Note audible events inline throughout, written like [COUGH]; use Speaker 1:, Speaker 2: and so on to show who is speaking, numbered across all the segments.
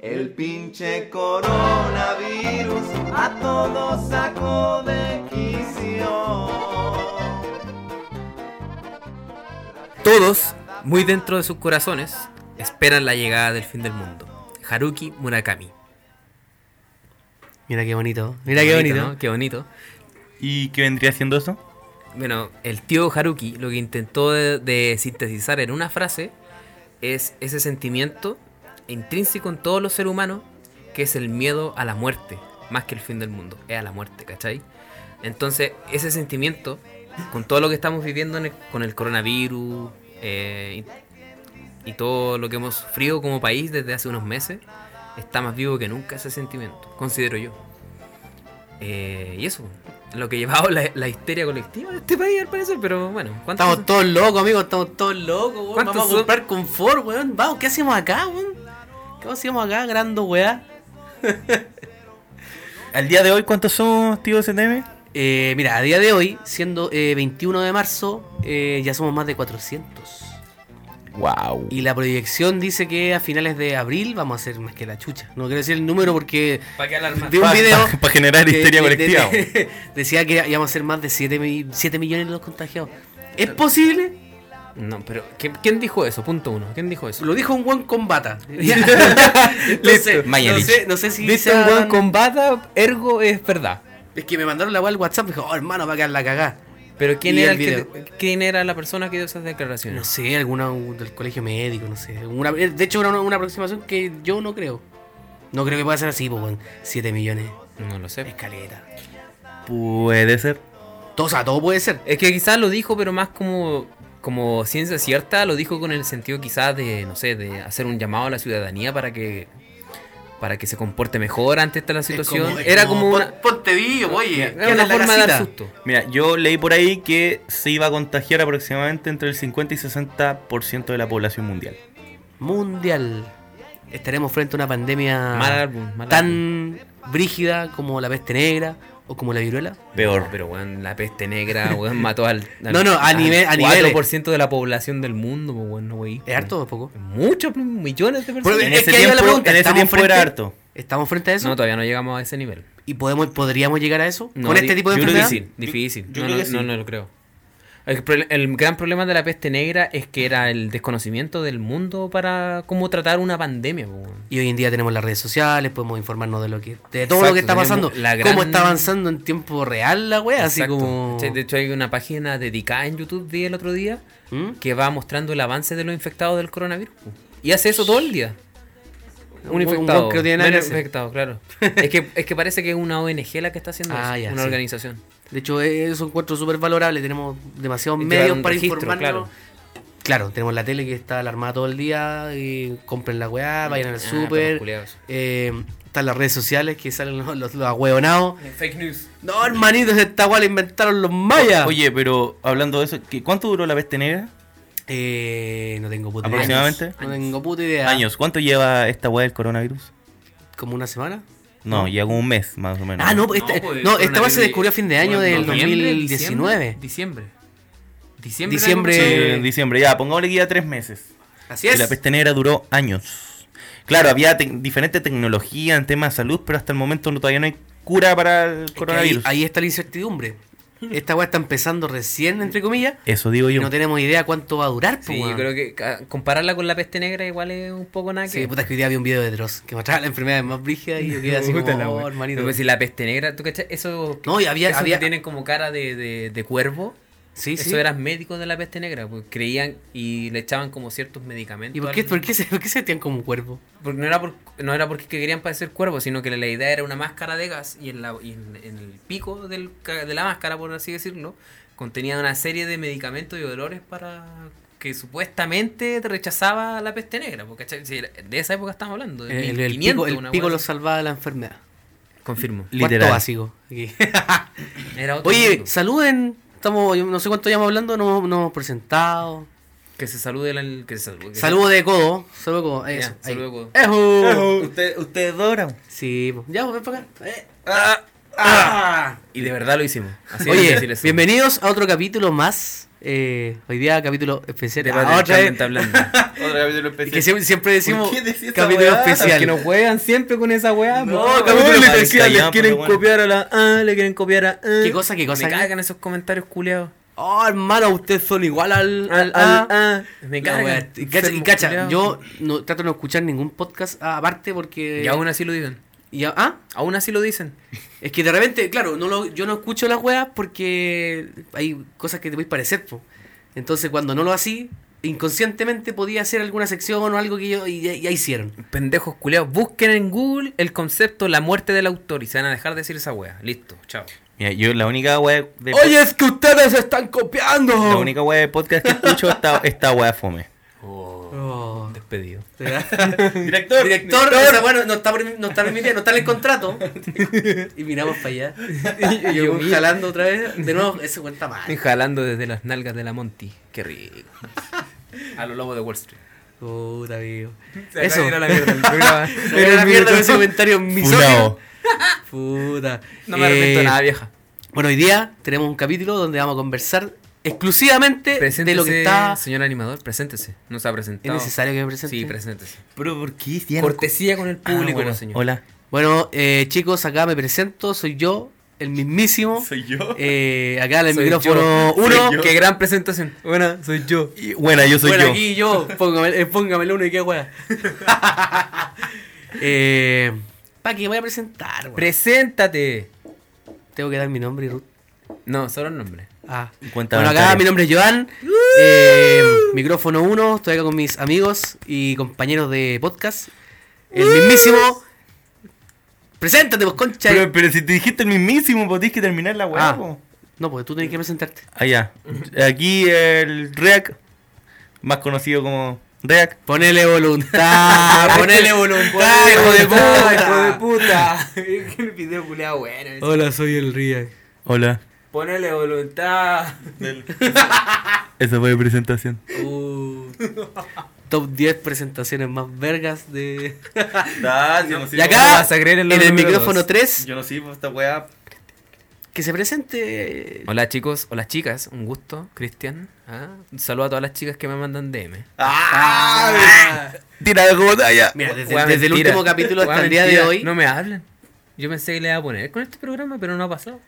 Speaker 1: El pinche coronavirus a todos sacó de quicio.
Speaker 2: Todos, muy dentro de sus corazones, esperan la llegada del fin del mundo. Haruki Murakami.
Speaker 3: Mira qué bonito. Mira qué bonito.
Speaker 2: ¿no? Qué bonito.
Speaker 4: ¿Y qué vendría siendo eso?
Speaker 2: Bueno, el tío Haruki lo que intentó de, de sintetizar en una frase es ese sentimiento intrínseco en todos los seres humanos que es el miedo a la muerte, más que el fin del mundo, es a la muerte, ¿cachai? Entonces, ese sentimiento, con todo lo que estamos viviendo en el- con el coronavirus eh, y, y todo lo que hemos sufrido como país desde hace unos meses, está más vivo que nunca ese sentimiento, considero yo. Eh, y eso, lo que llevaba la, la histeria colectiva de este país, al parecer, pero bueno, ¿cuántos
Speaker 3: Estamos todos locos, amigos, estamos todos locos, weón.
Speaker 2: ¿Cuántos
Speaker 3: Vamos a
Speaker 2: son?
Speaker 3: comprar confort, weón. Vamos, ¿qué hacemos acá, weón? ¿Qué hacemos acá, grando, weá?
Speaker 4: Al día de hoy, ¿cuántos somos, tío STM?
Speaker 3: Eh, mira, a día de hoy, siendo eh, 21 de marzo, eh, ya somos más de 400.
Speaker 4: Wow.
Speaker 3: Y la proyección dice que a finales de abril vamos a ser más que la chucha. No quiero decir el número porque
Speaker 2: ¿Para qué alarmar?
Speaker 3: de un video...
Speaker 4: [LAUGHS] Para generar
Speaker 3: que-
Speaker 4: histeria
Speaker 3: de- de-
Speaker 4: colectiva. weón.
Speaker 3: [LAUGHS] decía que íbamos a ser más de 7, millones los contagiados. ¿Es posible?
Speaker 2: No, pero ¿quién, quién dijo eso? Punto uno. ¿Quién dijo eso? [LAUGHS]
Speaker 3: Lo dijo un buen combata.
Speaker 2: Listo.
Speaker 3: [LAUGHS] Entonces, no,
Speaker 4: Mañalich.
Speaker 3: sé, no sé si
Speaker 2: Dice un
Speaker 3: sean-
Speaker 2: buen combata, ergo es verdad.
Speaker 3: Es que me mandaron la weá al WhatsApp y dijo, oh hermano, va a quedar la cagada.
Speaker 2: Pero ¿quién
Speaker 3: Y
Speaker 2: era,
Speaker 3: el
Speaker 2: el que- quién era la persona que dio esas
Speaker 3: No
Speaker 2: declaraciones?
Speaker 3: sé, alguna u- del colegio médico, no sé. Una- eh, de hecho, era una, una aproximación que yo no creo. No creo que pueda ser así, pues, 7 millones.
Speaker 2: No, lo sé.
Speaker 3: Escalera.
Speaker 4: Puede ser.
Speaker 3: Todo, o sea, todo puede ser.
Speaker 2: Es que quizás lo dijo, pero más como, como ciencia cierta, lo dijo con el sentido quizás de, no sé, de hacer un llamado a la ciudadanía para que para que se comporte mejor ante esta la situación. era como, una,
Speaker 3: pon- Ponte vivo, oye.
Speaker 2: era una forma de dar susto.
Speaker 4: Mira, yo leí por ahí que se iba a contagiar aproximadamente entre el 50 y 60% de la población mundial.
Speaker 3: Mundial. Estaremos frente a una pandemia
Speaker 2: Mal álbum, mal álbum.
Speaker 3: Ah. tan brígida como la peste negra o como la viruela.
Speaker 4: Peor.
Speaker 2: Pero weón, la peste negra, weón, mató
Speaker 3: [LAUGHS]
Speaker 2: al, al-
Speaker 3: No, no, a
Speaker 2: al
Speaker 3: nivel- a
Speaker 2: 4% de la población del mundo, pues, weón, no weí.
Speaker 3: ¿Es harto o es poco?
Speaker 2: Muchos, pues, millones de personas.
Speaker 4: en
Speaker 3: es
Speaker 4: ese
Speaker 3: que ahí va la
Speaker 4: tiempo,
Speaker 3: pregunta,
Speaker 4: en ese
Speaker 3: ¿estamos
Speaker 4: tiempo
Speaker 3: frente-
Speaker 4: era harto.
Speaker 3: ¿Estamos frente a eso?
Speaker 2: No, todavía no llegamos a ese nivel.
Speaker 3: ¿Y podemos, podríamos llegar a eso?
Speaker 2: No,
Speaker 3: ¿Con
Speaker 2: di-
Speaker 3: este tipo de
Speaker 4: yo creo que
Speaker 3: enfermedad?
Speaker 4: sí.
Speaker 2: Difícil, difícil.
Speaker 4: yo
Speaker 2: no,
Speaker 4: creo
Speaker 2: no,
Speaker 4: que
Speaker 2: no,
Speaker 4: sí.
Speaker 2: no lo creo. El, pro- el gran problema de la peste negra es que era el desconocimiento del mundo para cómo tratar una pandemia. po, weón.
Speaker 3: Y hoy en día tenemos las redes sociales, podemos informarnos de lo que de todo
Speaker 2: Exacto,
Speaker 3: lo que está
Speaker 2: tenemos
Speaker 3: pasando,
Speaker 2: la
Speaker 3: cómo
Speaker 2: gran-
Speaker 3: está avanzando en tiempo real la wea, así
Speaker 2: Exacto.
Speaker 3: como
Speaker 2: Che, De hecho, hay una página dedicada en YouTube, vi el otro día,
Speaker 3: ¿Mm?
Speaker 2: que va mostrando el avance de los infectados del coronavirus. po. Y hace eso todo el día. Un
Speaker 3: Un- un
Speaker 2: infectado.
Speaker 3: weón que no tiene nada
Speaker 2: menos
Speaker 3: que hacer.
Speaker 2: infectado, claro. es, que, es que parece que es una ONG la que está haciendo
Speaker 3: Ah,
Speaker 2: eso,
Speaker 3: ya,
Speaker 2: una
Speaker 3: sí.
Speaker 2: organización.
Speaker 3: De hecho, eh, es un encuentro súper valorable, tenemos demasiados
Speaker 2: Llevan
Speaker 3: medios
Speaker 2: un
Speaker 3: para
Speaker 2: registro,
Speaker 3: informarnos.
Speaker 2: claro.
Speaker 3: Claro. tenemos la tele que está alarmada todo el día, y compren la weá, vayan
Speaker 2: Ah,
Speaker 3: al
Speaker 2: perros
Speaker 3: súper,
Speaker 2: culiados.
Speaker 3: eh, están las redes sociales que salen los, los, los ahueonados.
Speaker 2: Fake news.
Speaker 3: No, hermanitos, esta weá la inventaron los mayas.
Speaker 4: Oye, pero hablando de eso, ¿qué- ¿cuánto duró la peste negra?
Speaker 3: Eh, no tengo puta
Speaker 4: Aproximadamente.
Speaker 3: idea. No tengo puta idea.
Speaker 4: Años. ¿Cuánto lleva esta weá del coronavirus?
Speaker 3: ¿Como una semana?
Speaker 4: No, lleva como un mes más o menos.
Speaker 3: Ah, no, este-
Speaker 2: pues,
Speaker 3: no,
Speaker 2: el
Speaker 3: esta weá se
Speaker 2: coronavirus-
Speaker 3: descubrió a fin de año
Speaker 2: Bueno,
Speaker 3: del
Speaker 2: noviembre,
Speaker 3: 2019.
Speaker 2: Diciembre. Diciembre.
Speaker 3: Diciembre-
Speaker 4: Sí,
Speaker 2: del año
Speaker 4: en diciembre, ya, pongámosle que lleva tres meses.
Speaker 3: Así
Speaker 4: Y la peste negra duró años. Claro, había te- diferente tecnología en temas de salud, pero hasta el momento no- todavía no hay cura para el
Speaker 3: Es que ahí,
Speaker 4: coronavirus.
Speaker 3: ahí está la incertidumbre. Esta weá está empezando recién, entre comillas,
Speaker 4: Eso digo
Speaker 3: y
Speaker 4: yo.
Speaker 3: no tenemos idea cuánto va a durar. pues,
Speaker 2: Sí, yo creo que ca- compararla con la peste negra igual es un poco nada que.
Speaker 3: Sí, puta, es que hoy día había un video de Dross que mostraba la enfermedad más brígida y yo quedé así
Speaker 2: Puta
Speaker 3: como,
Speaker 2: la
Speaker 3: oh,
Speaker 2: wea.
Speaker 3: hermanito.
Speaker 2: Pero pues, si la peste negra, ¿tú cachas? Eso,
Speaker 3: No, y había-
Speaker 2: eso
Speaker 3: había-
Speaker 2: que tienen como cara de, de, de cuervo.
Speaker 3: Sí,
Speaker 2: eso
Speaker 3: sí.
Speaker 2: eran médicos de la peste negra. Pues creían y le echaban como ciertos medicamentos.
Speaker 3: ¿Y por qué,
Speaker 2: al-
Speaker 3: por, qué se, por qué se metían como un cuerpo?
Speaker 2: Porque no era, por- no era porque que querían parecer cuervos, sino que la, la idea era una máscara de gas y en, la, y en- en el pico del ca- de la máscara, por así decirlo, contenía una serie de medicamentos y olores para que supuestamente te rechazaba la peste negra. Porque ¿cachai? Si era- de esa época estamos hablando.
Speaker 3: El,
Speaker 2: de
Speaker 3: Eh, el- el
Speaker 2: 1500,
Speaker 3: pico, el
Speaker 2: una
Speaker 3: pico
Speaker 2: hueá
Speaker 3: lo
Speaker 2: así.
Speaker 3: salvaba de la enfermedad.
Speaker 2: Confirmo.
Speaker 4: Literal.
Speaker 3: Cuarto básico. aquí.
Speaker 2: Era otro
Speaker 3: Oye,
Speaker 2: mundo.
Speaker 3: saluden. Estamos, yo no sé cuánto llevamos hablando, no no hemos presentado.
Speaker 2: que se salude el- el. Que se salude. que-
Speaker 3: Saludos de codo. Saludos de codo. Eso,
Speaker 2: Ya,
Speaker 3: ahí.
Speaker 2: saludos de
Speaker 3: ¡Ejo!
Speaker 4: Ustedes doran.
Speaker 3: Sí, po. ya, pues, ven para acá. Eh.
Speaker 2: Y de verdad lo hicimos. Así de
Speaker 3: ¡Ah! Oye,
Speaker 2: difícil es.
Speaker 3: bienvenidos a otro capítulo más Eh, hoy día capítulo especial.
Speaker 2: De
Speaker 3: Ah,
Speaker 2: Patreon
Speaker 3: otra vez.
Speaker 2: Chalenta [LAUGHS] Blanda.
Speaker 4: Otro capítulo
Speaker 3: Es que siempre, siempre decimos
Speaker 4: ¿Por qué decís esa
Speaker 3: capítulo
Speaker 4: weá?
Speaker 3: especial.
Speaker 2: Que nos juegan siempre con esa weá.
Speaker 4: No,
Speaker 2: po.
Speaker 4: capítulo
Speaker 2: Uy, le
Speaker 4: para
Speaker 2: decían,
Speaker 4: descallar,
Speaker 2: le quieren
Speaker 4: por lo bueno.
Speaker 2: copiar a la A, le quieren copiar a A.
Speaker 3: ¿Qué cosa, qué cosa?
Speaker 2: Me cagan esos comentarios culeados.
Speaker 3: Oh, hermano, ustedes son igual al. al,
Speaker 2: Ah,
Speaker 3: al-
Speaker 2: ah, me
Speaker 3: La wea.
Speaker 2: cagan.
Speaker 3: Y cacha, y
Speaker 2: Enfermos
Speaker 3: cacha
Speaker 2: culiados.
Speaker 3: yo no, trato de no escuchar ningún podcast ah, aparte porque.
Speaker 2: Y aún así lo dicen.
Speaker 3: y a- ah,
Speaker 2: Aún así lo dicen.
Speaker 3: es que de repente, claro, no lo- yo no escucho las weas porque hay cosas que te pueden parecer, po. Entonces, cuando no lo hacía, inconscientemente podía hacer alguna sección o algo que yo. Y ya, ya hicieron.
Speaker 2: Pendejos culeados. Busquen en Google el concepto la muerte del autor y se van a dejar de decir esa wea. Listo, chao.
Speaker 4: Mira, yo la única wea de
Speaker 3: es que ustedes están copiando!
Speaker 4: la única wea de podcast que
Speaker 3: [LAUGHS]
Speaker 4: escucho está esta wea fome.
Speaker 3: Oh.
Speaker 2: Despedido.
Speaker 4: Director,
Speaker 3: [LAUGHS] Director, esa wea no- no está, permi- no está permitida, no está en el contrato. Y miramos
Speaker 2: [LAUGHS]
Speaker 3: para allá. Y yo voy jalando otra vez. De nuevo, ese cuenta mal.
Speaker 2: Estoy jalando desde las nalgas de la Monty. Qué
Speaker 3: [LAUGHS]
Speaker 2: rico. A los lobos de Wall Street.
Speaker 3: Puta, amigo.
Speaker 2: Se
Speaker 3: Eso.
Speaker 2: acaba de ir a la [LAUGHS] mierda el programa.
Speaker 3: [LAUGHS] Se acaba de ir a la mierda con ese comentario misógino.
Speaker 4: Funao.
Speaker 3: Puta.
Speaker 2: No me arrepiento
Speaker 3: Eh,
Speaker 2: de nada, vieja.
Speaker 3: Bueno, hoy día tenemos un capítulo donde vamos a conversar exclusivamente de lo que está.
Speaker 2: señor animador, preséntese. No se ha
Speaker 3: ¿Es
Speaker 2: presentado.
Speaker 3: necesario que me presente?
Speaker 2: Sí, preséntese.
Speaker 4: Pero ¿por qué? tienen-
Speaker 2: Cortesía con el
Speaker 4: Ah,
Speaker 2: público,
Speaker 4: bueno,
Speaker 2: señor.
Speaker 4: Hola.
Speaker 3: Bueno, eh, chicos, acá me presento. Soy yo, el mismísimo.
Speaker 4: yo.
Speaker 3: Eh, acá en el
Speaker 2: Soy
Speaker 3: micrófono
Speaker 2: yo.
Speaker 3: uno.
Speaker 2: Soy yo. Qué gran presentación. Bueno, soy yo.
Speaker 4: Y, bueno, yo soy
Speaker 3: bueno,
Speaker 4: yo.
Speaker 3: aquí yo, póngame, eh, póngame el uno y
Speaker 2: [LAUGHS]
Speaker 3: qué weá. [LAUGHS] eh, pa' que voy a presentar, weón.
Speaker 2: Preséntate.
Speaker 3: Tengo que dar mi nombre y Ruth.
Speaker 2: No, solo el nombre.
Speaker 3: Ah.
Speaker 4: Cuenta
Speaker 3: Bueno, acá
Speaker 4: bancaria.
Speaker 3: mi nombre es Joan. eh, micrófono 1. Estoy acá con mis amigos y compañeros de podcast. El mismísimo. Preséntate, vos, concha.
Speaker 4: Pero, pero si te dijiste el mismísimo, pues tienes que terminar la wea.
Speaker 3: Ah.
Speaker 4: po.
Speaker 3: No, pues tú tenés que presentarte.
Speaker 4: Allá. Aquí el React, más conocido como React.
Speaker 3: Ponele voluntad. [LAUGHS] ponele
Speaker 2: Ah,
Speaker 3: voluntad, hijo de puta.
Speaker 2: puta. Es que el video culeado bueno.
Speaker 3: Hola, soy el Ria.
Speaker 4: Hola.
Speaker 2: Ponele voluntad.
Speaker 4: Esa fue mi presentación.
Speaker 3: Top 10 presentaciones más vergas de.
Speaker 1: Ah,
Speaker 2: Sí,
Speaker 3: y
Speaker 2: ¿cómo
Speaker 3: acá,
Speaker 2: vas a creer en
Speaker 3: en,
Speaker 2: lo
Speaker 3: el
Speaker 2: número
Speaker 3: micrófono
Speaker 2: dos?
Speaker 3: 3,
Speaker 4: Yo no
Speaker 1: pues,
Speaker 4: sirvo esta weá.
Speaker 3: que se presente.
Speaker 2: Hola chicos, hola chicas, un gusto, Cristian. Ah, Un saludo a todas las chicas que me mandan DM.
Speaker 4: ¡Ah! Tira de allá.
Speaker 3: Mira, desde,
Speaker 2: Weá,
Speaker 3: desde el
Speaker 2: mentira.
Speaker 3: último capítulo hasta
Speaker 2: Weá,
Speaker 3: el día de
Speaker 2: mentira.
Speaker 3: hoy.
Speaker 2: No me hablan. Yo pensé que le iba a poner con este programa, pero no ha pasado.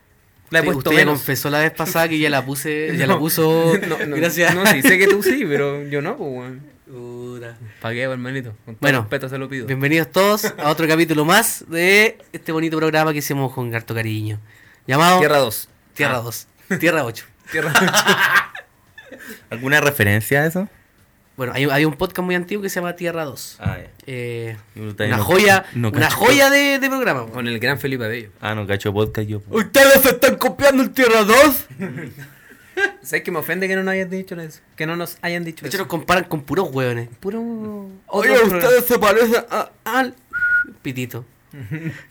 Speaker 2: La he
Speaker 3: Sí,
Speaker 2: puesto
Speaker 3: usted ya
Speaker 2: menos.
Speaker 3: confesó la vez pasada que ya la
Speaker 2: [LAUGHS]
Speaker 3: puse, ya la
Speaker 2: No.
Speaker 3: puso.
Speaker 2: No, no,
Speaker 3: [LAUGHS] Gracias.
Speaker 2: No, sí, sé que tú sí, pero yo no, pues, weón.
Speaker 3: Ura.
Speaker 2: ¿Para qué, pues, hermanito? Con todo
Speaker 3: Bueno,
Speaker 2: respeto se lo pido.
Speaker 3: Bienvenidos todos a otro capítulo más de este bonito programa que hicimos con Garto Cariño. Llamado
Speaker 2: Tierra Ah. 2.
Speaker 3: Tierra 2. Tierra 8.
Speaker 2: Tierra 2.
Speaker 4: ¿Alguna referencia a eso?
Speaker 3: Bueno, hay, hay un podcast muy antiguo que se llama Tierra 2.
Speaker 4: Ah, ya.
Speaker 3: Eh,
Speaker 4: Yo todavía
Speaker 3: una
Speaker 4: no-
Speaker 3: joya,
Speaker 4: no
Speaker 3: una
Speaker 4: cacho.
Speaker 3: joya de, de programa.
Speaker 2: [LAUGHS] Con el gran Felipe Abello.
Speaker 4: Ah, no cacho podcast yo. po.
Speaker 3: ¿Ustedes están copiando el Tierra 2?
Speaker 2: ¿Sabes que me ofende que no nos hayan dicho eso? Que no nos hayan dicho
Speaker 3: De hecho,
Speaker 2: eso.
Speaker 3: nos comparan con puros hueones.
Speaker 2: Puro.
Speaker 3: Oye,
Speaker 2: otro
Speaker 3: ustedes se parecen a- al. Pitito. [LAUGHS]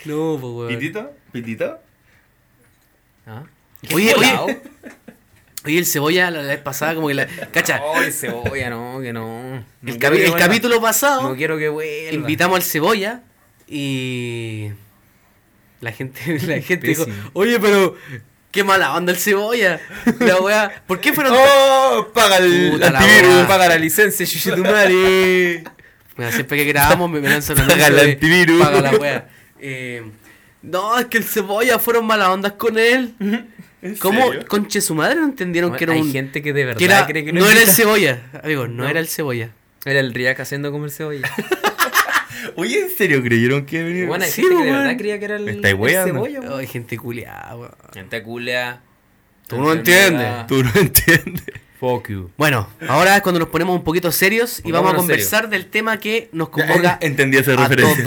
Speaker 3: No, pues, hueón.
Speaker 4: ¿Pitito? ¿Pitito?
Speaker 2: programa. Ah.
Speaker 3: Oye,
Speaker 2: Colao.
Speaker 3: [LAUGHS] oye. Oye, el cebolla la, la vez pasada, como que la. Cacha,
Speaker 2: Ay, cebolla, no, que no. No
Speaker 3: el,
Speaker 2: quiero
Speaker 3: capi-
Speaker 2: que
Speaker 3: el
Speaker 2: vuelva.
Speaker 3: capítulo pasado
Speaker 2: No quiero que vuelva.
Speaker 3: invitamos al cebolla y. La gente, [LAUGHS] la gente dijo,
Speaker 2: Pésimo.
Speaker 3: oye, pero. Qué mala onda el cebolla. La wea. ¿Por qué
Speaker 2: [LAUGHS]
Speaker 3: fueron.? tan-
Speaker 4: ¡Oh! ¡Paga el
Speaker 3: Puta la
Speaker 4: antivirus!
Speaker 3: weá.
Speaker 4: ¡Paga la licencia,
Speaker 3: [LAUGHS]
Speaker 4: Shushitumari!
Speaker 3: Mira, siempre que grabamos me, me
Speaker 2: [LAUGHS]
Speaker 3: lanzan el
Speaker 4: eh. Paga el antivirus.
Speaker 3: Paga la wea. Eh, no, es que el cebolla fueron malas ondas con
Speaker 2: [LAUGHS]
Speaker 3: él. ¿Cómo?
Speaker 4: serio?
Speaker 3: Conche su madre no entendieron
Speaker 2: Bueno,
Speaker 3: que era
Speaker 2: hay
Speaker 3: un.
Speaker 2: gente que de verdad
Speaker 3: que era-
Speaker 2: cree que
Speaker 3: no era el
Speaker 2: invita.
Speaker 3: cebolla. Amigo, no,
Speaker 2: No.
Speaker 3: era el cebolla.
Speaker 2: Era el Riak haciendo como el cebolla.
Speaker 4: Oye, ¿en serio creyeron que venía?
Speaker 2: bueno, hay
Speaker 3: [LAUGHS] Sí,
Speaker 2: gente que de
Speaker 3: weón.
Speaker 2: verdad creía que era el,
Speaker 4: Me estáis
Speaker 2: el
Speaker 4: weando.
Speaker 2: cebolla. weón.
Speaker 3: Ay, gente culiada, weón.
Speaker 2: Gente culia.
Speaker 3: Tú no entiendes.
Speaker 4: Tú no entiendes.
Speaker 2: Fuck you.
Speaker 3: Bueno, ahora es cuando nos ponemos un poquito serios y vamos a
Speaker 2: Pongámonos
Speaker 3: conversar del tema que nos
Speaker 4: Ya,
Speaker 3: convoca
Speaker 4: Entendí esa
Speaker 3: a
Speaker 4: referencia.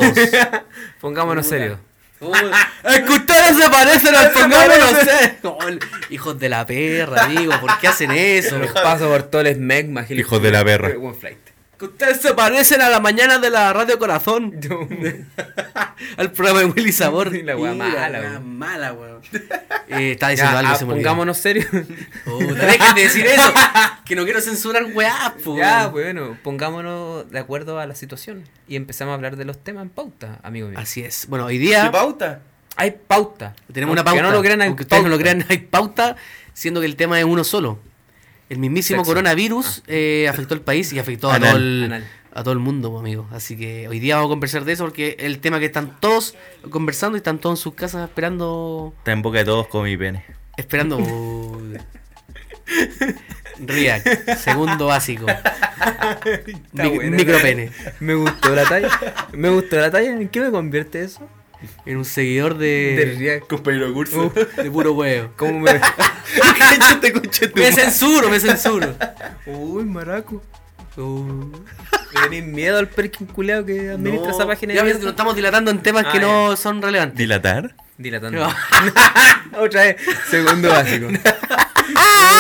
Speaker 3: todos.
Speaker 2: Pongámonos serios.
Speaker 3: es que ustedes se parecen al pongámonos serios. Hijos de la perra, amigo, ¿por qué hacen eso?
Speaker 2: Los paso por toles Megma,
Speaker 4: Hijos de la perra.
Speaker 2: One flight. [LAUGHS]
Speaker 3: Que ustedes se parecen a la mañana de la Radio Corazón. [LAUGHS] al programa de Willy Sabor.
Speaker 2: Y la wea
Speaker 3: Mira,
Speaker 2: mala,
Speaker 3: la
Speaker 2: weón.
Speaker 3: mala, weón. Eh, estaba diciendo
Speaker 2: Ya,
Speaker 3: algo,
Speaker 2: ah,
Speaker 3: se me olvidó.
Speaker 2: pongámonos serios.
Speaker 3: [LAUGHS]
Speaker 2: [LAUGHS]
Speaker 3: Puta, dejen de decir eso. Que no quiero censurar weá, po.
Speaker 2: ya, bueno, pongámonos de acuerdo a la situación y empezamos a hablar de los temas en pauta, amigo mío.
Speaker 3: Así es. Bueno, hoy día
Speaker 4: pauta?
Speaker 2: Hay pauta.
Speaker 3: tenemos una
Speaker 2: Aunque
Speaker 3: pauta.
Speaker 2: no lo crean, hay
Speaker 3: [LAUGHS] Aunque ustedes no lo
Speaker 2: pauta.
Speaker 3: crean, hay pauta, siendo que el tema es uno solo. El mismísimo
Speaker 2: Sexo. Ah.
Speaker 3: coronavirus eh, afectó al país y afectó a
Speaker 4: Anal.
Speaker 3: todo, el,
Speaker 2: Anal.
Speaker 3: a todo el mundo, pues, amigo. Así que hoy día vamos a conversar de eso porque es el tema que están todos conversando y están todos en sus casas esperando.
Speaker 4: Está en boca de todos con mi pene.
Speaker 3: Esperando.
Speaker 2: [LAUGHS]
Speaker 3: Uy. React,
Speaker 2: [LAUGHS]
Speaker 3: segundo básico. Mi-
Speaker 2: buena.
Speaker 3: micropene.
Speaker 2: [LAUGHS] Me gustó la talla. Me gustó la talla. ¿En qué me convierte eso?
Speaker 3: En un seguidor de.
Speaker 2: Del [LAUGHS] React.
Speaker 4: Compañero curso.
Speaker 3: de puro huevo.
Speaker 2: ¿Cómo me.?
Speaker 4: Cállate, conche tu
Speaker 3: Me
Speaker 4: madre.
Speaker 3: censuro, me
Speaker 2: [LAUGHS]
Speaker 3: censuro.
Speaker 2: Uy, maraco.
Speaker 3: Uh.
Speaker 2: Tenés miedo al perkin culeado que administra
Speaker 3: No,
Speaker 2: esa página.
Speaker 3: ya
Speaker 2: de
Speaker 3: ves que
Speaker 2: mierda?
Speaker 3: nos estamos dilatando en temas
Speaker 2: Ah,
Speaker 3: que no son relevantes.
Speaker 4: ¿Dilatar?
Speaker 2: Dilatando.
Speaker 3: [LAUGHS]
Speaker 2: Otra vez. [LAUGHS] Segundo básico.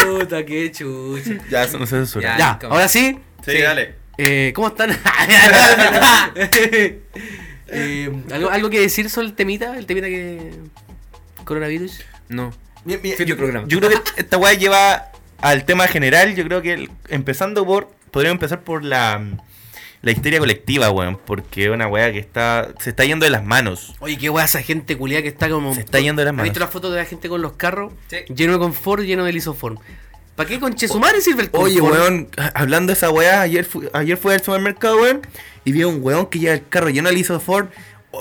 Speaker 3: Puta, qué chucha.
Speaker 4: Ya, eso no se censura.
Speaker 2: Ya.
Speaker 3: Ah. Ya, ahora sí.
Speaker 4: Sí, dale.
Speaker 3: Eh, ¿Cómo [LAUGHS] están? Eh, ¿algo, algo que decir sobre el temita? El temita que. Coronavirus.
Speaker 2: No.
Speaker 4: Bien, bien.
Speaker 3: [LAUGHS]
Speaker 2: Fin del programa. [LAUGHS]
Speaker 4: Yo creo que esta weá lleva al tema general. Yo creo que el- empezando por. Podríamos empezar por la. La histeria colectiva, weón. Porque es una weá que está. Se está yendo de las manos.
Speaker 3: Oye, qué guay esa gente culiada que está como.
Speaker 4: Se está yendo de las
Speaker 3: ¿Has visto
Speaker 4: manos.
Speaker 3: las fotos de la gente con los carros?
Speaker 2: Sí.
Speaker 3: Lleno de confort, lleno de lisoform. ¿Para qué con Chesumare sirve el confort?
Speaker 4: Oye, weón, ah, hablando de esa weá, ayer fui, ayer fui al supermercado, weón, y vi a un weón que lleva el carro lleno de lisofort.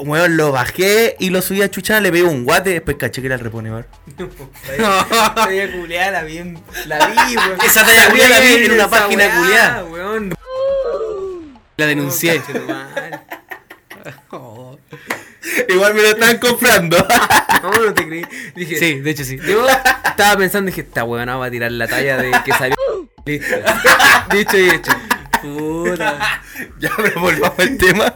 Speaker 4: Weón, lo bajé y lo subí a chuchar, le pegué un guate, después caché que era el reponedor.
Speaker 3: No.
Speaker 2: Talla culeada la vi. en- La vi, [LAUGHS] weón.
Speaker 3: Esa talla culiada la vi en una
Speaker 2: Esa
Speaker 3: página
Speaker 2: weá, [LAUGHS]
Speaker 3: culiada.
Speaker 2: weón.
Speaker 3: [LAUGHS] La denuncié.
Speaker 2: Conchetumal.
Speaker 4: [LAUGHS] Igual me lo estaban comprando. [LAUGHS]
Speaker 2: No, no te creí. Dije,
Speaker 3: Sí, de hecho sí.
Speaker 2: [LAUGHS] Yo estaba pensando, dije, esta weona va a tirar la talla de que [LAUGHS] salió. Listo. Dicho y hecho.
Speaker 3: Puta.
Speaker 4: ya, pero volvamos al tema.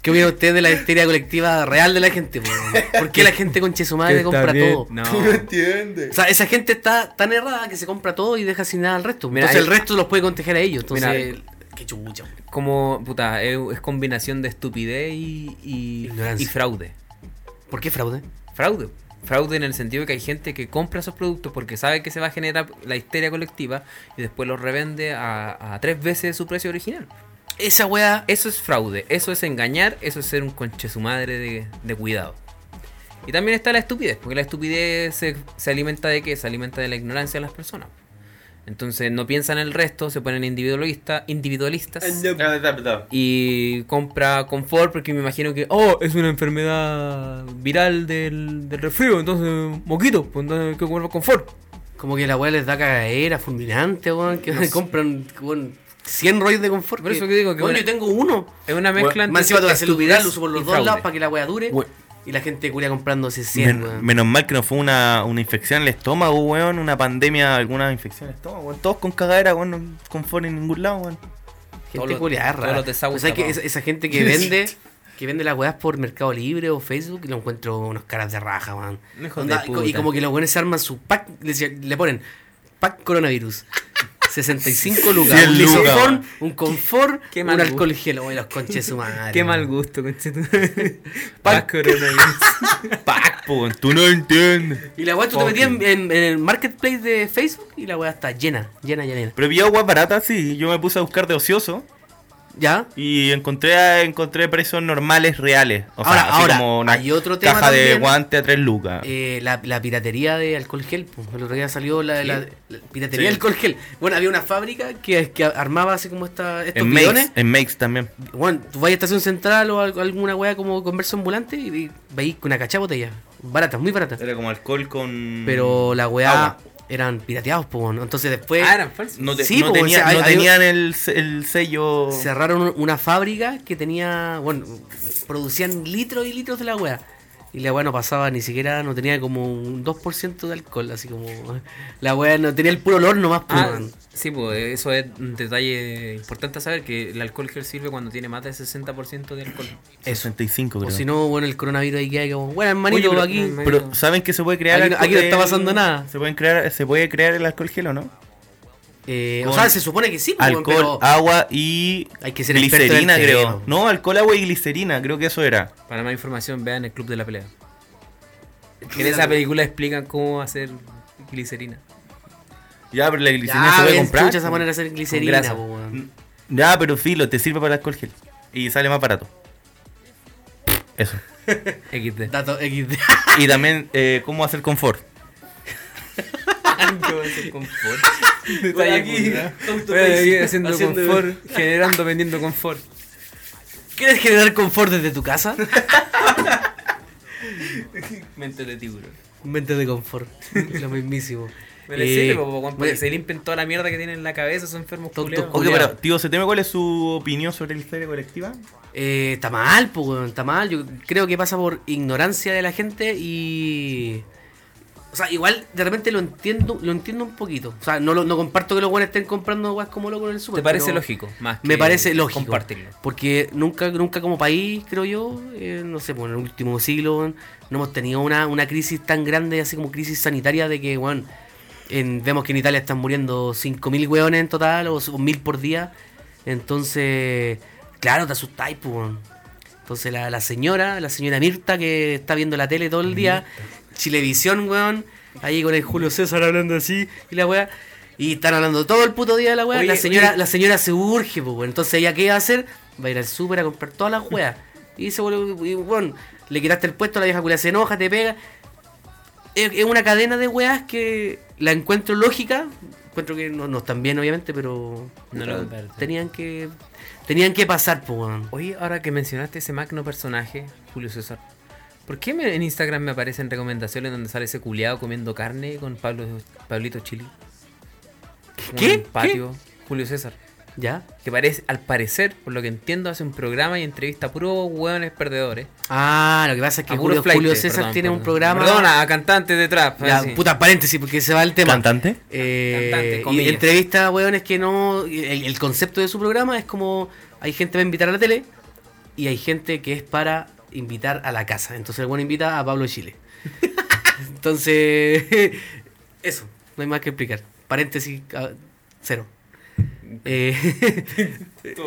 Speaker 3: ¿Qué opina usted de la histeria colectiva real de la gente? po? ¿Por qué la gente con Chesumare compra todo?
Speaker 2: No.
Speaker 4: entiendes.
Speaker 3: O sea, esa gente está tan errada que se compra todo y deja sin nada al resto.
Speaker 2: Mira,
Speaker 3: entonces el
Speaker 2: ahí-
Speaker 3: resto los puede contagiar a ellos.
Speaker 2: Mira,
Speaker 3: Entonces, eh, qué chucha. po.
Speaker 2: Como, puta, es, es combinación de estupidez y, y,
Speaker 3: Ignorancia.
Speaker 2: y fraude.
Speaker 3: ¿Por qué fraude?
Speaker 2: Fraude. Fraude en el sentido que hay gente que compra esos productos porque sabe que se va a generar la histeria colectiva y después los revende a, a tres veces su precio original.
Speaker 3: Esa wea
Speaker 2: Eso es fraude, eso es engañar, eso es ser un conche su madre de, de cuidado. Y también está la estupidez, porque la estupidez se, se alimenta de qué? Se alimenta de la ignorancia de las personas. Entonces no piensan en el resto, se ponen individualista, individualistas y compra confort porque me imagino que, oh, es una enfermedad viral del, del resfrío, entonces moquito, pues entonces que comer confort.
Speaker 3: Como que la weá les da cagadera, fulminante, weón. [LAUGHS] Que compran weón, 100 rollos de confort.
Speaker 2: Por eso que digo que
Speaker 3: weón,
Speaker 2: una-
Speaker 3: yo tengo uno.
Speaker 2: Es una mezcla
Speaker 3: Más encima te vas a
Speaker 2: estupidez
Speaker 3: lo uso por
Speaker 2: y
Speaker 3: los dos
Speaker 2: fraude.
Speaker 3: lados para que la weá dure.
Speaker 4: Weón.
Speaker 3: Y la gente culia comprándose 100, weón.
Speaker 4: menos mal que no fue una, una infección en el estómago, weón, una pandemia, alguna infección en el estómago, weón. Todos con cagadera, weón, no con fuera en ningún lado, weón.
Speaker 2: Todos
Speaker 3: Gente
Speaker 2: los-
Speaker 3: culia
Speaker 2: todos
Speaker 3: rara.
Speaker 2: los desagües
Speaker 3: O sea, que
Speaker 2: tapados.
Speaker 3: esa, esa
Speaker 2: [LAUGHS]
Speaker 3: gente que vende. Que vende las weas por Mercado Libre o Facebook y lo encuentro unos caras de raja, weón.
Speaker 2: Hijo
Speaker 3: Onda,
Speaker 2: de
Speaker 3: y co- Y
Speaker 2: puta.
Speaker 3: como que los weones se arman su pack, le, le ponen pack coronavirus. [LAUGHS] 65 lucas,
Speaker 4: 100
Speaker 3: un
Speaker 4: lucas,
Speaker 3: lisofón,
Speaker 4: weón.
Speaker 3: un confort,
Speaker 2: Qué
Speaker 3: un
Speaker 2: mal
Speaker 3: alcohol gel, oye, los
Speaker 2: [LAUGHS]
Speaker 3: conches su madre.
Speaker 2: Qué mal gusto,
Speaker 3: [LAUGHS]
Speaker 2: conchetumare. Paz coronavirus.
Speaker 4: Pac, po, weón, tú no entiendes.
Speaker 3: Y la weá, tú te metías en, en- en el marketplace de Facebook y la weá está llena, llena, llena. llena.
Speaker 4: Pero vi aguas baratas, sí. Yo me puse a buscar de ocioso
Speaker 3: ¿Ya?
Speaker 4: y encontré encontré precios normales reales. O sea,
Speaker 3: Ahora,
Speaker 4: así
Speaker 3: ahora,
Speaker 4: como una
Speaker 3: hay otro tema
Speaker 4: caja de
Speaker 3: también.
Speaker 4: guante a tres lucas.
Speaker 3: Eh, la, la piratería de alcohol gel, pues, el otro día salió la, la- la piratería
Speaker 4: Sí.
Speaker 3: de alcohol gel. Bueno, había una fábrica que, que armaba así como esta, estos
Speaker 4: en
Speaker 3: bidones.
Speaker 4: makes, en makes también.
Speaker 3: Bueno, tú vas a Estación Central o algo- alguna weá como converso ambulante y y veis con una cachá botella. Barata, muy barata.
Speaker 4: Era como alcohol con.
Speaker 3: Pero la weá
Speaker 4: Mm. Agua.
Speaker 3: eran pirateados, pues. Entonces después
Speaker 2: Ah, eran falsos.
Speaker 4: No, te-
Speaker 3: Sí,
Speaker 4: no
Speaker 3: po,
Speaker 4: tenía-
Speaker 3: o sea, hay-
Speaker 4: no
Speaker 3: hay-
Speaker 4: tenían el, se- el sello.
Speaker 3: cerraron una fábrica que tenía, bueno, producían litros y litros de la weá. Y la weá no pasaba ni siquiera, no tenía como un 2% de alcohol, así como... [LAUGHS] La weá no tenía el puro olor nomás, pues.
Speaker 2: Ah,
Speaker 3: weón.
Speaker 2: sí, pues eso es un detalle importante a saber, que el alcohol gel sirve cuando tiene más de 60% de alcohol.
Speaker 4: 65,
Speaker 3: o
Speaker 4: creo.
Speaker 3: si no, bueno, el coronavirus ahí queda como, bueno, hermanito,
Speaker 2: Oye, pero-
Speaker 3: aquí...
Speaker 2: hermanito.
Speaker 4: Pero, ¿saben que se puede crear Eh,
Speaker 3: Aquí no- aquí no está pasando nada.
Speaker 4: Se, pueden crear, se puede crear el alcohol gel o no?
Speaker 3: eh, o
Speaker 4: Con
Speaker 3: sea, se supone que sí, pues, weón,
Speaker 4: Alcohol, ah,
Speaker 3: pero...
Speaker 4: agua y.
Speaker 3: Hay que ser experto en el
Speaker 4: glicerina, creo.
Speaker 3: tema.
Speaker 4: No, alcohol, agua y glicerina, creo que eso era.
Speaker 2: Para más información, vean el Club de la Pelea. Que en esa película explican cómo hacer glicerina.
Speaker 4: Ya, pero la glicerina
Speaker 3: Ya,
Speaker 4: se puede
Speaker 3: ven,
Speaker 4: comprar. pues,
Speaker 3: chucha, esa manera de hacer glicerina,
Speaker 2: grasa.
Speaker 3: po, weón.
Speaker 4: Mm. Ya, pero filo, te sirve para el alcohol gel. Y sale más barato. Eso.
Speaker 2: XD.
Speaker 3: Dato XD.
Speaker 4: Y también, eh, ¿cómo hacer confort?
Speaker 2: Yo voy a hacer confort.
Speaker 3: Voy
Speaker 2: Detalle
Speaker 3: pues, aquí,
Speaker 2: culiao. [LAUGHS]
Speaker 3: autopsy,
Speaker 2: Voy pues,
Speaker 3: [LAUGHS]
Speaker 2: aquí haciendo
Speaker 3: haciendo-
Speaker 2: [LAUGHS] confort, generando, vendiendo confort.
Speaker 3: ¿Quieres generar confort desde tu casa? [LAUGHS]
Speaker 2: Mente de tiburón.
Speaker 3: Mente de confort. [LAUGHS] Lo mismísimo.
Speaker 2: Me le sirve,
Speaker 3: Eh,
Speaker 2: po, pues, weón, para
Speaker 3: bueno,
Speaker 2: que se limpen toda la mierda que tienen en la cabeza, son enfermos
Speaker 3: Tontos
Speaker 2: culiados.
Speaker 4: Ok,
Speaker 3: Julián.
Speaker 4: pero, tío, ¿se teme cuál es su opinión sobre la historia colectiva?
Speaker 3: eh, está mal, pues, weón, está mal. Yo creo que pasa por ignorancia de la gente y. O sea, igual de repente lo entiendo, lo entiendo un poquito. O sea, no, lo- no comparto que los buenos estén comprando weas como locos en el super.
Speaker 2: ¿Te parece
Speaker 3: pero-
Speaker 2: lógico? Más
Speaker 3: Me
Speaker 2: que
Speaker 3: parece lógico.
Speaker 2: Compartirlo.
Speaker 3: Porque nunca, nunca como país, creo yo, eh, no sé, bueno, en el último siglo, weón, no hemos tenido una, una crisis tan grande, así como crisis sanitaria, de que, bueno, vemos que en Italia están muriendo 5.000 hueones en total, o 1.000 por día. Entonces, claro, te asustáis, pues, weón. Entonces la, la señora, la señora Mirta, que está viendo la tele todo el día, Chilevisión, weón, ahí con el Julio César hablando así, y la weá. Y están hablando todo el puto día de la weá.
Speaker 2: Oye,
Speaker 3: la señora,
Speaker 2: oye.
Speaker 3: la señora se urge, pues, weón. Entonces ella qué va a hacer? Va a ir al súper a comprar todas las weas. Y se vuelve, y, weón, le quitaste el puesto, la vieja culia se enoja, te pega. Es, es una cadena de weas que la encuentro lógica. Encuentro que no, no están bien, obviamente, pero.
Speaker 2: No lo comparto.
Speaker 3: tenían que. Tenían que pasar, pues, weón.
Speaker 2: Oye, ahora que mencionaste ese magno personaje, Julio César, ¿por qué me- en Instagram me aparecen recomendaciones donde sale ese culiado comiendo carne con Pablo, Pablito Chili? Como
Speaker 3: ¿Qué?
Speaker 2: En un patio, Julio César.
Speaker 3: ¿Ya?
Speaker 2: Que parece, al parecer, por lo que entiendo, hace un programa y entrevista a puros hueones perdedores.
Speaker 3: Ah, lo que pasa es que
Speaker 2: A
Speaker 3: Julio,
Speaker 2: puros flaites,
Speaker 3: Julio César
Speaker 2: perdón,
Speaker 3: tiene un
Speaker 2: perdón.
Speaker 3: programa.
Speaker 2: Perdona, a cantantes de trap.
Speaker 3: Ya,
Speaker 2: así.
Speaker 3: puta paréntesis, porque se va el tema.
Speaker 4: ¿Cantante?
Speaker 3: Eh,
Speaker 2: Cantante,
Speaker 3: y
Speaker 2: comillas.
Speaker 3: entrevista a hueones que no. El, el concepto de su programa es como: hay gente para invitar a la tele y hay gente que es para invitar a la casa. Entonces el hueón invita a Pablo Chile. [LAUGHS] Entonces, [LAUGHS] eso, no hay más que explicar. Paréntesis ah, cero. Eh, [LAUGHS]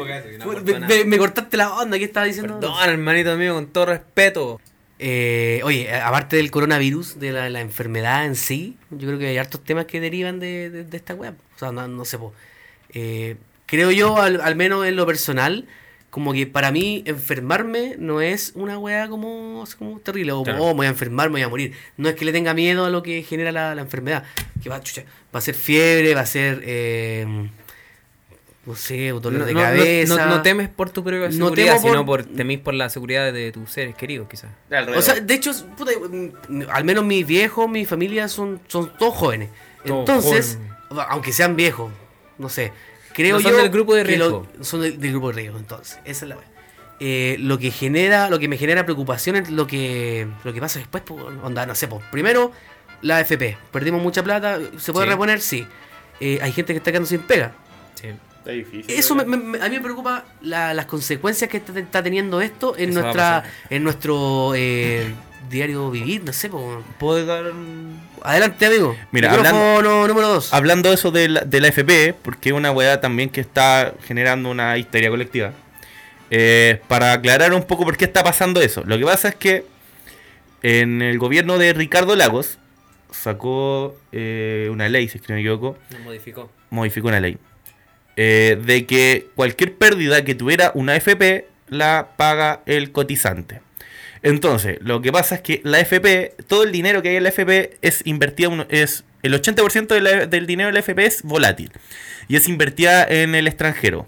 Speaker 3: me, me- me cortaste la onda, ¿qué estaba diciendo?
Speaker 2: Perdón, hermanito mío, con todo respeto.
Speaker 3: Eh, oye, a- aparte del coronavirus, de la, la enfermedad en sí, yo creo que hay hartos temas que derivan de, de- de esta web. O sea, no, no sé. po. Eh, creo yo, al, al menos en lo personal, como que para mí enfermarme no es una weá como, así como terrible. O
Speaker 2: Claro.
Speaker 3: "Oh, me voy a enfermar, me voy a morir. No es que le tenga miedo a lo que genera la, la enfermedad. Que va, chucha, va a ser fiebre, va a ser, eh, no sé, un dolor de cabeza.
Speaker 2: no- no temes por tu propia
Speaker 3: No
Speaker 2: seguridad,
Speaker 3: temo por-
Speaker 2: sino por temís por la seguridad de tus seres queridos, quizás.
Speaker 3: O sea, de hecho, puta, mm, al menos mis viejos, mi familia son, son todos jóvenes.
Speaker 2: Todos
Speaker 3: Entonces, aunque sean viejos, no sé, creo
Speaker 2: No son
Speaker 3: yo
Speaker 2: del grupo de
Speaker 3: que lo-
Speaker 2: riesgo.
Speaker 3: son del, del grupo de riesgo, entonces, esa es la wea. Eh, lo que genera, lo que me genera preocupación es lo que, lo que pasa después, po, onda, no sé, po. primero la FP, perdimos mucha plata, ¿se puede
Speaker 2: Sí.
Speaker 3: reponer? Sí. Eh, hay gente que está quedando sin pega.
Speaker 2: Sí.
Speaker 5: Está difícil.
Speaker 3: Eso me- me- a mí me preocupa la- las consecuencias que está, está teniendo esto en
Speaker 2: Eso va a
Speaker 3: nuestra
Speaker 2: pasar.
Speaker 3: en nuestro eh, diario vivir, no sé. po.
Speaker 4: ¿Puedo dar un-
Speaker 3: Adelante, amigo.
Speaker 4: Mira,
Speaker 3: Micrófono número 2.
Speaker 4: Hablando eso de la, de la FP, porque es una weá también que está generando una histeria colectiva. eh, para aclarar un poco por qué está pasando eso. Lo que pasa es que en el gobierno de Ricardo Lagos sacó eh, una ley, si es que no me equivoco,
Speaker 2: Lo modificó.
Speaker 4: modificó una ley. eh, de que cualquier pérdida que tuviera una FP la paga el cotizante. Entonces, lo que pasa es que la FP, todo el dinero que hay en la FP es invertida, uno- es el 80% de la- del dinero de la FP es volátil y es invertida en el extranjero,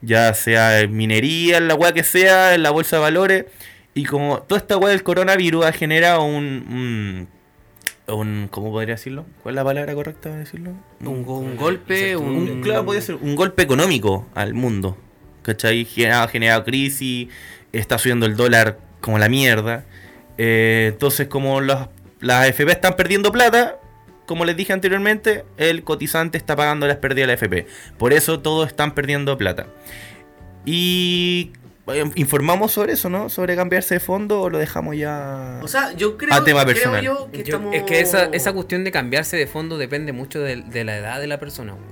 Speaker 4: ya sea en minería, en la weá que sea, en la bolsa de valores. Y como toda esta weá del coronavirus ha generado un, un, un- ¿Cómo podría decirlo? ¿Cuál es la palabra correcta de decirlo?
Speaker 3: Un, go- un golpe, un,
Speaker 4: un, claro, podría ser un golpe económico al mundo. ¿Cachai? Gen- Ha generado crisis, está subiendo el dólar como la mierda. Eh, entonces, como las, las FP están perdiendo plata, como les dije anteriormente, el cotizante está pagando las pérdidas de la FP. Por eso todos están perdiendo plata. Y eh, informamos sobre eso, ¿no? Sobre cambiarse de fondo o lo dejamos ya...
Speaker 3: O sea, yo creo,
Speaker 4: A tema
Speaker 3: creo
Speaker 4: personal.
Speaker 3: yo que
Speaker 2: Yo-
Speaker 3: estamos...
Speaker 2: Es que esa, esa cuestión de cambiarse de fondo depende mucho del- de, la edad de la persona. weón.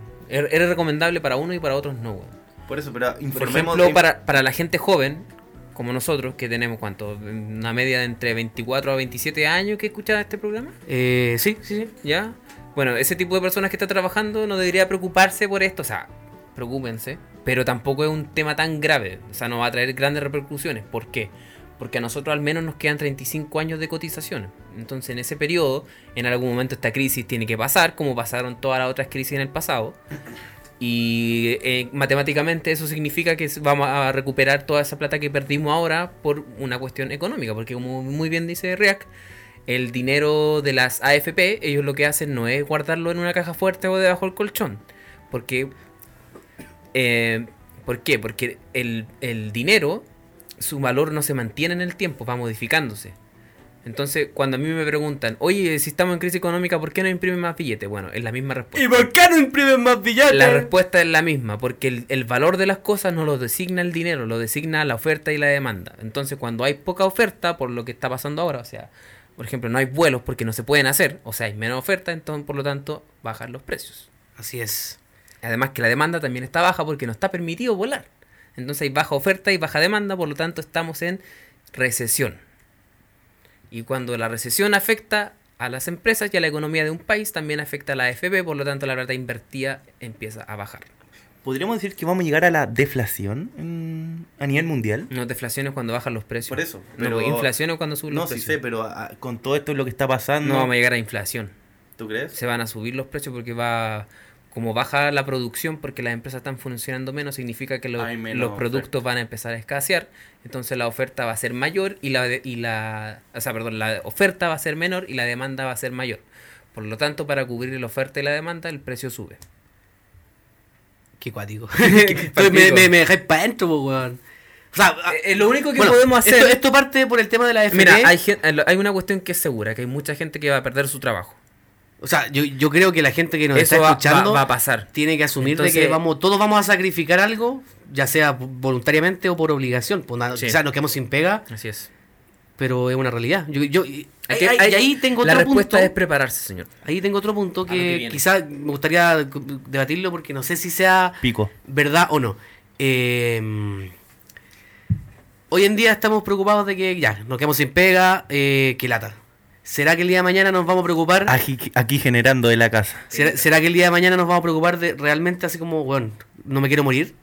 Speaker 2: Er- Era recomendable para uno y para otros no. weón.
Speaker 4: por eso, pero
Speaker 2: Por ejemplo, para, para la gente joven, como nosotros, que tenemos cuánto, una media de entre 24 a 27 años que escucha este programa,
Speaker 3: Eh, sí, sí, sí.
Speaker 2: ¿ya? Bueno, ese tipo de personas que está trabajando no debería preocuparse por esto, o sea, preocúpense, pero tampoco es un tema tan grave, o sea, no va a traer grandes repercusiones. ¿Por qué? porque a nosotros al menos nos quedan 35 años de cotización. Entonces en ese periodo, en algún momento esta crisis tiene que pasar, como pasaron todas las otras crisis en el pasado. Y eh, matemáticamente eso significa que vamos a recuperar toda esa plata que perdimos ahora por una cuestión económica, porque como muy bien dice React, el dinero de las AFP, ellos lo que hacen no es guardarlo en una caja fuerte o debajo del colchón, porque eh, ¿Por qué? Porque el, el dinero, su valor no se mantiene en el tiempo, va modificándose. Entonces, cuando a mí me preguntan, oye, si estamos en crisis económica, ¿por qué no imprimen más billetes? Bueno, es la misma respuesta.
Speaker 3: ¿Y por qué no imprimen más billetes?
Speaker 2: La respuesta es la misma, porque el, el valor de las cosas no lo designa el dinero, lo designa la oferta y la demanda. Entonces, cuando hay poca oferta, por lo que está pasando ahora, o sea, por ejemplo, no hay vuelos porque no se pueden hacer, o sea, hay menos oferta, entonces, por lo tanto, bajan los precios.
Speaker 3: Así es.
Speaker 2: Además que la demanda también está baja porque no está permitido volar. Entonces hay baja oferta y baja demanda, por lo tanto estamos en recesión. Y cuando la recesión afecta a las empresas y a la economía de un país, también afecta a la AFP, por lo tanto la plata invertida empieza a bajar.
Speaker 4: ¿Podríamos decir que vamos a llegar a la deflación en- a nivel mundial?
Speaker 2: No deflación es cuando bajan los precios.
Speaker 4: Por eso,
Speaker 2: No,
Speaker 4: pero-
Speaker 2: inflación es cuando suben
Speaker 4: No,
Speaker 2: los
Speaker 4: sí
Speaker 2: precios.
Speaker 4: sé, pero ah, con todo esto lo que está
Speaker 2: No
Speaker 4: pasando,
Speaker 2: vamos a llegar a inflación.
Speaker 4: ¿tú crees?
Speaker 2: Se van a subir los precios porque va... Como baja la producción porque las empresas están funcionando menos, significa que lo-
Speaker 4: Hay menos
Speaker 2: los productos van a empezar a escasear. Entonces la oferta va a ser mayor y la, de- y la... O sea, perdón, la oferta va a ser menor y la demanda va a ser mayor. Por lo tanto, para cubrir la oferta y la demanda, el precio sube.
Speaker 3: Qué cuático.
Speaker 2: cuático.
Speaker 3: me, me, me dejáis para adentro, po, weón. O sea, ah,
Speaker 2: Eh, eh, lo único que
Speaker 3: bueno,
Speaker 2: podemos hacer...
Speaker 3: Esto, esto parte por el tema de la FP.
Speaker 2: Mira, hay, gen- eh, hay una cuestión que es segura, que hay mucha gente que va a perder su trabajo.
Speaker 3: O sea, yo, yo creo que la gente que nos
Speaker 2: Eso
Speaker 3: está
Speaker 2: va-
Speaker 3: escuchando
Speaker 2: va- va a pasar.
Speaker 3: tiene que asumir de que
Speaker 2: Entonces-
Speaker 3: vamos, todos vamos a sacrificar algo, ya sea voluntariamente o por obligación. Pues nada,
Speaker 2: Sí.
Speaker 3: Quizás nos quedamos sin pega,
Speaker 2: Así es.
Speaker 3: pero es una realidad. Yo, yo, y,
Speaker 2: Hay
Speaker 3: y-
Speaker 2: que-
Speaker 3: y
Speaker 2: hay-
Speaker 3: ahí tengo
Speaker 2: La
Speaker 3: otro
Speaker 2: respuesta
Speaker 3: punto.
Speaker 2: es prepararse, señor.
Speaker 3: Ahí tengo otro punto
Speaker 2: lo que
Speaker 3: que,
Speaker 2: viene.
Speaker 3: quizás me gustaría debatirlo porque no sé si sea
Speaker 4: Pico.
Speaker 3: verdad o no. Eh, hoy en día estamos preocupados de que ya, nos quedamos sin pega, eh, que lata. ¿Será que el día de mañana nos vamos a preocupar?
Speaker 4: Aquí, aquí generando de la casa.
Speaker 3: ¿Será, será que el día de mañana nos vamos a preocupar de realmente así como, weón, no me quiero morir?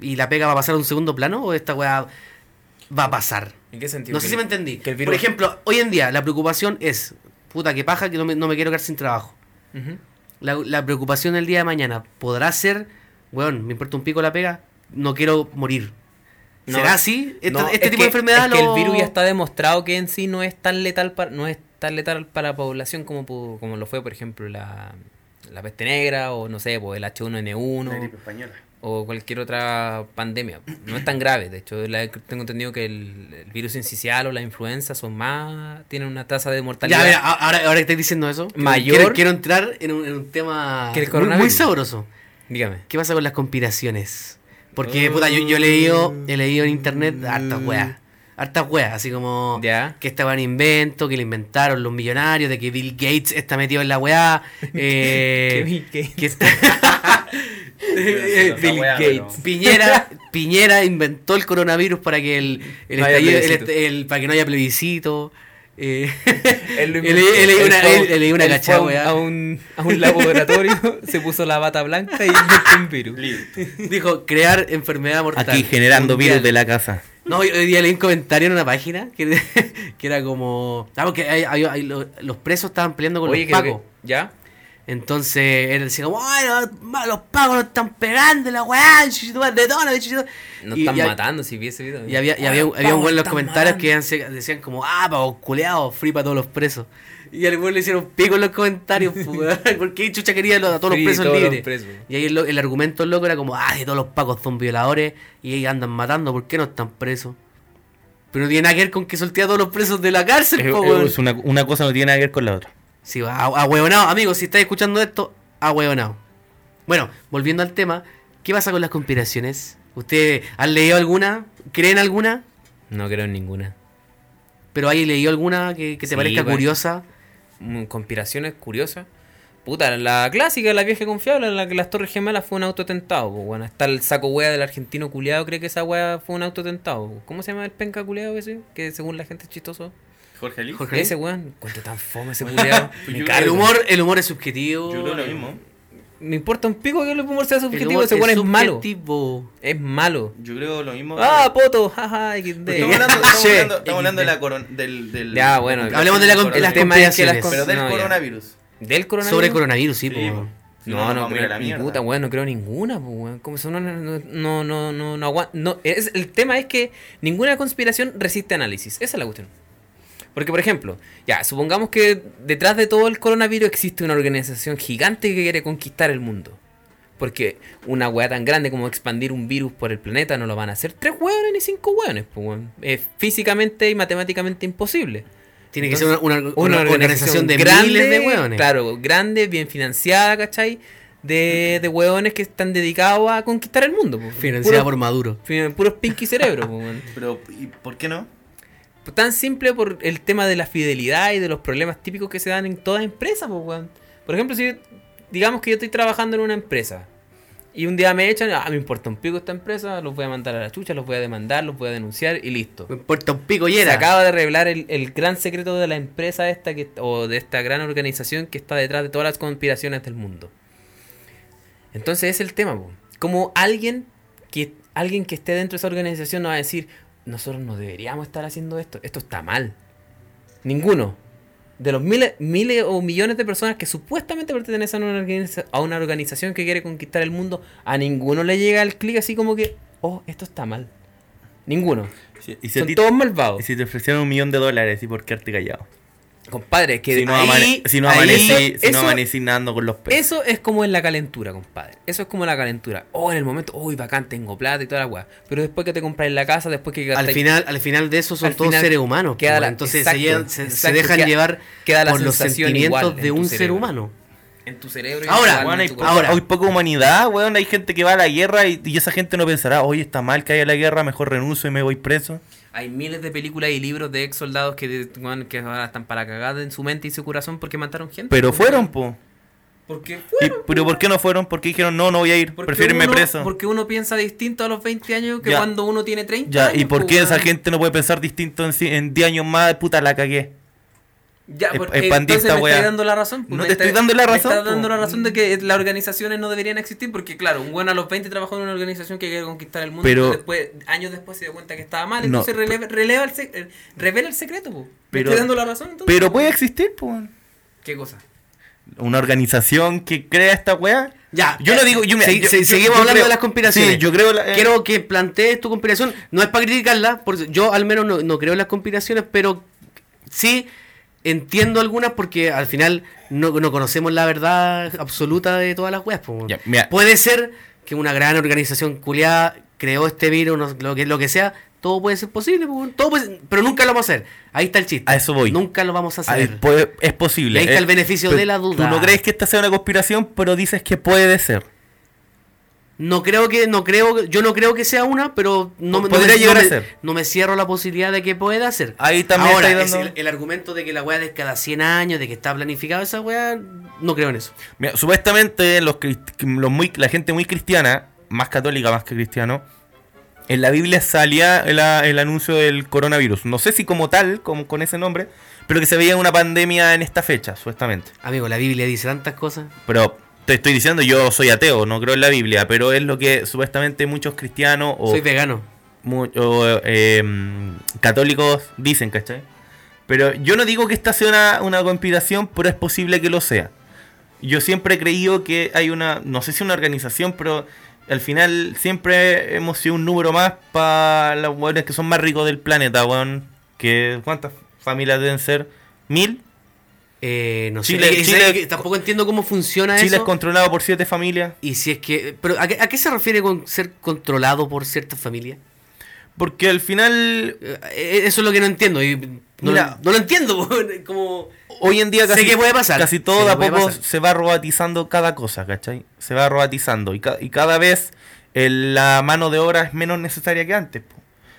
Speaker 3: ¿Y la pega va a pasar a un segundo plano o esta weá va a pasar?
Speaker 2: ¿En qué sentido?
Speaker 3: No sé si me entendí.
Speaker 2: que el
Speaker 3: Por
Speaker 2: virus-
Speaker 3: ejemplo, hoy en día la preocupación es, puta, que paja que no me, no me quiero quedar sin trabajo.
Speaker 2: Ujú.
Speaker 3: La, la preocupación del día de mañana podrá ser, weón, me importa un pico la pega, no quiero morir.
Speaker 2: No,
Speaker 3: ¿Será así? Esta-
Speaker 2: No,
Speaker 3: este
Speaker 2: es
Speaker 3: tipo de
Speaker 2: que-
Speaker 3: enfermedad
Speaker 2: es que
Speaker 3: lo-
Speaker 2: el virus ya está demostrado que en sí no es tan letal para no es tan letal para la población como pu- como lo fue por ejemplo la, la peste negra o no sé pues, el H1N1
Speaker 4: española.
Speaker 2: o cualquier otra pandemia no es tan grave de hecho la- tengo entendido que el, el virus incisional o la influenza son más tienen una tasa de
Speaker 3: Ya,
Speaker 2: mortalidad
Speaker 3: a ver, a- ahora, ahora que estás diciendo eso,
Speaker 2: Mayor-
Speaker 3: quiero, quiero entrar en un, en un tema
Speaker 2: Que el
Speaker 3: muy- muy,
Speaker 2: coronavirus.
Speaker 3: sabroso.
Speaker 2: dígame
Speaker 3: ¿Qué pasa con las conspiraciones? Porque,
Speaker 2: Oh.
Speaker 3: puta, yo, yo he, leído, he leído en internet hartas weas. Hartas weas, así como
Speaker 2: Mm. Ya.
Speaker 3: que estaban invento, que le inventaron los millonarios, de que Bill Gates está metido en
Speaker 2: [LAUGHS]
Speaker 3: la wea. eh,
Speaker 2: ¿Qué- qué-
Speaker 3: que está- [LAUGHS] Eh,
Speaker 4: Esa
Speaker 3: Bill
Speaker 4: wea,
Speaker 3: Gates.
Speaker 4: pero-
Speaker 3: Piñera, Piñera inventó el coronavirus para que el, el
Speaker 2: No haya
Speaker 3: estallido- el
Speaker 2: plebiscito.
Speaker 3: est- el- para que no haya plebiscito. eh,
Speaker 2: [LAUGHS] Él lo
Speaker 3: [LAUGHS] Él leí-
Speaker 2: inventó.
Speaker 3: él leí
Speaker 2: fue
Speaker 3: una-
Speaker 2: a
Speaker 3: él-
Speaker 2: un-
Speaker 3: él leí una
Speaker 2: él fue a un-
Speaker 3: cachá,
Speaker 2: a un, a un laboratorio, [LAUGHS] se puso la bata blanca y inventó un virus.
Speaker 3: dijo crear enfermedad mortal.
Speaker 4: Aquí generando virus
Speaker 3: mundial.
Speaker 4: de la casa.
Speaker 3: No, hoy hoy día leí un comentario en una página que, [LAUGHS] que era como. Ah, porque hay- hay- hay lo- los presos estaban peleando con
Speaker 2: Oye,
Speaker 3: los
Speaker 2: creo que-
Speaker 3: pacos.
Speaker 2: ¿Ya?
Speaker 3: Entonces él decía, como, "Ay, los, ma- los pacos nos están pegando, la weá, chuchitúa, detona, chuchitúa".
Speaker 2: No
Speaker 3: Y-
Speaker 2: están
Speaker 3: y-
Speaker 2: matando, si hubiese video.
Speaker 3: Y había, y
Speaker 2: Ay,
Speaker 3: había, había un
Speaker 2: pavo,
Speaker 3: weón en los
Speaker 2: están
Speaker 3: comentarios
Speaker 2: matando.
Speaker 3: que decían- decían como, ah, pavo, culeado, free para todos los presos. Y al weón le hicieron pico en los comentarios, [LAUGHS] pues, weón, porque chucha quería lo- a todos
Speaker 2: Free
Speaker 3: los presos
Speaker 2: todos los
Speaker 3: libres.
Speaker 2: presos.
Speaker 3: Y ahí el, lo- el argumento del loco era como, ah, si todos los pacos son violadores y ahí andan matando, ¿por qué no están presos? Pero no tiene nada que ver con que soltea a todos los presos de la
Speaker 4: Es,
Speaker 3: cárcel, po, weón.
Speaker 4: es una, una cosa no tiene nada que ver con la otra.
Speaker 3: Sí, a, a huevonao, amigos, si estáis escuchando esto, a huevonao. Bueno, volviendo al tema, ¿qué pasa con las conspiraciones? ¿Ustedes han leído alguna? ¿Creen alguna?
Speaker 2: No creo en ninguna.
Speaker 3: ¿Pero hay leído alguna que, que te
Speaker 2: Sí,
Speaker 3: parezca
Speaker 2: bueno.
Speaker 3: curiosa?
Speaker 2: Mm, Conspiraciones curiosas. Puta, la clásica, la vieja confiable, la que las Torres Gemelas fue un autotentado. po, Bueno, está el saco wea del argentino culiado, cree que esa wea fue un autotentado. po. ¿Cómo se llama el penca culiado ese? Que según la gente es chistoso.
Speaker 4: Jorge Lee.
Speaker 3: Jorge,
Speaker 2: Ese weón, cuánto tan fome ese culiado.
Speaker 4: Yo creo
Speaker 3: el
Speaker 4: que-
Speaker 3: humor, el humor es subjetivo.
Speaker 4: Yo creo lo mismo.
Speaker 2: Me importa un pico que el humor sea
Speaker 3: El
Speaker 2: subjetivo,
Speaker 3: humor
Speaker 2: ese weón es malo.
Speaker 3: subjetivo.
Speaker 2: Es malo.
Speaker 1: Yo creo lo mismo.
Speaker 2: Ah, poto, jaja, XD.
Speaker 6: Pues
Speaker 1: Estamos hablando,
Speaker 2: [LAUGHS]
Speaker 3: [LAUGHS]
Speaker 1: estamos
Speaker 2: Che,
Speaker 1: hablando- estamos hablando de
Speaker 2: XD.
Speaker 1: la corona. Del, del,
Speaker 2: Ya, bueno,
Speaker 1: del-
Speaker 3: hablemos de la con-
Speaker 1: del-
Speaker 3: las
Speaker 2: tema es que las
Speaker 3: conspiraciones.
Speaker 2: cosas-
Speaker 1: Pero del
Speaker 2: no, ya.
Speaker 1: coronavirus.
Speaker 2: Del coronavirus.
Speaker 3: Sobre coronavirus, sí,
Speaker 1: Sí,
Speaker 3: po.
Speaker 1: po. Si
Speaker 2: No, no,
Speaker 1: nos vamos a ir a la
Speaker 2: creo, ni
Speaker 1: mierda.
Speaker 2: puta, weón, no creo ninguna, pues, weón. Como son, no, no, no, no, no, no aguan- no, es- el tema es que ninguna conspiración resiste análisis. Esa es la cuestión. Porque, por ejemplo, ya, supongamos que detrás de todo el coronavirus existe una organización gigante que quiere conquistar el mundo. Porque una weá tan grande como expandir un virus por el planeta no lo van a hacer tres weones ni cinco weones, pues, weón. Es físicamente y matemáticamente imposible.
Speaker 3: Tiene que ser una, una- una organización, de miles de hueones.
Speaker 2: Claro, grande, bien financiada, ¿cachai? De, de hueones que están dedicados a conquistar el mundo. po.
Speaker 3: Financiada por
Speaker 2: puros,
Speaker 3: Maduro.
Speaker 2: fi- puros pinky cerebro. po, weón.
Speaker 1: Pero, ¿y por qué no?
Speaker 2: Tan simple por el tema de la fidelidad y de los problemas típicos que se dan en todas empresas. po, weón. Por ejemplo, si yo- digamos que yo estoy trabajando en una empresa y un día me echan, ah, me importa un pico esta empresa, los voy a mandar a la chucha, los voy a demandar, los voy a denunciar y listo.
Speaker 3: En Puerto Pico
Speaker 2: Se
Speaker 3: Llera.
Speaker 2: acaba de revelar el, el gran secreto de la empresa esta que, o de esta gran organización que está detrás de todas las conspiraciones del mundo. Entonces es el tema, po. como alguien que, alguien que esté dentro de esa organización nos va a decir, nosotros no deberíamos estar haciendo esto, esto está mal. Ninguno. De los miles, miles o millones de personas que supuestamente pertenecen a una, organiza- a una organización que quiere conquistar el mundo, a ninguno le llega el clic así como que, oh, esto está mal. Ninguno.
Speaker 4: Y si, a
Speaker 2: Son
Speaker 4: ti-
Speaker 2: todos malvados.
Speaker 4: y si te ofrecieron un millón de dólares, ¿y por qué te callado?
Speaker 2: Compadre, que
Speaker 4: si no,
Speaker 2: ahí-
Speaker 4: amane- si no
Speaker 2: ahí-
Speaker 4: amanecí,
Speaker 2: eso-
Speaker 4: si no
Speaker 2: eso-
Speaker 4: amanecí nadando con los peces.
Speaker 2: Eso es como en la calentura, compadre. Eso es como la calentura. Oh, en el momento, uy, bacán, tengo plata y toda la weá. Pero después que te compras la casa, después que
Speaker 3: al
Speaker 2: gastáis-
Speaker 3: final, al final de eso son
Speaker 2: al
Speaker 3: todos
Speaker 2: final
Speaker 3: seres humanos.
Speaker 2: queda
Speaker 3: pues,
Speaker 2: la-
Speaker 3: entonces
Speaker 2: exacto,
Speaker 3: se, llevan- se- se
Speaker 2: exacto,
Speaker 3: dejan
Speaker 2: queda-
Speaker 3: llevar
Speaker 2: queda la
Speaker 3: por los
Speaker 2: sensación
Speaker 3: sentimientos
Speaker 2: igual
Speaker 3: de
Speaker 2: en tu
Speaker 3: un ser
Speaker 2: cerebro.
Speaker 3: humano.
Speaker 2: en tu cerebro. y
Speaker 3: Ahora,
Speaker 2: en tu alma,
Speaker 4: Weón,
Speaker 2: en
Speaker 4: hay,
Speaker 2: tu
Speaker 4: poca-
Speaker 2: corazón.
Speaker 4: hay poca humanidad, weón. Hay gente que va a la guerra y, y esa gente no pensará, oye, está mal que haya la guerra, mejor renuncio y me voy preso.
Speaker 2: Hay miles de películas y libros de ex soldados que, de- weón, que ahora están para cagada en su mente y su corazón porque mataron gente.
Speaker 4: Pero fueron, po.
Speaker 2: Porque
Speaker 4: Y- pero ¿por qué no fueron? Porque dijeron, no, no voy a ir,
Speaker 2: pues. porque
Speaker 4: prefiero irme
Speaker 2: uno-
Speaker 4: preso.
Speaker 2: Porque uno piensa distinto a los 20 años que
Speaker 4: Ya.
Speaker 2: cuando uno tiene 30.
Speaker 4: Ya, ¿y
Speaker 2: años,
Speaker 4: por
Speaker 2: po,
Speaker 4: qué esa
Speaker 2: weón.
Speaker 4: gente no puede pensar distinto en, ci- en 10 años más? Puta, la cagué.
Speaker 2: Ya,
Speaker 4: Es-
Speaker 2: porque
Speaker 4: es pandista,
Speaker 2: entonces me
Speaker 4: weá.
Speaker 2: estáis dando la razón. pues,
Speaker 4: eh, No
Speaker 2: me
Speaker 4: te estoy
Speaker 2: estáis-
Speaker 4: dando la
Speaker 2: me
Speaker 4: razón,
Speaker 2: estás
Speaker 4: po.
Speaker 2: dando la razón de que las organizaciones no deberían existir porque, claro, un buen a los 20 trabajó en una organización que quería conquistar el mundo.
Speaker 4: Pero-
Speaker 2: y después, años después se dio cuenta que estaba mal.
Speaker 4: No,
Speaker 2: Entonces releva, releva el sec- eh, revela el secreto, po. me
Speaker 4: Pero-
Speaker 2: estoy dando la razón. Entonces,
Speaker 4: Pero puede existir, po. weón.
Speaker 2: ¿Qué cosa?
Speaker 4: Una organización que crea esta weá.
Speaker 3: Ya,
Speaker 2: Ah,
Speaker 4: Yo
Speaker 3: eh,
Speaker 4: no digo, yo, mira,
Speaker 3: segui-
Speaker 4: yo-
Speaker 3: se-
Speaker 4: yo-
Speaker 3: seguimos
Speaker 4: yo
Speaker 3: hablando
Speaker 4: creo-
Speaker 3: de las conspiraciones.
Speaker 4: Sí, yo creo la- eh,
Speaker 3: Quiero que plantees tu conspiración. No es para criticarla, porque yo al menos no, no creo en las conspiraciones, pero sí entiendo algunas porque al final no, no conocemos la verdad absoluta de todas las weas. po.
Speaker 4: Ya, mira.
Speaker 3: Puede ser que una gran organización culiada creó este virus, no- lo, que, lo que sea. Todo puede ser posible, po, todo puede- pero nunca lo vamos a hacer. Ahí está el chiste.
Speaker 4: A eso voy.
Speaker 3: Nunca lo vamos a
Speaker 4: ah,
Speaker 3: hacer.
Speaker 4: puede- es posible.
Speaker 3: Y ahí está
Speaker 4: eh,
Speaker 3: el beneficio
Speaker 4: pero
Speaker 3: de la duda.
Speaker 4: Tú no crees que esta sea una conspiración, pero dices que puede ser.
Speaker 3: No creo que, no creo, yo no creo que sea una, pero no, me- no
Speaker 4: Podría
Speaker 3: me,
Speaker 4: llegar
Speaker 3: no
Speaker 4: a
Speaker 3: me-
Speaker 4: ser.
Speaker 3: no me cierro la posibilidad de que pueda ser.
Speaker 4: Ahí también
Speaker 3: Ahora,
Speaker 4: estáis
Speaker 3: es
Speaker 4: dando-
Speaker 3: el, el argumento de que la weá es cada 100 años, de que está planificado esa weá, no creo en eso.
Speaker 4: Mira, supuestamente los, crist- los muy, la gente muy cristiana, más católica más que cristiano, en la Biblia salía el, a- el anuncio del coronavirus. No sé si como tal, como con ese nombre, pero que se veía una pandemia en esta fecha, supuestamente.
Speaker 3: Amigo, la Biblia dice tantas cosas.
Speaker 4: Pero te estoy diciendo, yo soy ateo, no creo en la Biblia, pero es lo que supuestamente muchos cristianos o,
Speaker 3: Soy vegano.
Speaker 4: mu- o, eh, mm, católicos dicen, ¿cachai? Pero yo no digo que esta sea una, una conspiración, pero es posible que lo sea. Yo siempre he creído que hay una, no sé si una organización, pero al final siempre hemos sido un número más para los hueones que son más ricos del planeta, weón. Que, ¿Cuántas familias deben ser? ¿Mil?
Speaker 3: Eh, no
Speaker 4: Chile-
Speaker 3: sé. y- y
Speaker 4: Chile-
Speaker 3: sabes que tampoco entiendo cómo funciona
Speaker 4: Chile es
Speaker 3: eso.
Speaker 4: controlado por siete familias.
Speaker 3: Y si es que. Pero ¿a qué, a qué se refiere con ser controlado por ciertas familias?
Speaker 4: Porque al final,
Speaker 3: Eh, eh, Eso es lo que no entiendo. Y no,
Speaker 4: Mira.
Speaker 3: no lo entiendo, [LAUGHS] weón, como.
Speaker 4: hoy en día
Speaker 3: Sé
Speaker 4: casi,
Speaker 3: que puede pasar.
Speaker 4: casi
Speaker 3: Sé
Speaker 4: todo
Speaker 3: que
Speaker 4: de a
Speaker 3: puede
Speaker 4: poco
Speaker 3: pasar.
Speaker 4: se va robotizando cada cosa, ¿cachai? Se va robotizando y, ca- y cada vez el- la mano de obra es menos necesaria que antes. po.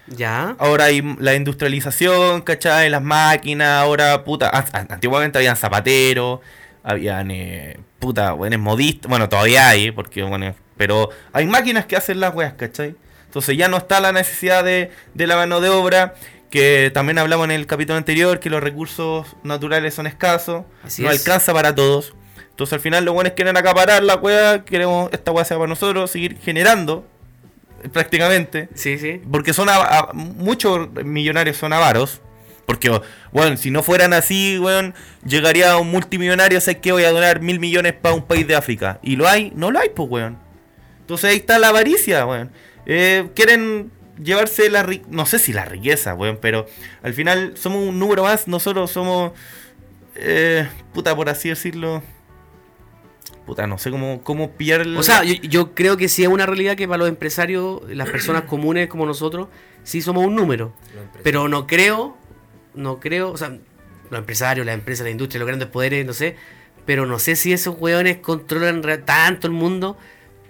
Speaker 3: Ya.
Speaker 4: Ahora hay m- la industrialización, ¿cachai? Las máquinas, ahora, puta. an- an- Antiguamente habían zapateros, habían, eh, puta, bueno, modistas. Bueno, todavía hay, porque, bueno, pero hay máquinas que hacen las weas, ¿cachai? Entonces ya no está la necesidad de, de la mano de obra, que también hablamos en el capítulo anterior, que los recursos naturales son escasos,
Speaker 3: Así
Speaker 4: no
Speaker 3: es.
Speaker 4: alcanza para todos. Entonces al final los buenos quieren acaparar la weá, queremos esta weá sea para nosotros, seguir generando eh, prácticamente.
Speaker 3: Sí, sí.
Speaker 4: Porque son ava- a- muchos millonarios son avaros. Porque, bueno, si no fueran así, weón, llegaría un multimillonario, sé que voy a donar mil millones para un país de África. Y lo hay, no lo hay, pues, weón. Entonces ahí está la avaricia, weón. Eh, quieren llevarse la ri- no sé si la riqueza, weón, pero al final somos un número más, nosotros somos, eh, puta, por así decirlo, puta, no sé cómo, cómo pillar
Speaker 3: O sea, yo, yo creo que sí es una realidad que para los empresarios, las personas comunes como nosotros, sí somos un número. Pero no creo, no creo, o sea, los empresarios, las empresas, la industria, los grandes poderes, no sé, pero no sé si esos hueones controlan re- tanto el mundo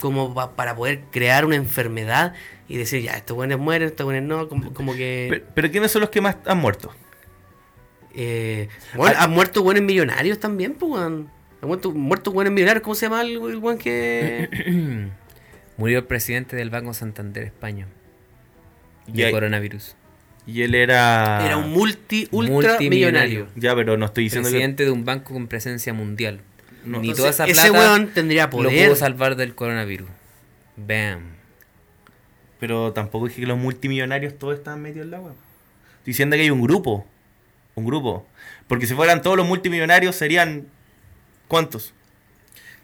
Speaker 3: como pa- para poder crear una enfermedad y decir, ya, estos hueones mueren, estos hueones no, como, como
Speaker 4: Pe-
Speaker 3: que...
Speaker 4: pero ¿quiénes son los que más han muerto?
Speaker 3: eh, bueno,
Speaker 4: Al-
Speaker 3: han muerto hueones millonarios también, pues, hueón. Han muerto, muerto hueones millonarios, ¿cómo se llama el, el hueón que...?
Speaker 2: [CLEARS THROAT] Murió el presidente del Banco Santander España
Speaker 4: Y,
Speaker 2: de
Speaker 4: ahí-
Speaker 2: coronavirus.
Speaker 4: y él era...
Speaker 3: Era un multi, ultramillonario.
Speaker 4: Ya, pero no estoy diciendo
Speaker 2: Presidente de un banco con presencia mundial.
Speaker 4: No.
Speaker 2: Ni toda
Speaker 3: Entonces,
Speaker 2: esa
Speaker 3: ese
Speaker 2: plata
Speaker 3: weón tendría
Speaker 2: lo
Speaker 3: poder.
Speaker 2: pudo salvar del coronavirus. Bam.
Speaker 4: que... Pero tampoco dije que los multimillonarios todos estaban metidos en la web. Estoy diciendo que hay un grupo. Un grupo. Porque si fueran todos los multimillonarios serían... ¿Cuántos?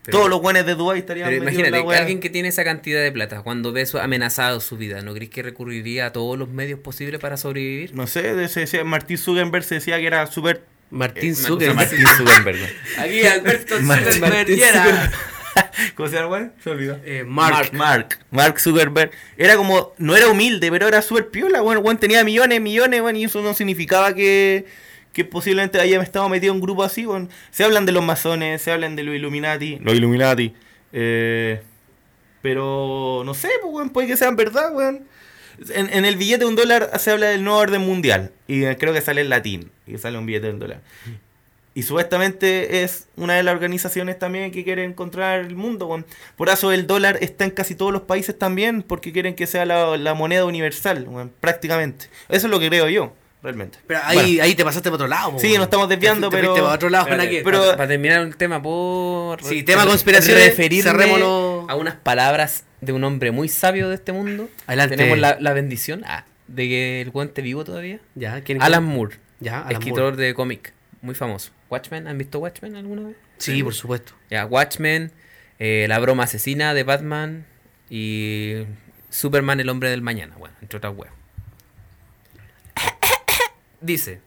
Speaker 2: Pero-
Speaker 4: todos los buenos de Dubái estarían
Speaker 2: Pero
Speaker 4: metidos en la
Speaker 2: imagínate,
Speaker 4: wea.
Speaker 2: alguien que tiene esa cantidad de plata, cuando ve su amenazado su vida, ¿no crees que recurriría a todos los medios posibles para sobrevivir?
Speaker 4: No sé, de- se decía- Martín Zuckerberg se decía que era súper...
Speaker 3: Martín
Speaker 2: Eh,
Speaker 4: O sea,
Speaker 3: Zuckerberg.
Speaker 4: Martín
Speaker 3: [LAUGHS]
Speaker 4: Zuckerberg. ¿no?
Speaker 2: Aquí [LAUGHS] Alberto
Speaker 4: Martín
Speaker 3: Zuckerberg
Speaker 4: Zuckerberg.
Speaker 3: era-
Speaker 4: [LAUGHS] ¿Cómo se llama, weón? Se olvidó.
Speaker 3: Eh, Mark.
Speaker 4: Mark. Mark Zuckerberg. Era como, no era humilde, pero era súper piola, bueno, weón tenía millones, millones, bueno, y eso no significaba que, que posiblemente haya estado metido en un grupo así, weón. Se hablan de los masones, se hablan de los Illuminati. Los Illuminati. Eh, pero, no sé, pues, weón, puede que sean verdad, weón. En, en el billete de un dólar se habla del nuevo orden mundial. Y eh, creo que sale en latín. Y sale un billete de un dólar. Y supuestamente es una de las organizaciones también que quiere encontrar el mundo. weón. Por eso el dólar está en casi todos los países también, porque quieren que sea la, la moneda universal, weón, prácticamente. Eso es lo que creo yo, realmente.
Speaker 3: Pero ahí,
Speaker 4: Bueno,
Speaker 3: ahí te pasaste para otro lado. po,
Speaker 4: Sí,
Speaker 3: weón.
Speaker 4: nos estamos desviando,
Speaker 3: Te fuiste-
Speaker 4: pero-
Speaker 3: Te fuiste para otro lado,
Speaker 4: Espérate,
Speaker 3: Juanaque.
Speaker 4: pero-
Speaker 2: Para terminar el tema, ¿puedo
Speaker 3: Sí,
Speaker 2: re-
Speaker 3: tema
Speaker 2: re-
Speaker 3: conspiraciones,
Speaker 2: referirme
Speaker 3: cerrémoslo.
Speaker 2: a unas palabras de un hombre muy sabio de este mundo?
Speaker 3: Adelante.
Speaker 2: Tenemos la, la bendición ah, de que el guante vivo todavía.
Speaker 3: Ya, ¿quién-
Speaker 2: Alan Moore,
Speaker 3: Ya, Alan
Speaker 2: escritor
Speaker 3: Moore.
Speaker 2: de cómic, muy famoso. Watchmen, ¿han visto Watchmen alguna vez?
Speaker 3: Sí, por supuesto.
Speaker 2: Ya, Watchmen, eh, La broma asesina de Batman y Superman, el hombre del mañana, bueno, entre otras weas. [COUGHS] Dice,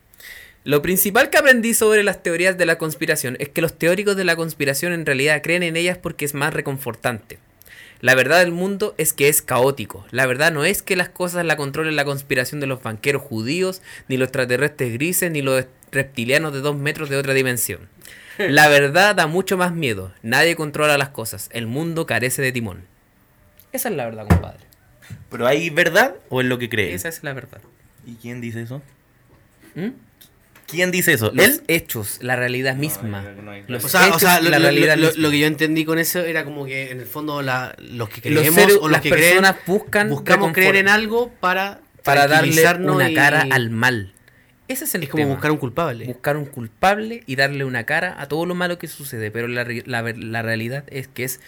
Speaker 2: lo principal que aprendí sobre las teorías de la conspiración es que los teóricos de la conspiración en realidad creen en ellas porque es más reconfortante. La verdad del mundo es que es caótico. La verdad no es que las cosas la controlen la conspiración de los banqueros judíos, ni los extraterrestres grises, ni los reptilianos de dos metros de otra dimensión. [LAUGHS] La verdad da mucho más miedo. Nadie controla las cosas. El mundo carece de timón. Esa es la verdad, compadre.
Speaker 4: Pero ¿hay verdad o es lo que creen?
Speaker 2: Esa es la verdad.
Speaker 4: ¿Y quién dice eso?
Speaker 2: ¿Mm?
Speaker 4: ¿Quién dice eso?
Speaker 2: Los
Speaker 4: ¿Él?
Speaker 2: hechos, la realidad misma.
Speaker 1: no, no hay-
Speaker 2: Los
Speaker 3: O sea, o
Speaker 2: hechos
Speaker 3: sea
Speaker 2: y Este
Speaker 3: lo,
Speaker 2: la
Speaker 3: lo-
Speaker 2: realidad
Speaker 3: lo-
Speaker 2: misma.
Speaker 3: lo que yo entendí con eso era como que en el fondo la- los que
Speaker 2: Los
Speaker 3: creemos
Speaker 2: seres-
Speaker 3: o los
Speaker 2: las
Speaker 3: que creen,
Speaker 2: personas buscan
Speaker 3: buscamos creer en
Speaker 2: reconforto
Speaker 3: algo para
Speaker 2: para darle
Speaker 3: tranquilizarnos
Speaker 2: una
Speaker 3: y-
Speaker 2: cara al mal. Ese es el
Speaker 3: Es como
Speaker 2: tema.
Speaker 3: buscar un culpable.
Speaker 2: buscar un culpable y darle una cara a todo lo malo que sucede. Pero la, re- la ver- la realidad es que es.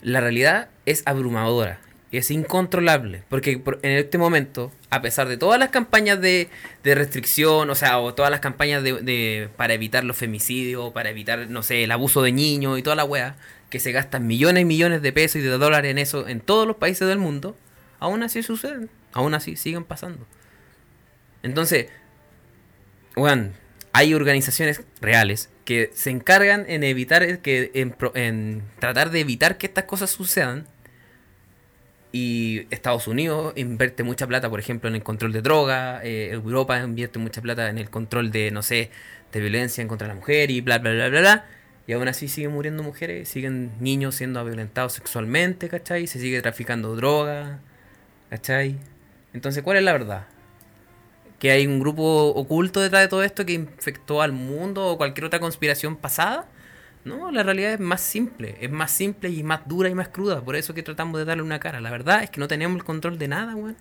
Speaker 2: La realidad es abrumadora. Es incontrolable. Porque por- en este momento, a pesar de todas las campañas de, de restricción, o sea, o todas las campañas de, de- para evitar los femicidios, para evitar, no sé, el abuso de niños y toda la wea, que se gastan millones y millones de pesos y de dólares en eso en todos los países del mundo, aún así suceden. Aún así siguen pasando. Entonces, Weón, hay organizaciones reales que se encargan en evitar el que en, pro- en tratar de evitar que estas cosas sucedan. Y Estados Unidos invierte mucha plata, por ejemplo, en el control de droga, eh, Europa invierte mucha plata en el control de, no sé, de violencia en contra de la mujer y bla, bla, bla, bla, bla. Y aún así siguen muriendo mujeres, siguen niños siendo violentados sexualmente, ¿cachai? Se sigue traficando droga, ¿cachai? Entonces, ¿cuál es la verdad? que hay un grupo oculto detrás de todo esto que infectó al mundo o cualquier otra conspiración pasada. No, la realidad es más simple, es más simple y más dura y más cruda, por eso que tratamos de darle una cara. La verdad es que no tenemos el control de nada, weón.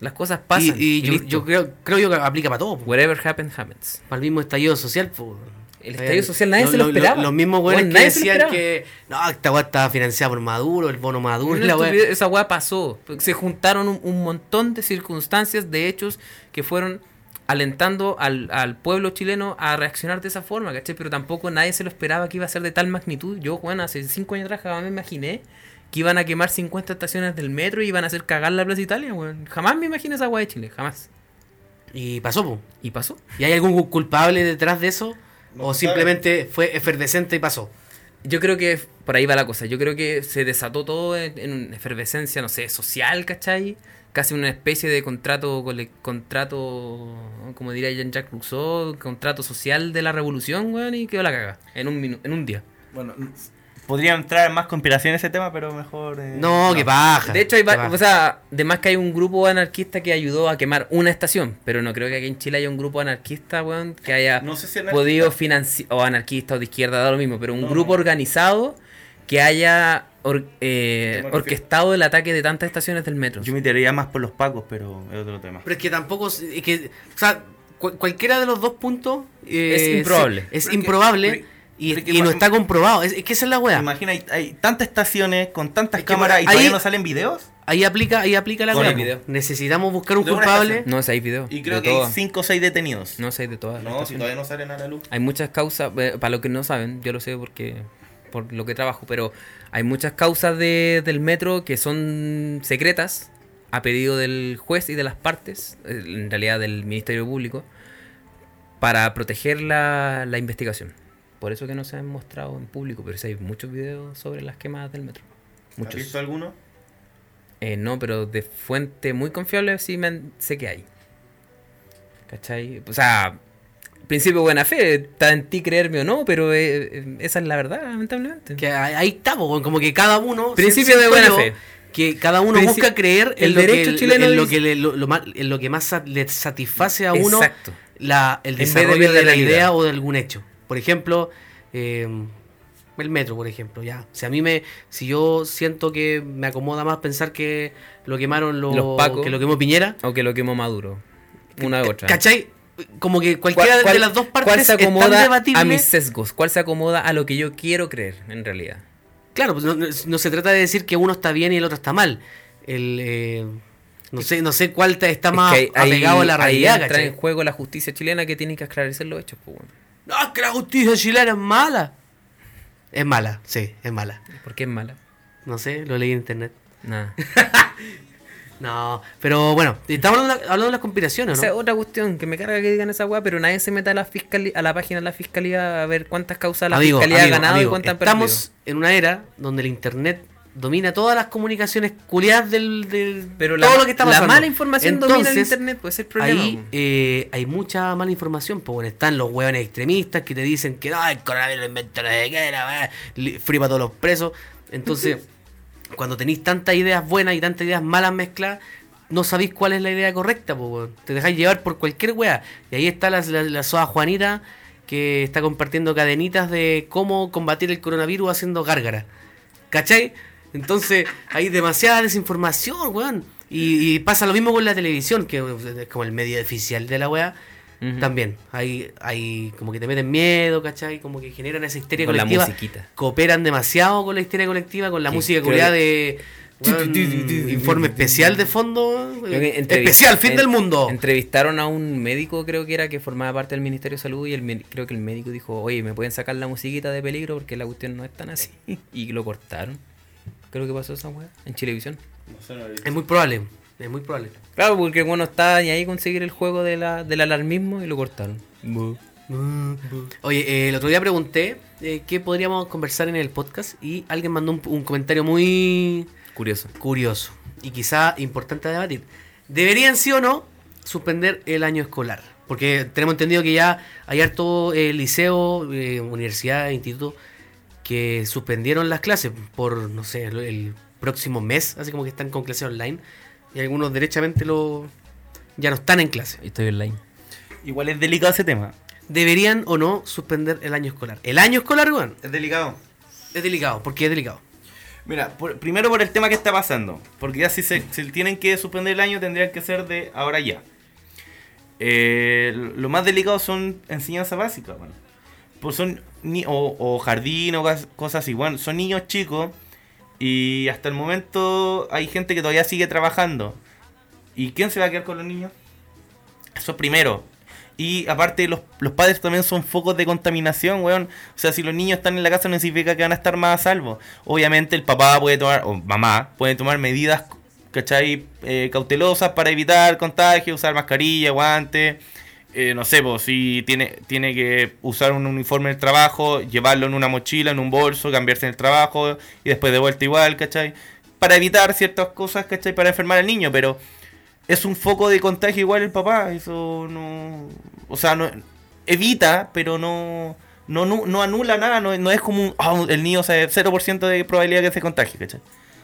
Speaker 2: Las cosas
Speaker 3: Y,
Speaker 2: pasan.
Speaker 3: y yo,
Speaker 2: listo.
Speaker 3: yo creo, creo yo que aplica para todo. po.
Speaker 2: Whatever happens, happens.
Speaker 3: Para el mismo estallido social. po.
Speaker 2: El estallido social nadie se lo esperaba.
Speaker 3: Los mismos
Speaker 2: Weón,
Speaker 3: güeyes que
Speaker 2: nadie se lo
Speaker 3: decían
Speaker 2: esperaba.
Speaker 3: que. No, esta weá estaba financiada por Maduro, el bono Maduro.
Speaker 2: Una
Speaker 3: y La weá.
Speaker 2: estupidez, Esa weá pasó. Se juntaron un, un montón de circunstancias, de hechos que fueron alentando al, al pueblo chileno a reaccionar de esa forma, ¿cachai? Pero tampoco nadie se lo esperaba que iba a ser de tal magnitud. Yo, Juan, hace cinco años atrás jamás me imaginé que iban a quemar 50 estaciones del metro y iban a hacer cagar la Plaza Italia, weón. Jamás me imaginé esa weá de Chile, jamás.
Speaker 3: Y pasó, po.
Speaker 2: Y pasó.
Speaker 3: ¿Y hay algún culpable detrás de eso?
Speaker 1: No
Speaker 3: ¿O
Speaker 1: se
Speaker 3: simplemente fue efervescente y pasó?
Speaker 2: Yo creo que por ahí va la cosa. Yo creo que se desató todo en, en una efervescencia, no sé, social, ¿cachai? Casi una especie de contrato, cole- contrato como diría Jean-Jacques Rousseau, contrato social de la revolución, weón, y quedó la caga. En un, minu- en un día.
Speaker 1: Bueno,
Speaker 4: Podría entrar en más conspiración ese tema, pero mejor. eh,
Speaker 3: No, que baja.
Speaker 2: De hecho, hay
Speaker 3: que
Speaker 2: va-
Speaker 3: paja.
Speaker 2: o sea, además que hay un grupo anarquista que ayudó a quemar una estación, pero no creo que aquí en Chile haya un grupo anarquista, weón, que haya...
Speaker 1: no sé si anarquista.
Speaker 2: podido financiar, o anarquista o de izquierda, da lo mismo, pero un
Speaker 1: No,
Speaker 2: grupo
Speaker 1: no.
Speaker 2: organizado que haya or- eh,
Speaker 1: Yo me refiero-
Speaker 2: orquestado el ataque de tantas estaciones del metro.
Speaker 4: Yo me tiraría más por los pacos, pero es otro tema.
Speaker 3: Pero es que tampoco. Es que, o sea, cu- cualquiera de los dos puntos. eh,
Speaker 2: Es improbable.
Speaker 3: Es,
Speaker 1: Pero es que-
Speaker 3: improbable.
Speaker 1: pero-
Speaker 3: y
Speaker 4: pero es que
Speaker 3: y no
Speaker 4: ima-
Speaker 3: está comprobado. Es, es que esa es la weá.
Speaker 4: Imagina, hay, hay tantas estaciones con tantas
Speaker 3: Es que
Speaker 4: cámaras y
Speaker 3: bueno,
Speaker 4: todavía
Speaker 3: ahí-
Speaker 4: no salen videos.
Speaker 3: Ahí aplica, ahí aplica la
Speaker 2: Con
Speaker 3: weá.
Speaker 2: el
Speaker 3: po.
Speaker 2: video.
Speaker 3: Necesitamos buscar un
Speaker 4: De una
Speaker 3: culpable.
Speaker 2: No, si hay video.
Speaker 4: Y creo
Speaker 2: de
Speaker 4: que hay
Speaker 2: todas.
Speaker 4: 5 o 6 detenidos.
Speaker 2: No, si hay de todas. las
Speaker 1: No, si
Speaker 2: estaciones.
Speaker 1: todavía no salen a la luz.
Speaker 2: Hay muchas causas, eh, para los que no saben, yo lo sé porque por lo que trabajo, pero hay muchas causas de- del metro que son secretas a pedido del juez y de las partes, eh, en realidad del Ministerio Público, para proteger la, la investigación. Por eso que no se han mostrado en público, pero sí hay muchos videos sobre las quemadas del metro.
Speaker 1: ¿Has visto
Speaker 2: Muchos.
Speaker 1: alguno?
Speaker 2: Eh, no, pero de fuente muy confiable sí me han- sé que hay. ¿Cachai? O sea, principio buena fe, está en ti creerme o no, pero eh, eh, esa es la verdad, lamentablemente.
Speaker 3: Que ahí ahí está, po, weón, como que cada uno.
Speaker 2: Principio
Speaker 3: siento
Speaker 2: de buena
Speaker 3: yo
Speaker 2: fe.
Speaker 3: Que cada uno
Speaker 2: Princi-
Speaker 3: busca creer en
Speaker 2: el
Speaker 3: lo que-
Speaker 2: derecho chileno
Speaker 3: en lo
Speaker 2: dice-
Speaker 3: que le- lo- lo más- en lo que más sa- le satisface a uno
Speaker 2: Exacto.
Speaker 3: la, el
Speaker 2: En vez de
Speaker 3: desarrollo
Speaker 2: ver
Speaker 3: de,
Speaker 2: la
Speaker 3: la
Speaker 2: realidad.
Speaker 3: idea o de algún hecho. Por ejemplo, eh, el metro, por ejemplo, ya. Si a mí me, si yo siento que me acomoda más pensar que lo quemaron los,
Speaker 2: Los pacos.
Speaker 3: que lo quemó Piñera,
Speaker 2: O que lo quemó Maduro. Una u otra.
Speaker 3: ¿cachai? Como que
Speaker 2: ¿Cuál-
Speaker 3: cualquiera de
Speaker 2: cuál-
Speaker 3: las dos
Speaker 2: ¿Cuál
Speaker 3: partes
Speaker 2: se
Speaker 3: es tan
Speaker 2: acomoda
Speaker 3: debatible.
Speaker 2: a mis sesgos? ¿Cuál se acomoda a lo que yo quiero creer, en realidad?
Speaker 3: Claro, pues no, no- no se trata de decir que uno está bien y el otro está mal. El, eh, no sé, no sé cuál ta- está
Speaker 2: Es
Speaker 3: más
Speaker 2: que ahí-
Speaker 3: apegado a la
Speaker 2: ahí
Speaker 3: realidad,
Speaker 2: entra
Speaker 3: ¿cachai?
Speaker 2: en juego la justicia chilena que tiene que esclarecer los hechos. pues, bueno.
Speaker 3: No, es que la justicia chilena es mala. Es mala, sí, es mala.
Speaker 2: ¿Por qué es mala?
Speaker 3: No sé, lo leí en internet.
Speaker 2: Nada.
Speaker 3: No, pero bueno, estamos hablando de, la- hablando de las conspiraciones, ¿no?
Speaker 2: Esa es otra cuestión, que me carga que digan esa weá, pero nadie se meta a la fiscalía, a la página de la fiscalía a ver cuántas causas la
Speaker 3: Amigo,
Speaker 2: fiscalía
Speaker 3: amigo,
Speaker 2: ha ganado y
Speaker 3: amigo,
Speaker 2: cuántas han perdido.
Speaker 3: Estamos en una era donde el internet domina todas las comunicaciones culiadas del, del
Speaker 2: Pero
Speaker 3: todo
Speaker 2: la,
Speaker 3: lo que está
Speaker 2: la
Speaker 3: pasando.
Speaker 2: mala información domina el
Speaker 3: Entonces,
Speaker 2: internet, pues ese es el problema.
Speaker 3: Ahí
Speaker 2: po.
Speaker 3: eh, hay mucha mala información, pues bueno, están los hueones extremistas que te dicen que no, el coronavirus lo inventó no sé qué, la weá, li- fripa a todos los presos.
Speaker 2: [LAUGHS]
Speaker 3: Entonces, cuando tenéis tantas ideas buenas y tantas ideas malas mezcladas, no sabéis cuál es la idea correcta, pues weón. te dejáis llevar por cualquier wea. Y ahí está la, la, la soa Juanita que está compartiendo cadenitas de cómo combatir el coronavirus haciendo gárgara. ¿Cachai? Entonces hay demasiada desinformación, weón. Y, y pasa lo mismo con la televisión, que es como el medio oficial de la weá.
Speaker 2: Ujú.
Speaker 3: También, hay, hay como que te meten miedo, ¿cachai? Como que generan esa histeria
Speaker 2: Con la
Speaker 3: colectiva.
Speaker 2: musiquita.
Speaker 3: Cooperan demasiado con la histeria colectiva, con la
Speaker 2: Que
Speaker 3: música
Speaker 2: creo
Speaker 3: coreana
Speaker 2: que-
Speaker 3: de weón, informe especial de fondo.
Speaker 2: Creo
Speaker 3: weón.
Speaker 2: que entrevi-
Speaker 3: Especial, fin
Speaker 2: en-
Speaker 3: del mundo.
Speaker 2: Entrevistaron a un médico, creo que era, que formaba parte del Ministerio de Salud y el, me- creo que el médico dijo, oye, ¿me pueden sacar la musiquita de peligro? Porque la cuestión no es tan así. Y lo cortaron. Creo que pasó esa weá en Chilevisión.
Speaker 1: No sé, no lo he visto.
Speaker 3: Es muy probable, es muy probable.
Speaker 2: Claro, porque bueno, estaba ni ahí conseguir el juego de la- del alarmismo y lo cortaron.
Speaker 3: Oye, eh, el otro día pregunté eh, qué podríamos conversar en el podcast y alguien mandó un, un comentario muy
Speaker 2: Curioso.
Speaker 3: curioso y quizá importante a debatir. ¿Deberían sí o no suspender el año escolar? Porque tenemos entendido que ya hay harto eh, liceo, eh, universidad, instituto que suspendieron las clases por, no sé, el, el próximo mes, así como que están con clases online y algunos derechamente lo, ya no están en clase.
Speaker 2: Y estoy online.
Speaker 4: Igual es delicado ese tema.
Speaker 3: ¿Deberían o no suspender el año escolar? El año escolar, weón,
Speaker 1: Es delicado.
Speaker 3: es delicado, porque es delicado.
Speaker 4: Mira, por- primero por el tema que está pasando. Porque ya si se si tienen que suspender el año, tendrían que ser de ahora ya. Eh, lo más delicado son enseñanza básica. bueno. pues son ni- o, o jardín o cas- cosas así. Bueno, son niños chicos y hasta el momento hay gente que todavía sigue trabajando. ¿Y quién se va a quedar con los niños? Eso primero. Y aparte, los, los padres también son focos de contaminación, weón. O sea, si los niños están en la casa, no significa que van a estar más a salvo. Obviamente, el papá puede tomar, o mamá, puede tomar medidas, ¿cachai? Eh, cautelosas para evitar contagio, usar mascarilla, guantes. Eh, no sé, pues, si tiene, tiene que usar un uniforme del trabajo, llevarlo en una mochila, en un bolso, cambiarse en el trabajo y después de vuelta igual, ¿cachai? Para evitar ciertas cosas, ¿cachai? Para enfermar al niño, pero es un foco de contagio igual el papá. Eso no. O sea, no evita, pero no. No, no, no anula nada, no, no es como un, ah, el niño, o sea, 0% de probabilidad que se contagie, ¿cachai?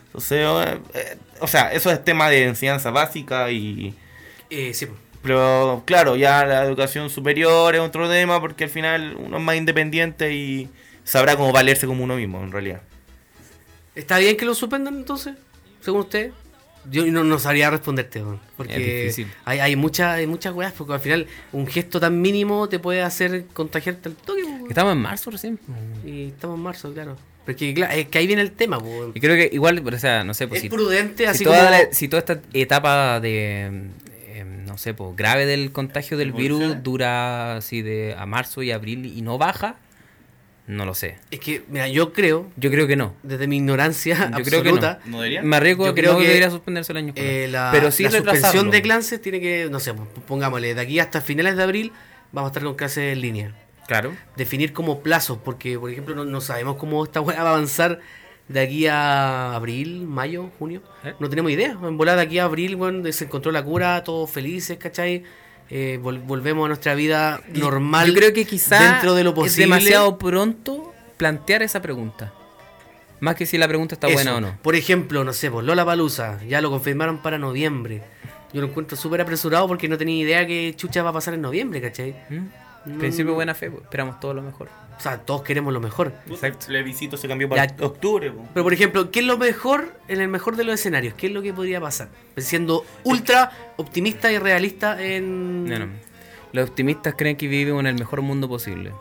Speaker 4: Entonces, eh, eh, o sea, eso es tema de enseñanza básica y,
Speaker 3: Eh, sí, po.
Speaker 4: pero claro, ya la educación superior es otro tema porque al final uno es más independiente y sabrá cómo valerse como uno mismo en realidad.
Speaker 3: ¿Está bien que lo suspendan entonces? Según usted. Yo no, no sabría responderte, weón,
Speaker 2: Es
Speaker 3: porque
Speaker 2: difícil.
Speaker 3: hay, hay, muchas, hay muchas weas, porque al final un gesto tan mínimo te puede hacer contagiarte al toque. weón.
Speaker 2: Estamos en marzo recién.
Speaker 3: Y estamos en marzo, claro. Porque cla- es que ahí viene el tema, po, weón.
Speaker 2: Y creo que igual, o sea, no sé, pues
Speaker 3: Es
Speaker 2: si,
Speaker 3: prudente,
Speaker 2: si
Speaker 3: así
Speaker 2: toda
Speaker 3: como...
Speaker 2: la- si toda esta etapa de, eh, no sé, pues grave del contagio del virus
Speaker 1: ¿Evoluciona?
Speaker 2: dura así de a marzo y abril y no baja, no lo sé.
Speaker 3: Es que, mira, yo creo,
Speaker 2: Yo creo que no.
Speaker 3: desde mi ignorancia
Speaker 2: Yo creo que no.
Speaker 3: absoluta,
Speaker 1: ¿No debería?
Speaker 2: Me arriesgo
Speaker 3: Yo
Speaker 2: a que
Speaker 3: creo
Speaker 2: no
Speaker 3: que,
Speaker 2: debería suspenderse el año. escolar.
Speaker 3: eh, la,
Speaker 2: pero sí
Speaker 3: la suspensión
Speaker 2: retrasarlo.
Speaker 3: de clases tiene que, no sé, po- pongámosle, de aquí hasta finales de abril vamos a estar con clases en línea.
Speaker 2: Claro.
Speaker 3: definir como plazos, porque por ejemplo no, no sabemos cómo esta weá va a avanzar de aquí a abril, mayo, junio.
Speaker 2: ¿Eh?
Speaker 3: No tenemos idea. En volada de aquí a abril, bueno, se encontró la cura, todos felices, ¿cachai? Eh, vol- volvemos a nuestra vida normal.
Speaker 2: Yo creo que quizás
Speaker 3: dentro de lo posible.
Speaker 2: es demasiado pronto plantear esa pregunta. Más que si la pregunta está
Speaker 3: Eso.
Speaker 2: buena o no.
Speaker 3: Por ejemplo, no sé, por Lola Palusa, ya lo confirmaron para noviembre. Yo lo encuentro súper apresurado porque no tenía idea que chucha va a pasar en noviembre, ¿cachai?
Speaker 2: ¿Mm?
Speaker 3: No,
Speaker 2: Principio
Speaker 3: no.
Speaker 2: buena fe, pues, esperamos todo lo mejor.
Speaker 3: O sea, todos queremos lo mejor.
Speaker 4: Exacto. El visito se cambió
Speaker 3: para
Speaker 4: para octubre.
Speaker 3: Pero por ejemplo, ¿qué es lo mejor en el mejor de los escenarios? ¿Qué es lo que podría pasar? Siendo ultra optimista y realista en...
Speaker 2: No, no. Los optimistas creen que vivimos en el mejor mundo posible.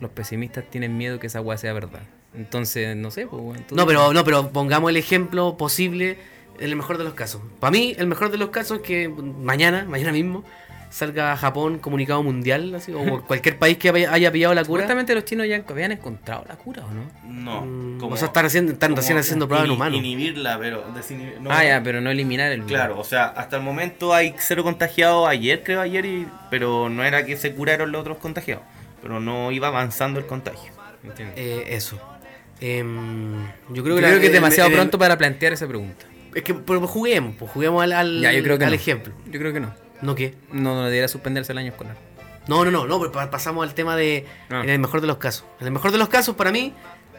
Speaker 2: Los pesimistas tienen miedo que esa weá sea verdad. Entonces, no sé, pues, weón, tú
Speaker 3: No,
Speaker 2: dices.
Speaker 3: pero, no, pero pongamos el ejemplo posible en el mejor de los casos. Para mí, el mejor de los casos es que mañana, mañana mismo, salga a Japón comunicado mundial, así, o cualquier país que haya, haya pillado la cura.
Speaker 2: Supuestamente los chinos ya habían encontrado la cura, ¿o no?
Speaker 4: No.
Speaker 3: Mm, o sea, están, haciendo, están
Speaker 4: como
Speaker 3: recién haciendo pruebas en
Speaker 4: inhi-
Speaker 3: humanos.
Speaker 4: Inhibirla, pero. desinhibir- no.
Speaker 2: Ah, ya, pero no eliminar el virus.
Speaker 4: Claro, o sea, hasta el momento hay cero contagiados ayer, creo ayer, y, pero no era que se curaron los otros contagiados. Pero no iba avanzando el contagio.
Speaker 2: Entiendo.
Speaker 3: Eh, eso. Em, yo
Speaker 2: Yo
Speaker 3: creo que,
Speaker 2: creo
Speaker 3: la-
Speaker 2: que es
Speaker 3: en-
Speaker 2: demasiado
Speaker 3: en-
Speaker 2: pronto para plantear esa pregunta.
Speaker 3: Es que pero juguemos, pues, juguemos al, al-
Speaker 2: Ya, yo creo que
Speaker 3: al
Speaker 2: no.
Speaker 3: ejemplo.
Speaker 2: Yo creo que no.
Speaker 3: ¿No qué?
Speaker 2: No, no debería suspenderse el año escolar.
Speaker 3: No, no, no, no, pero pa- pasamos al tema de
Speaker 2: Ah.
Speaker 3: en el mejor de los casos. En el mejor de los casos para mí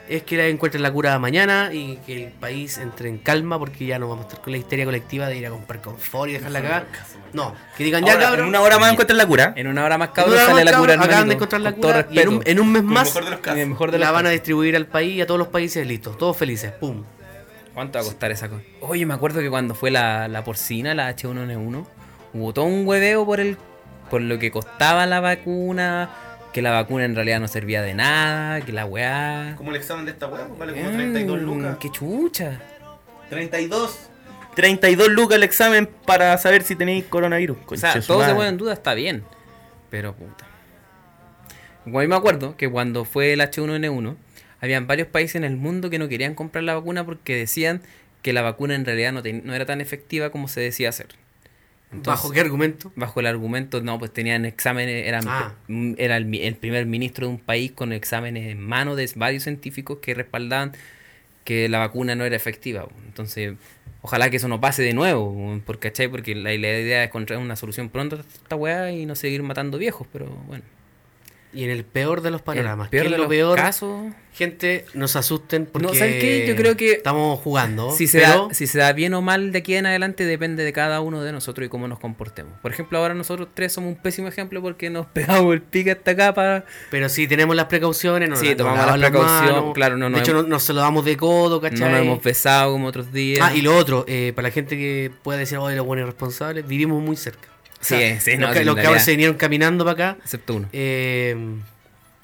Speaker 3: es que la- encuentren la cura mañana y que el país entre en calma porque ya no vamos a estar con la histeria colectiva de ir a comprar confort y dejarla cagar. No, que digan ya
Speaker 4: Ahora,
Speaker 3: cabrón. Eh.
Speaker 4: en una hora más encuentran la cura.
Speaker 2: En una hora más
Speaker 3: en una
Speaker 2: cabrón
Speaker 3: hora
Speaker 2: sale
Speaker 3: más,
Speaker 2: la cura.
Speaker 3: cabrón, acaban
Speaker 2: hermanito,
Speaker 3: de encontrar la
Speaker 2: con todo
Speaker 3: cura y en un,
Speaker 2: respeto.
Speaker 3: en un mes
Speaker 4: Con el
Speaker 3: más
Speaker 4: mejor de los
Speaker 2: En el
Speaker 4: casos.
Speaker 2: mejor de
Speaker 3: la
Speaker 2: los
Speaker 3: van a
Speaker 2: casos.
Speaker 3: distribuir al país y a todos los países listos, todos felices, pum.
Speaker 2: ¿Cuánto va a costar esa cosa? Oye, me acuerdo que cuando fue la, la porcina, la H1N1, hubo todo un hueveo por el por lo que costaba la vacuna, que la vacuna en realidad no servía de nada, que la weá.
Speaker 4: Como el examen de esta hueá, pues, vale
Speaker 2: Mm, ¡Qué chucha!
Speaker 4: 32. 32 lucas el examen para saber si tenéis coronavirus.
Speaker 2: O sea, todo se pone en duda, está bien. Pero puta. Bueno, me acuerdo que cuando fue el H1N1, habían varios países en el mundo que no querían comprar la vacuna porque decían que la vacuna en realidad no, ten- no era tan efectiva como se decía hacer.
Speaker 3: ¿Bajo qué argumento?
Speaker 2: bajo el argumento, no, pues tenían exámenes, eran,
Speaker 3: Ah.
Speaker 2: mm, era el, mi- el primer ministro de un país con exámenes en mano de varios científicos que respaldaban que la vacuna no era efectiva. bo. Entonces, ojalá que eso no pase de nuevo, bo, porque, ¿cachai? porque la, la idea es encontrar una solución pronto a esta weá y no seguir matando viejos, pero bueno.
Speaker 3: Y en el peor de los panoramas,
Speaker 2: El peor
Speaker 3: ¿qué es
Speaker 2: de
Speaker 3: lo
Speaker 2: los
Speaker 3: peor?
Speaker 2: casos,
Speaker 3: Gente, nos asusten porque
Speaker 2: No, ¿sabes qué? Yo creo que-
Speaker 3: estamos jugando.
Speaker 2: si se,
Speaker 3: Oh, pero-
Speaker 2: da, si se da bien o mal de aquí en adelante depende de cada uno de nosotros y cómo nos comportemos. Por ejemplo, ahora nosotros tres somos un pésimo ejemplo porque nos [LAUGHS] pegamos el pique hasta acá para
Speaker 3: Pero sí, tenemos las precauciones, no
Speaker 2: Sí,
Speaker 3: nos- nos
Speaker 2: tomamos las
Speaker 3: lavamos
Speaker 2: precauciones,
Speaker 3: manos.
Speaker 2: claro, no
Speaker 3: De
Speaker 2: nos
Speaker 3: hecho,
Speaker 2: hemos-
Speaker 3: no- nos saludamos de codo,
Speaker 2: No
Speaker 3: ¿cachai?
Speaker 2: nos hemos besado como otros días.
Speaker 3: Ah, y lo otro, eh, para la gente que pueda decir, oye, los buenos irresponsables, vivimos muy cerca.
Speaker 2: Sí, sí,
Speaker 3: los,
Speaker 2: no,
Speaker 3: ca-
Speaker 2: sí,
Speaker 3: los
Speaker 2: en
Speaker 3: cabros
Speaker 2: realidad.
Speaker 3: se vinieron caminando para acá.
Speaker 2: Excepto uno.
Speaker 3: eh,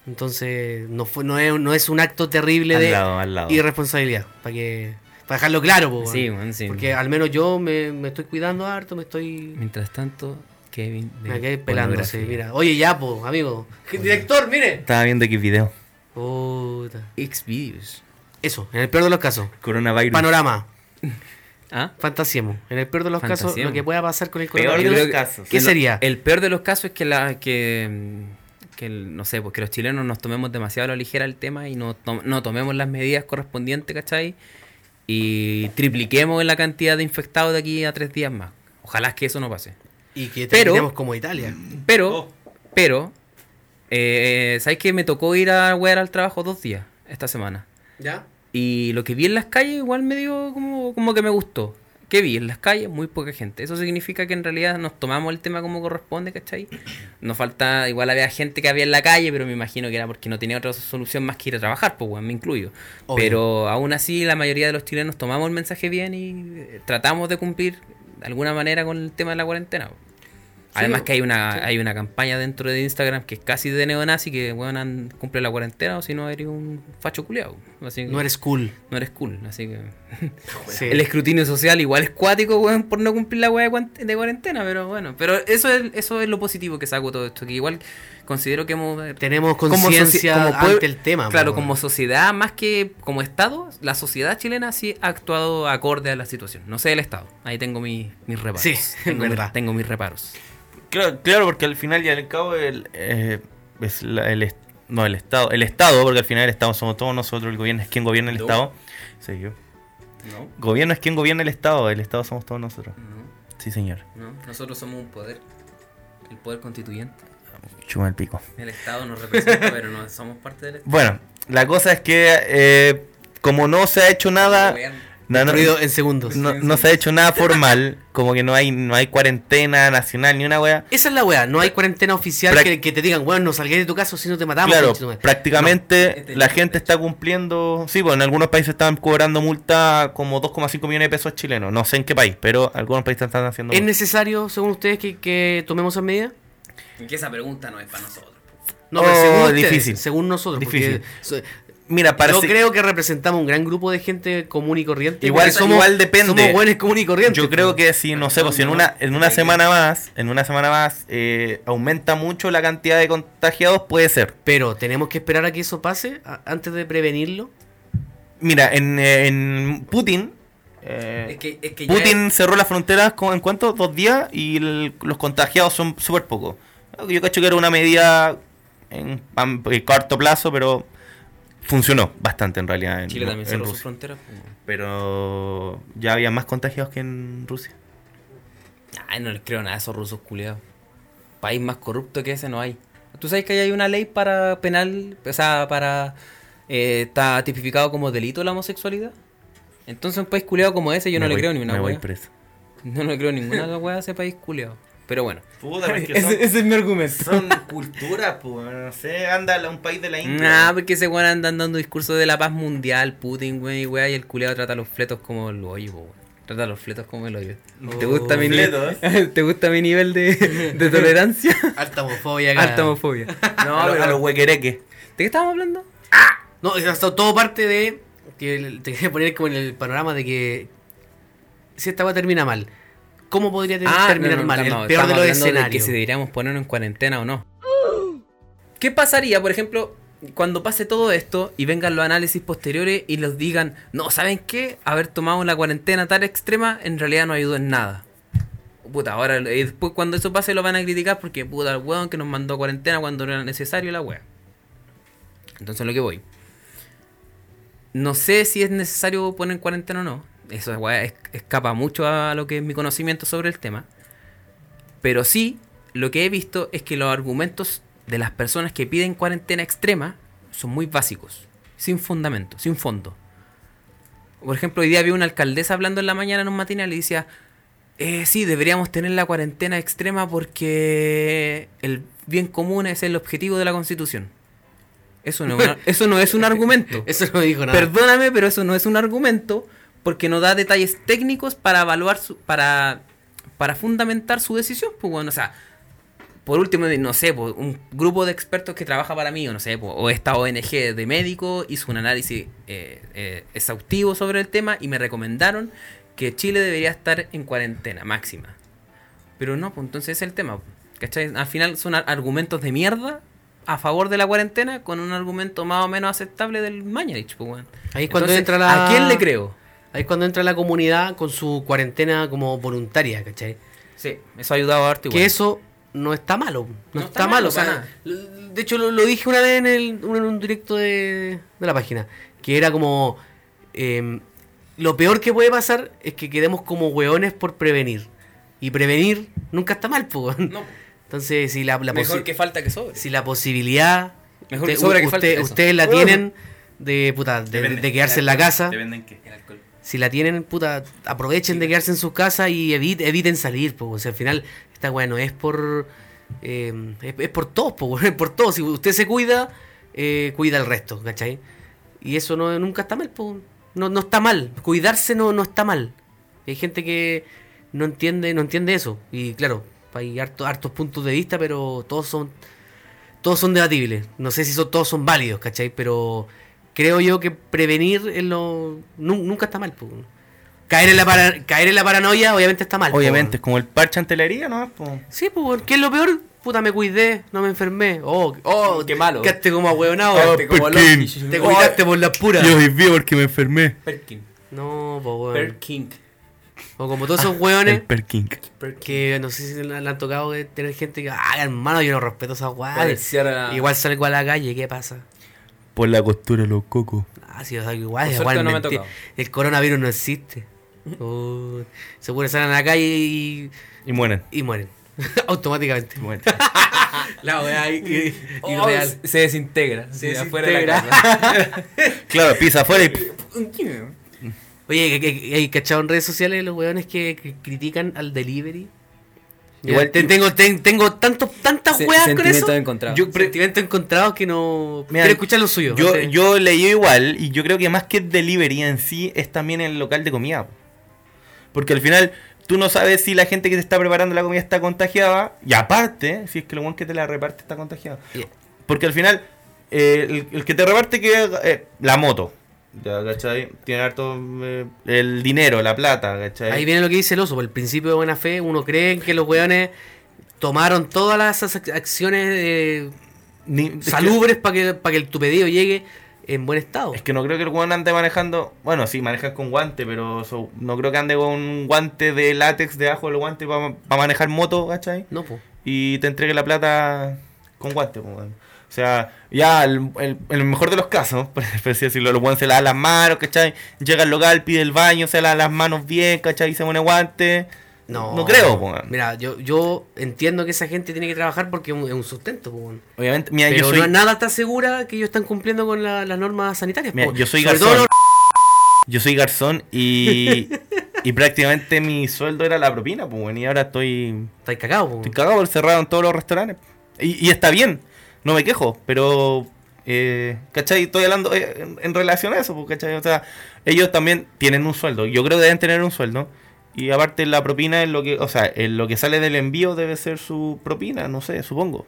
Speaker 3: Entonces, no, fue, no, es, no es un acto terrible
Speaker 4: Al
Speaker 3: de
Speaker 4: lado, al lado.
Speaker 3: irresponsabilidad. Para que para dejarlo claro, po,
Speaker 2: Sí,
Speaker 3: weón.
Speaker 2: weón, sí.
Speaker 3: Porque al menos yo me, me estoy cuidando harto, me estoy.
Speaker 2: Mientras tanto, Kevin. ve
Speaker 3: Me quedé pelándose,
Speaker 2: pornografía.
Speaker 3: mira. Oye, ya, po, amigo. Director, mire.
Speaker 4: Estaba viendo aquí video.
Speaker 3: Puta.
Speaker 2: Xvideos.
Speaker 3: Eso, en el peor de los casos.
Speaker 4: Coronavirus.
Speaker 3: Panorama.
Speaker 2: ¿Ah?
Speaker 3: Fantasiemos. En el peor de los casos,
Speaker 2: Fantasiemos.
Speaker 3: lo que pueda pasar con el
Speaker 4: Peor de
Speaker 3: coronavirus.
Speaker 2: creo
Speaker 4: los
Speaker 2: que-
Speaker 4: casos.
Speaker 3: ¿Qué
Speaker 2: Lo-
Speaker 3: sería?
Speaker 2: El peor de los casos es que la que, mm, que el- no sé, pues que los chilenos nos tomemos demasiado a la ligera el tema y no, to- no tomemos las medidas correspondientes, ¿cachai? Y tripliquemos la cantidad de infectados de aquí a tres días más. Ojalá que eso no pase.
Speaker 3: Y que
Speaker 2: Pero-
Speaker 3: terminemos como Italia.
Speaker 2: Pero,
Speaker 1: Oh.
Speaker 2: pero, eh, ¿sabes qué? Me tocó ir a wear al trabajo dos días esta semana.
Speaker 3: ¿Ya?
Speaker 2: Y lo que vi en las calles igual me dio como, como que me gustó. ¿Qué vi? En las calles muy poca gente. Eso significa que en realidad nos tomamos el tema como corresponde, ¿cachai? Nos falta, igual había gente que había en la calle, pero me imagino que era porque no tenía otra solución más que ir a trabajar, pues weón, me incluyo.
Speaker 3: Obvio.
Speaker 2: Pero aún así la mayoría de los chilenos tomamos el mensaje bien y eh, tratamos de cumplir de alguna manera con el tema de la cuarentena. po. Además
Speaker 3: po,
Speaker 2: que hay una, hay una campaña dentro de Instagram que es casi de neonazi que weón an- cumple la cuarentena o si no eres un facho culiado.
Speaker 3: No eres cool.
Speaker 2: No eres cool, así que...
Speaker 3: Sí.
Speaker 2: El escrutinio social igual es cuático, weón, por no cumplir la weá de cuaren- de cuarentena, pero bueno. Pero eso es, eso es lo positivo que saco de todo esto, que igual considero que hemos... eh,
Speaker 3: Tenemos
Speaker 2: como soci-
Speaker 3: conciencia
Speaker 2: como pue-
Speaker 3: ante el tema.
Speaker 2: Claro,
Speaker 3: po,
Speaker 2: como
Speaker 3: weón.
Speaker 2: sociedad, más que como Estado, la sociedad chilena sí ha actuado acorde a la situación. No sé el Estado, ahí tengo mi- mis reparos.
Speaker 3: Sí,
Speaker 2: tengo, mi-
Speaker 3: verdad.
Speaker 2: tengo mis reparos.
Speaker 4: Claro, claro, porque al final y al cabo el, eh, es la- el est- no el estado, el estado, porque al final el estado somos todos nosotros, el gobierno es quien gobierna el
Speaker 2: No.
Speaker 4: estado. Sí, yo.
Speaker 2: No,
Speaker 4: Gobierno es quien gobierna el estado, el estado somos todos nosotros.
Speaker 2: no,
Speaker 4: Sí, señor.
Speaker 2: no. Nosotros somos un poder, el poder constituyente.
Speaker 4: Chuma el pico.
Speaker 2: El Estado nos representa, [LAUGHS] pero no somos parte del Estado.
Speaker 4: Bueno, la cosa es que eh, como no se ha hecho nada, no, no-
Speaker 3: Ruido eh, en segundos.
Speaker 4: no- no se ha hecho nada formal, como que no hay no hay cuarentena nacional ni una wea.
Speaker 3: Esa es la weá, no hay cuarentena oficial
Speaker 4: Prac-
Speaker 3: que, que te digan, weón, no salgáis de tu casa si no te matamos.
Speaker 4: Claro,
Speaker 3: conchetumare".
Speaker 4: prácticamente
Speaker 2: No.
Speaker 4: la gente está cumpliendo. Sí, bueno, en algunos países están cobrando multa como 2,5 millones de pesos chilenos. No sé en qué país, pero algunos países están haciendo.
Speaker 3: ¿Es
Speaker 4: multa.
Speaker 3: necesario, según ustedes, que, que tomemos esas medidas?
Speaker 2: Que esa pregunta no es para nosotros.
Speaker 3: No,
Speaker 4: Oh,
Speaker 3: pero según ustedes,
Speaker 4: difícil.
Speaker 3: según nosotros. porque
Speaker 4: Difícil.
Speaker 3: so-
Speaker 4: Mira, parece.
Speaker 3: yo creo que representamos un gran grupo de gente común y corriente.
Speaker 4: Igual-
Speaker 3: porque somos,
Speaker 4: igual depende.
Speaker 3: Somos buenos común y corriente.
Speaker 4: Yo creo que si, no sé, pues si en una, en una semana más, en una semana más, eh, aumenta mucho la cantidad de contagiados, puede ser.
Speaker 3: Pero tenemos que esperar a que eso pase a- antes de prevenirlo.
Speaker 4: Mira, en, eh, en Putin, eh,
Speaker 2: Es que, es que ya
Speaker 4: Putin cerró las fronteras con, en cuánto, dos días y el- los contagiados son súper pocos. Yo cacho que era una medida en, am- en corto plazo, pero funcionó bastante en realidad en,
Speaker 2: Chile también
Speaker 4: en
Speaker 2: cerró sus
Speaker 4: Rusia.
Speaker 2: fronteras. pues.
Speaker 4: Pero ya había más contagiados que en Rusia.
Speaker 2: Ay, no les creo nada a esos rusos culiados. País más corrupto que ese no hay. Tú sabes que ahí hay una ley para penal, o sea, para... eh, está tipificado como delito la homosexualidad. Entonces un país culiado como ese yo no
Speaker 4: Me
Speaker 2: le
Speaker 4: voy-
Speaker 2: creo ni una
Speaker 4: Me voy
Speaker 2: wea.
Speaker 4: preso.
Speaker 2: [LAUGHS] No le creo ninguna wea a ese país culiado. Pero bueno.
Speaker 4: Puta,
Speaker 2: es mi
Speaker 4: [LAUGHS]
Speaker 2: argumento.
Speaker 4: son culturas, pues, no sé, anda a un país de la
Speaker 2: Nah, porque ese weón andan dando discursos de la paz mundial, Putin, weón, y weón, y el culeado trata a los fletos como el hoyo, po, weón. Trata a los fletos como el hoyo. ¿Te
Speaker 3: Oh,
Speaker 2: gusta mi nivel? [LAUGHS] ¿Te gusta mi nivel de, de [LAUGHS] tolerancia?
Speaker 3: Alta homofobia. acá.
Speaker 2: Alta homofobia. [LAUGHS] No,
Speaker 4: a, los,
Speaker 2: pero-
Speaker 4: a los huequereques.
Speaker 2: ¿De qué estábamos hablando?
Speaker 3: No, es hasta todo parte de. Que el- te quería poner como en el panorama de que. Si esta va termina mal, ¿cómo podría ter- terminar
Speaker 2: Ah, no, no,
Speaker 3: mal? El
Speaker 2: calmado,
Speaker 3: peor de
Speaker 2: estamos
Speaker 3: los
Speaker 2: hablando que
Speaker 3: escenarios.
Speaker 2: si deberíamos ponernos en cuarentena o no. ¿Qué pasaría, por ejemplo, cuando pase todo esto y vengan los análisis posteriores y los digan, no, ¿saben qué? Haber tomado la cuarentena tan extrema en realidad no ayudó en nada. Puta, ahora eh, después cuando eso pase lo van a criticar porque puta el weón que nos mandó a cuarentena cuando no era necesario la wea. Entonces lo que voy. No sé si es necesario poner en cuarentena o no. Eso weá, es- escapa mucho a lo que es mi conocimiento sobre el tema. Pero sí, lo que he visto es que los argumentos de las personas que piden cuarentena extrema son muy básicos, sin fundamento, sin fondo. Por ejemplo, hoy día había una alcaldesa hablando en la mañana en un matinal y decía, eh, sí, deberíamos tener la cuarentena extrema porque el bien común es el objetivo de la Constitución. Eso no, es una- eso no es un argumento.
Speaker 3: Eso no me dijo nada.
Speaker 2: Perdóname, pero eso no es un argumento porque no da detalles técnicos para evaluar su, para para fundamentar su decisión, pues bueno, o sea, por último, no sé, po, un grupo de expertos que trabaja para mí, o no sé, po, o esta ONG de médicos hizo un análisis eh, eh, exhaustivo sobre el tema y me recomendaron que Chile debería estar en cuarentena máxima. Pero no, pues entonces ese es el tema. po, ¿Cachai? Al final son ar- argumentos de mierda a favor de la cuarentena con un argumento más o menos aceptable del Mañarich, pues, weón.
Speaker 3: Ahí es cuando
Speaker 2: Entonces,
Speaker 3: entra la-
Speaker 2: ¿A quién le creo?
Speaker 3: Ahí es cuando entra la comunidad con su cuarentena como voluntaria, ¿cachai?
Speaker 2: Sí, eso ha ayudado a Arte
Speaker 3: Que eso no está malo. No, está, malo. o sea,
Speaker 2: para nada.
Speaker 3: l- de hecho, lo, lo dije una vez en, el, en un directo de, de la página. Que era como. eh, lo peor que puede pasar es que quedemos como hueones por prevenir. Y prevenir nunca está mal, pues. weón.
Speaker 2: No,
Speaker 3: Entonces, si la, la
Speaker 2: mejor
Speaker 3: posi-
Speaker 2: que falta que sobre.
Speaker 3: si la posibilidad.
Speaker 2: Mejor que sobra que falta,
Speaker 3: usted-
Speaker 2: eso.
Speaker 3: ustedes la tienen de, puta, de,
Speaker 1: Depende.
Speaker 3: de quedarse en la casa.
Speaker 1: Te venden qué.
Speaker 2: El alcohol.
Speaker 3: Si la tienen, puta, aprovechen de quedarse en sus casas y evi- eviten salir, po. O sea, al final, esta weá no es por. eh, es, es por todos, po, [LAUGHS] es por todos. Si usted se cuida, eh, cuida al resto, ¿cachai? Y eso no, nunca está mal, po. No, no está mal. Cuidarse no, no está mal. Hay gente que no entiende, no entiende eso. Y claro, hay harto- hartos puntos de vista, pero todos son. Todos son debatibles. No sé si son- todos son válidos, ¿cachai? Pero creo yo que prevenir es lo nu- nunca está mal. po. Caer, en la para- caer en la paranoia obviamente está mal. po.
Speaker 4: Obviamente, es como el parche ante la herida, ¿no? Po.
Speaker 3: Sí, pues, ¿qué es lo peor? Puta, me cuidé, no me enfermé. Oh, oh
Speaker 2: Qué malo.
Speaker 3: Quedaste como ahueonado.
Speaker 2: Quedaste como Oh.
Speaker 4: Perkin.
Speaker 2: loco.
Speaker 3: Te cuidaste por las puras.
Speaker 4: Yo viví porque me enfermé.
Speaker 2: Perkin.
Speaker 3: No, po, weón.
Speaker 2: Perkin.
Speaker 3: O como todos esos hueones
Speaker 4: El Perkin.
Speaker 3: que no sé si le han le han tocado de tener gente que, ah, hermano, yo no respeto a esas
Speaker 2: Para
Speaker 3: weas.
Speaker 2: iniciar a-
Speaker 3: Igual salgo a la calle, ¿qué pasa?
Speaker 4: Por la costura de los cocos.
Speaker 3: Ah, sí, o sea, igual,
Speaker 2: Por
Speaker 3: igual
Speaker 2: suerte no me ha
Speaker 3: mentira.
Speaker 2: tocado.
Speaker 3: El coronavirus
Speaker 2: [LAUGHS]
Speaker 3: no existe. Uh, seguro salen a la calle y,
Speaker 4: Y mueren.
Speaker 3: y mueren. [LAUGHS] Automáticamente.
Speaker 4: Mueren. [LAUGHS]
Speaker 3: La wea i- i-
Speaker 2: [LAUGHS] Oh,
Speaker 3: irreal.
Speaker 2: Se desintegra.
Speaker 3: Se
Speaker 2: de afuera de la
Speaker 3: desintegra.
Speaker 2: casa. [LAUGHS]
Speaker 4: claro, pisa afuera
Speaker 3: [LAUGHS]
Speaker 4: y.
Speaker 3: Oye, que- que- hay cachado en redes sociales los weones que cri- critican al delivery. Igual
Speaker 4: Igual
Speaker 3: te,
Speaker 4: yo-
Speaker 3: tengo, ten- tengo tanto, tantas
Speaker 2: Se-
Speaker 3: weas con
Speaker 2: sentimientos
Speaker 3: eso.
Speaker 2: encontrados.
Speaker 3: Yo sentimientos encontrados que no.
Speaker 4: Mira,
Speaker 3: quiero escuchar lo suyo.
Speaker 4: Yo,
Speaker 3: Sí.
Speaker 4: yo leí igual y yo creo que más que delivery en sí es también el local de comida. po. Porque al final tú no sabes si la gente que te está preparando la comida está contagiada y aparte si es que el buen que te la reparte está contagiado.
Speaker 3: Yeah.
Speaker 4: Porque al final eh, el, el que te reparte que eh, la moto. Ya, ¿cachai? Tiene harto eh, el dinero, la plata, ¿cachai?
Speaker 3: Ahí viene lo que dice el oso, por el principio de buena fe, uno cree que los weones tomaron todas las ac- acciones eh,
Speaker 4: Ni- es que-
Speaker 3: salubres para que, para que el- tu pedido llegue en buen estado.
Speaker 4: Es que no creo que el weón ande manejando. Bueno, sí, manejas con guante, pero so- no creo que ande con un guante de látex debajo del guante para manejar moto, ¿cachai?
Speaker 3: No, pues.
Speaker 4: Y te entregue la plata con guante, po, weón. O sea, ya, el, el- el mejor de los casos, [LAUGHS] por así decirlo, el weón se lava las manos, ¿cachai? Llega al local, pide el baño, se lava las manos bien, ¿cachai? Y se pone guante.
Speaker 3: No,
Speaker 4: No creo, po, weón.
Speaker 3: Mira, yo, yo entiendo que esa gente tiene que trabajar porque es un, es un sustento, po, weón.
Speaker 4: Obviamente, mira,
Speaker 3: Pero
Speaker 4: yo soy.
Speaker 3: no, nada está segura que ellos están cumpliendo con la- las normas
Speaker 4: [LAUGHS]
Speaker 3: sanitarias.
Speaker 4: Mira,
Speaker 3: po.
Speaker 4: yo soy
Speaker 3: Sobre todo
Speaker 4: garzón.
Speaker 3: los-
Speaker 4: [LAUGHS] Yo soy garzón y. y prácticamente mi sueldo era la propina, pues, weón. Y ahora estoy.
Speaker 3: Estáis cagados, po, weón.
Speaker 4: Estoy cagado por cerrado en todos los restaurantes. Y, y está bien, no me quejo, pero. eh, ¿Cachai? Estoy hablando eh, en, en relación a eso, pues, ¿cachai? O sea, ellos también tienen un sueldo. Yo creo que deben tener un sueldo. Y aparte, la propina es lo que. O sea, en lo que sale del envío debe ser su propina, no sé, supongo.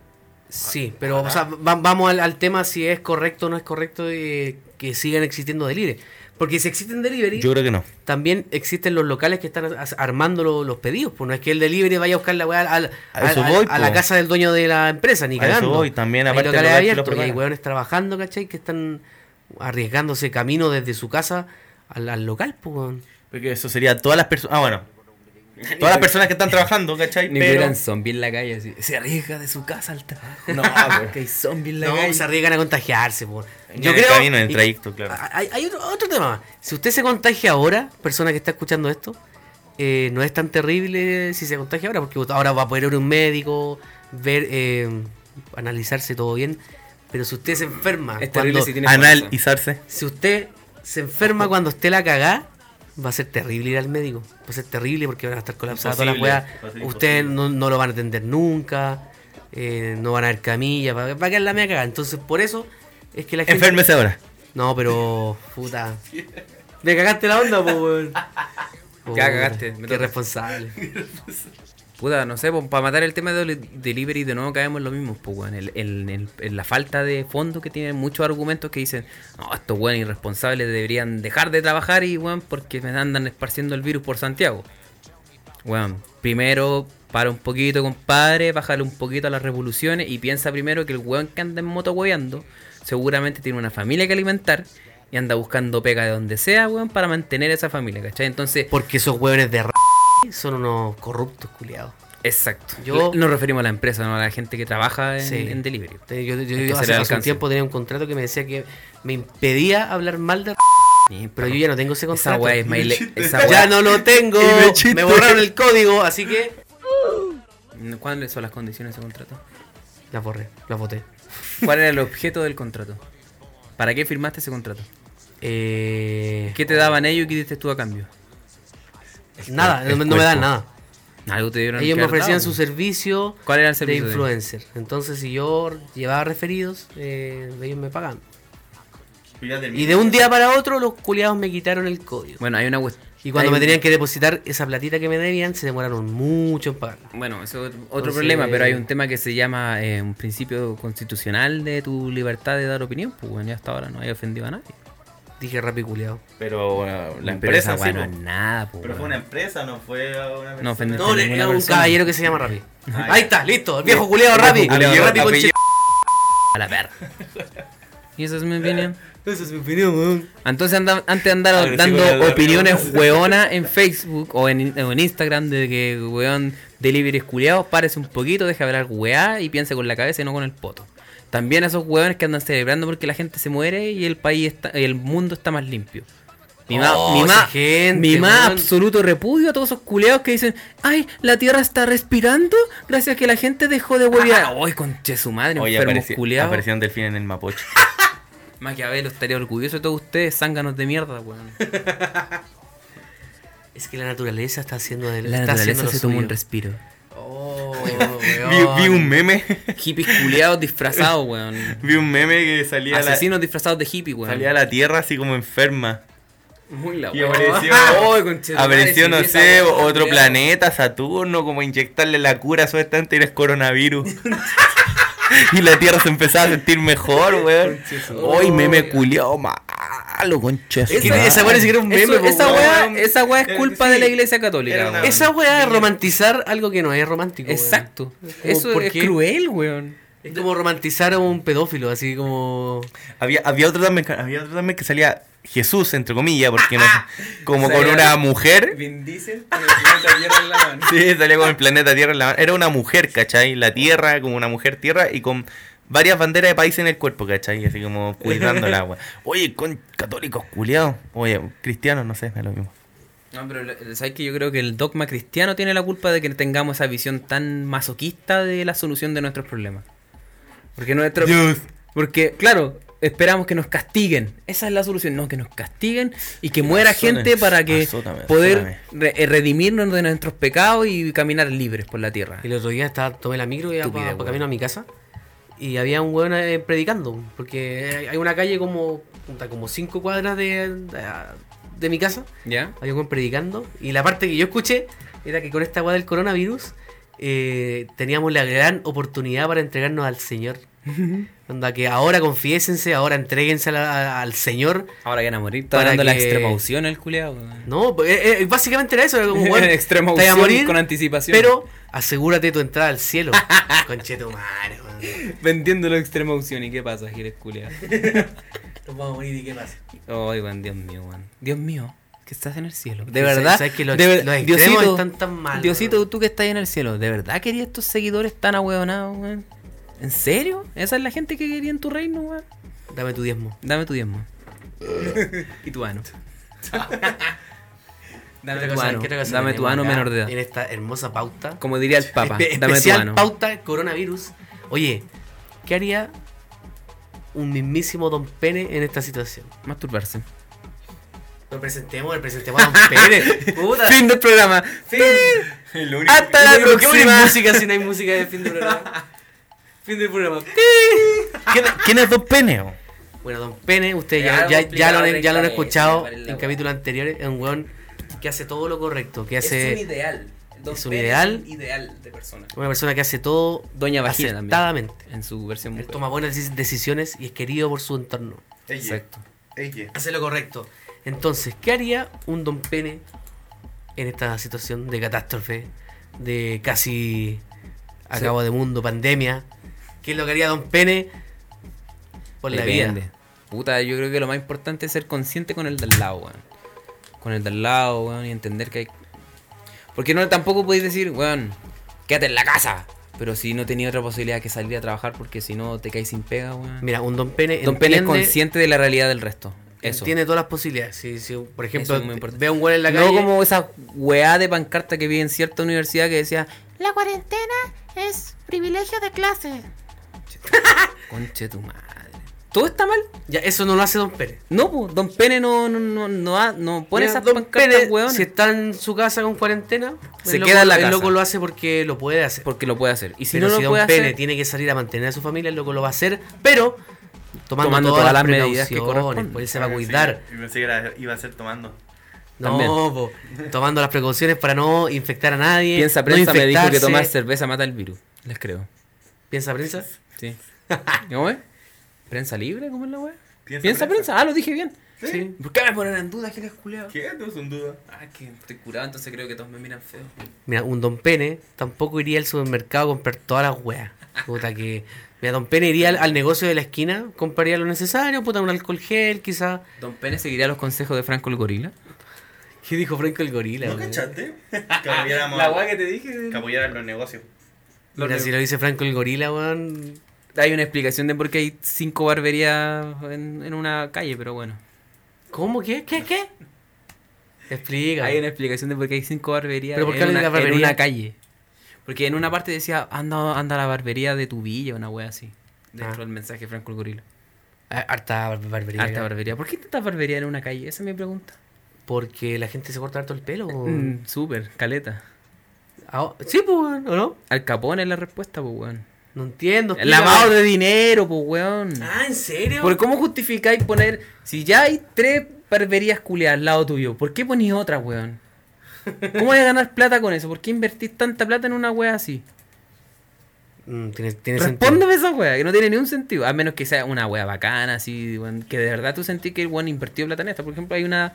Speaker 3: Sí, pero o sea, va- vamos al, al tema si es correcto o no es correcto eh, que sigan existiendo delivery. Porque si existen delivery,
Speaker 4: Yo creo que no.
Speaker 3: también existen los locales que están as- armando lo- los pedidos. Pues no es que el delivery vaya a buscar la weá al- al-
Speaker 4: A eso
Speaker 3: al-
Speaker 4: voy,
Speaker 3: a la
Speaker 4: po.
Speaker 3: casa del dueño de la empresa, ni
Speaker 4: A eso
Speaker 3: cagando.
Speaker 4: voy, también,
Speaker 3: Hay
Speaker 4: aparte
Speaker 3: locales
Speaker 4: el local que lo
Speaker 3: abiertos y hay
Speaker 4: prepara.
Speaker 3: weones trabajando, ¿cachai? Que están arriesgándose camino desde su casa al, al local, pues. weón.
Speaker 4: Porque eso sería todas las personas. Ah, [LAUGHS] bueno. Todas las personas que están trabajando, ¿cachai?
Speaker 2: Ni
Speaker 4: Pero-
Speaker 2: hubieran zombies en la calle. así. Se arriesga de su casa al trabajo. [LAUGHS] No, que hay zombies en la
Speaker 3: No, pues,
Speaker 2: calle.
Speaker 3: se arriesgan a contagiarse, po.
Speaker 4: En el camino, en el
Speaker 3: y-
Speaker 4: trayecto, claro.
Speaker 3: Hay, hay otro, otro tema más. Si usted se contagia ahora, persona que está escuchando esto, eh, no es tan terrible si se contagia ahora, porque ahora va a poder ir a un médico, ver, eh, analizarse todo bien. Pero si usted se enferma,
Speaker 2: Es terrible
Speaker 3: cuando,
Speaker 2: si tiene fuerza.
Speaker 4: Analizarse.
Speaker 3: si usted se enferma cuando esté la cagá, va a ser terrible ir al médico. Va a ser terrible porque van a estar colapsadas todas las
Speaker 4: Imposible,
Speaker 3: weas.
Speaker 4: va a ser
Speaker 3: Ustedes
Speaker 4: imposible.
Speaker 3: no, no lo van a atender nunca. eh, no van a haber camillas. Va, va a quedar la media cagada. Entonces, por eso es que la gente.
Speaker 4: Enférmese ahora.
Speaker 3: No, pero. Puta. Me cagaste la onda, po, weón.
Speaker 2: [LAUGHS] Ya cagaste, me
Speaker 3: Qué
Speaker 2: toca.
Speaker 3: responsable.
Speaker 2: Puta, no sé, para matar el tema de delivery de nuevo caemos en lo mismo, pues, weón. En, en- en- en la falta de fondo que tienen muchos argumentos que dicen, no, estos weón irresponsables deberían dejar de trabajar y weón, porque me andan esparciendo el virus por Santiago. Weón, primero para un poquito, compadre, bájale un poquito a las revoluciones y piensa primero que el weón que anda en moto hueveando seguramente tiene una familia que alimentar y anda buscando pega de donde sea, weón, para mantener esa familia, ¿cachai? Entonces,
Speaker 3: Porque esos hueones de r son unos corruptos, culiados.
Speaker 2: Exacto.
Speaker 3: Yo-
Speaker 2: Le- nos referimos a la empresa, no a la gente que trabaja en,
Speaker 3: Sí.
Speaker 2: en delivery.
Speaker 3: Yo, yo- yo
Speaker 2: que hacer el
Speaker 3: hace, hace un
Speaker 2: alcance.
Speaker 3: tiempo tenía un contrato que me decía que me impedía hablar mal de r pero yo ya no tengo
Speaker 2: esa
Speaker 3: ese contrato. [LAUGHS]
Speaker 2: weá es maile. Esa
Speaker 3: Ya
Speaker 2: weá-
Speaker 3: no lo tengo.
Speaker 4: Y me
Speaker 3: me
Speaker 4: chiste.
Speaker 3: borraron el código, así que
Speaker 2: ¿Cuáles son las condiciones de ese contrato?
Speaker 3: la borré, la boté.
Speaker 2: ¿Cuál era el objeto del contrato? ¿Para qué firmaste ese contrato?
Speaker 3: Eh,
Speaker 2: ¿Qué te daban ellos y qué diste tú a cambio?
Speaker 3: nada,
Speaker 4: El
Speaker 3: no, me- no me dan
Speaker 4: cuerpo.
Speaker 3: nada.
Speaker 2: Algo te dieron que
Speaker 3: Ellos me
Speaker 2: haber
Speaker 3: ofrecían
Speaker 2: dado,
Speaker 3: su
Speaker 2: ¿no?
Speaker 3: servicio,
Speaker 2: ¿Cuál era el servicio?
Speaker 3: de
Speaker 2: de-
Speaker 3: influencer. Entonces, si yo llevaba referidos, eh, ellos me pagaban. Y de un día para otro, los culiados me quitaron el código.
Speaker 2: Bueno, hay una cuest-
Speaker 3: Y cuando
Speaker 2: hay
Speaker 3: me
Speaker 2: un-
Speaker 3: tenían que depositar esa platita que me debían, se demoraron mucho en pagar.
Speaker 2: Bueno, eso es otro
Speaker 3: Entonces-
Speaker 2: problema, pero hay un tema que se llama eh, un principio constitucional de tu libertad de dar opinión. Pues bueno, ya hasta ahora no hay ofendido a nadie.
Speaker 3: Dije rápido, culiado.
Speaker 4: Pero bueno, la
Speaker 2: Pero esa
Speaker 4: empresa.
Speaker 2: weá
Speaker 4: sí,
Speaker 2: no es
Speaker 4: po.
Speaker 2: nada, pues.
Speaker 1: Pero fue
Speaker 2: weón.
Speaker 1: una empresa, no fue una
Speaker 2: No, fue
Speaker 1: persona.
Speaker 2: una-
Speaker 3: No, le-
Speaker 2: ninguna
Speaker 3: era un
Speaker 2: persona.
Speaker 3: caballero que se llama Rappi.
Speaker 1: Ah,
Speaker 3: Ahí
Speaker 1: ya.
Speaker 3: está, listo, el viejo culiado Rappi.
Speaker 4: culiao Rappi,
Speaker 3: Rappi, conche-
Speaker 2: A la perra. Y esa es mi opinión.
Speaker 3: Esa es mi opinión, weón.
Speaker 2: Entonces anda- antes andar
Speaker 4: Agresivo con
Speaker 2: dando
Speaker 4: el
Speaker 2: opiniones
Speaker 4: barrio.
Speaker 2: hueonas en Facebook o en, o en Instagram de que weón deliveries culiados, párese un poquito, deje hablar weá y piense con la cabeza y no con el poto. También a esos hueones que andan celebrando porque la gente se muere y el país está, el mundo está más limpio. Mi más,
Speaker 3: Oh,
Speaker 2: mi
Speaker 3: esa
Speaker 2: más,
Speaker 3: gente,
Speaker 2: mi más
Speaker 3: weón.
Speaker 2: absoluto repudio a todos esos culeados que dicen, ay, la tierra está respirando gracias a que la gente dejó de huevear. [LAUGHS] Ay, conche su madre,
Speaker 4: Oye,
Speaker 2: enfermos
Speaker 4: apareci-
Speaker 2: culiados.
Speaker 4: apareció un delfín en el Mapocho.
Speaker 2: [LAUGHS] Maquiavelo estaría orgulloso de todos ustedes, zánganos de mierda,
Speaker 3: [LAUGHS]
Speaker 2: weón.
Speaker 3: Es que la naturaleza está haciendo del
Speaker 2: La
Speaker 3: está
Speaker 2: naturaleza
Speaker 3: haciendo
Speaker 2: se
Speaker 3: lo
Speaker 2: tomó
Speaker 3: suyo.
Speaker 2: un respiro.
Speaker 3: Oh,
Speaker 4: vi, vi un meme. [LAUGHS]
Speaker 2: Hippies culiados disfrazados,
Speaker 1: [LAUGHS]
Speaker 2: weón.
Speaker 4: vi un meme que salía a la,
Speaker 2: Asesinos disfrazados de hippie, weón.
Speaker 4: salía a la tierra así como enferma.
Speaker 2: Muy la
Speaker 4: Y
Speaker 2: weón. [LAUGHS]
Speaker 4: apareció-
Speaker 2: Ay, conchetumare,
Speaker 4: Apareció,
Speaker 2: si
Speaker 4: no
Speaker 2: vi esa
Speaker 4: sé,
Speaker 2: weá,
Speaker 4: otro
Speaker 2: culiao.
Speaker 4: planeta, Saturno, como inyectarle la cura supuestamente y
Speaker 2: [LAUGHS]
Speaker 4: eres coronavirus. y la Tierra se empezaba a sentir mejor, weón. Hoy meme culiao malo, concha.
Speaker 3: Es que
Speaker 4: su madre.
Speaker 3: esa weá ni siquiera es un meme,
Speaker 2: Eso-
Speaker 3: po,
Speaker 2: esa,
Speaker 3: weón.
Speaker 2: weá,
Speaker 4: weón.
Speaker 2: esa weá es
Speaker 1: Eh,
Speaker 2: culpa
Speaker 1: sí.
Speaker 2: de la iglesia
Speaker 1: Era
Speaker 2: católica,
Speaker 1: una-
Speaker 2: weón.
Speaker 3: Esa weá es romantizar algo que no es romántico. weón.
Speaker 2: Exacto.
Speaker 3: Como,
Speaker 2: Eso
Speaker 3: ¿por
Speaker 2: es
Speaker 3: qué?
Speaker 2: cruel, weón.
Speaker 3: Es como romantizar a un pedófilo, así como.
Speaker 4: Había, había, otro también, había otro también que salía Jesús, entre comillas,
Speaker 2: [LAUGHS]
Speaker 4: porque no, como con
Speaker 2: Salía-
Speaker 4: una mujer.
Speaker 1: Vin Diesel con el planeta Tierra en la mano.
Speaker 4: Sí, salía con el planeta Tierra en la mano. Era una mujer, ¿cachai? La Tierra, como una mujer Tierra y con varias banderas de país en el cuerpo, ¿cachai? Así como cuidando el agua. Oye, con católicos, culiados. Oye, cristianos, no sé, es lo mismo.
Speaker 2: No, pero le- sabes que yo creo que el dogma cristiano tiene la culpa de que tengamos esa visión tan masoquista de la solución de nuestros problemas. Porque nuestro
Speaker 4: Dios.
Speaker 2: porque claro, esperamos que nos castiguen. Esa es la solución, no que nos castiguen y que muera
Speaker 4: azótame,
Speaker 2: gente para que
Speaker 4: azótame,
Speaker 2: poder
Speaker 4: azótame.
Speaker 2: re- eh, redimirnos de nuestros pecados y caminar libres por la tierra.
Speaker 3: El otro día estaba, tomé la micro y iba
Speaker 2: Ah. Estúpida,
Speaker 3: para,
Speaker 2: weón.
Speaker 3: camino a mi casa. Y había un weón eh, predicando, porque hay- hay una calle como. puta, como cinco cuadras de, de, de mi casa.
Speaker 2: ¿Ya?
Speaker 3: Había un weón predicando. Y la parte que yo escuché era que con esta weá del coronavirus eh, teníamos la gran oportunidad para entregarnos
Speaker 2: [LAUGHS]
Speaker 3: al Señor. Onda que ahora confiésense, ahora entreguense al Señor.
Speaker 2: Ahora ya a morir, está
Speaker 3: Para
Speaker 2: dando la
Speaker 3: que-
Speaker 2: extrema opción al culeado. [LAUGHS]
Speaker 3: No, eh, eh, básicamente era eso. Era como, weón,
Speaker 2: extrema
Speaker 3: te vas a
Speaker 2: opción
Speaker 3: morir,
Speaker 2: con anticipación.
Speaker 3: pero asegúrate tu entrada
Speaker 2: [LAUGHS]
Speaker 3: al cielo. Conchetumare, weón.
Speaker 2: vendiendo la extrema opción y qué pasa, Giles culeado.
Speaker 3: Nos vamos a morir y qué pasa.
Speaker 2: Ay, weón, Oh, Dios mío, weón. Dios mío, que estás en el cielo. De
Speaker 3: ¿Sabes-
Speaker 2: verdad.
Speaker 3: sabes que los-
Speaker 2: de ver-
Speaker 3: los extremos
Speaker 2: Diosito,
Speaker 3: están tan mal,
Speaker 2: Diosito,
Speaker 3: weón.
Speaker 2: tú que estás en el cielo, ¿de verdad querías estos seguidores tan ahueonados, weón? ¿En serio? ¿Esa es la gente que quería en tu reino, weón?
Speaker 3: Dame tu diezmo.
Speaker 2: Dame tu
Speaker 3: [LAUGHS]
Speaker 2: diezmo. y tu ano. [LAUGHS] dame
Speaker 3: ¿Qué
Speaker 2: tu
Speaker 3: cosa-
Speaker 2: ano.
Speaker 3: qué otra cosa
Speaker 2: Dame tu
Speaker 3: tenemos
Speaker 2: ano
Speaker 3: acá
Speaker 2: menor de
Speaker 3: En
Speaker 2: edad.
Speaker 3: esta hermosa pauta.
Speaker 2: Como diría el
Speaker 3: [LAUGHS]
Speaker 2: Papa, dame
Speaker 3: Espe-
Speaker 2: tu
Speaker 3: Este, especial
Speaker 2: ano.
Speaker 3: pauta coronavirus. Oye, ¿qué haría un mismísimo Don Pene en esta situación?
Speaker 2: Masturbarse.
Speaker 3: Representemos, representemos a [LAUGHS] Don Pene. Puta.
Speaker 2: Fin del programa.
Speaker 4: Lo único
Speaker 2: Hasta la
Speaker 3: ¿Por qué ponen
Speaker 2: próxima.
Speaker 3: música si no hay música de fin de programa? fin del programa.
Speaker 4: ¿Quién, quién es Don Pene? o?
Speaker 3: Bueno, Don Pene, ustedes ya,
Speaker 2: Algo
Speaker 3: ya, ya lo, han,
Speaker 2: explicado
Speaker 3: ya lo han
Speaker 2: de
Speaker 3: escuchado
Speaker 2: cabeza, me vale la
Speaker 3: en
Speaker 2: hueá.
Speaker 3: capítulos anteriores. Es un weón que hace todo lo correcto, que
Speaker 2: Es
Speaker 3: hace...
Speaker 2: un ideal.
Speaker 5: Don
Speaker 3: Es un
Speaker 5: Fer
Speaker 3: ideal.
Speaker 5: un ideal de persona.
Speaker 3: Una persona que hace todo
Speaker 2: Doña Vagina también.
Speaker 3: acertadamente.
Speaker 2: En su versión
Speaker 3: Él
Speaker 2: mujer.
Speaker 3: toma buenas deci- decisiones y es querido por su entorno.
Speaker 1: Ella.
Speaker 2: Exacto.
Speaker 1: Ella.
Speaker 3: Hace lo correcto. Entonces, ¿qué haría un don Pene en esta situación de catástrofe, de casi acabo de mundo, pandemia? ¿Qué es lo que haría don Pene por la
Speaker 2: Depende.
Speaker 3: vida?
Speaker 2: Puta, yo creo que lo más importante es ser consciente con el del lado, weón. Con el del lado, weón, y entender que hay. Porque no tampoco podéis decir, weón, quédate en la casa. Pero si no tenía otra posibilidad que salir a trabajar porque si no te caes sin pega, weón.
Speaker 3: Mira, un don Pene
Speaker 2: Don Pene es
Speaker 3: entiende-
Speaker 2: consciente de la realidad del resto. Eso.
Speaker 3: Tiene todas las posibilidades. Si, si, por ejemplo,
Speaker 2: Eso es muy importante.
Speaker 3: ve a un güey en la calle.
Speaker 2: No como esa weá de pancarta que vi en cierta universidad que decía,
Speaker 7: La cuarentena es privilegio de clase.
Speaker 2: conche tu madre. ¿Todo está mal?
Speaker 3: Ya, eso no lo hace Don Pérez.
Speaker 2: No, po, Don Pene no, no, no, no, ha- no pone
Speaker 3: Mira,
Speaker 2: esas
Speaker 3: don
Speaker 2: pancartas,
Speaker 3: Pérez,
Speaker 2: weón.
Speaker 3: Si está en su casa con cuarentena,
Speaker 2: Se
Speaker 3: el
Speaker 2: queda en la
Speaker 3: el
Speaker 2: casa.
Speaker 3: loco lo hace porque lo puede hacer.
Speaker 2: Porque lo puede hacer. Y si
Speaker 3: pero
Speaker 2: no lo
Speaker 3: si Don
Speaker 2: puede
Speaker 3: Pérez
Speaker 2: hacer,
Speaker 3: tiene que salir a mantener a su familia, el loco lo va a hacer, pero tomando,
Speaker 2: Tomando
Speaker 3: todas,
Speaker 2: todas las
Speaker 3: las
Speaker 2: medidas que
Speaker 3: precauciones,
Speaker 2: corresponden.
Speaker 3: pues él se va a cuidar.
Speaker 1: Y pensé que era- iba a ser tomando.
Speaker 2: También.
Speaker 3: No, po, tomando las precauciones para no infectar a nadie.
Speaker 2: piensa
Speaker 3: no
Speaker 2: prensa, me dijo que
Speaker 3: infectarse.
Speaker 2: tomar cerveza mata el virus. Les creo.
Speaker 3: Piensa prensa.
Speaker 2: [LAUGHS] Sí. ¿Cómo es? ¿Prensa libre? ¿Cómo es la weá?
Speaker 1: Piensa
Speaker 2: Piensa, prensa. Ah, lo dije bien.
Speaker 1: Sí.
Speaker 2: ¿Por qué me ponen en duda, giles culiados?
Speaker 1: ¿Qué? No son duda.
Speaker 2: Ah, que estoy curado, entonces creo que todos me miran feo.
Speaker 3: Mira, un Don Pene tampoco iría al supermercado a comprar todas las weas. Puta que. Mira, Don Pene iría al, al negocio de la esquina, compraría lo necesario, puta, un alcohol gel, quizá.
Speaker 2: ¿Don Pene seguiría los consejos de Franco el Gorila?
Speaker 3: ¿Qué dijo Franco el Gorila?
Speaker 1: ¿No
Speaker 3: weón?
Speaker 1: cachaste? Que apoyáramos-
Speaker 2: que te dije.
Speaker 1: que apoyaran los negocios.
Speaker 3: Mira, si lo dice Franco el Gorila, weón.
Speaker 2: Hay una explicación de por qué hay cinco barberías en, en una calle, pero bueno.
Speaker 3: ¿Cómo? ¿Qué? ¿Qué? ¿Qué? Explica.
Speaker 2: Hay una explicación de por qué hay cinco barberías
Speaker 3: ¿Pero por qué
Speaker 2: en,
Speaker 3: hablan de
Speaker 2: una,
Speaker 3: la
Speaker 2: en
Speaker 3: barbería?
Speaker 2: una calle. Porque en una parte decía, anda, anda a la barbería de tu villa, una wea así. Dentro
Speaker 3: Ah.
Speaker 2: del mensaje de Franco el Gorila.
Speaker 3: Ah, Harta bar- barbería.
Speaker 2: Harta
Speaker 3: acá.
Speaker 2: barbería. ¿Por qué tanta barbería en una calle? Esa es mi pregunta.
Speaker 3: Porque la gente se corta harto el pelo. weón.
Speaker 2: Mm, Súper, caleta.
Speaker 3: Ah, sí, pues, weón, ¿o no?
Speaker 2: Al Capone es la respuesta, pues, weón.
Speaker 3: No entiendo.
Speaker 2: El
Speaker 3: explica,
Speaker 2: lavado
Speaker 3: weón.
Speaker 2: de dinero, pues, weón.
Speaker 3: Ah, ¿en serio?
Speaker 2: ¿Por cómo justificáis poner, si ya hay tres barberías culiadas al lado tuyo, ¿por qué ponís otra, weón? ¿Cómo vas a ganar plata con eso? ¿Por qué invertís tanta plata en una wea así?
Speaker 3: Mm, tiene, tiene sentido.
Speaker 2: Respóndeme esa wea, que no tiene ningún sentido. A menos que sea una wea bacana, así, weón, que de verdad tú sentís que el weón invertió plata en esta. Por ejemplo, hay una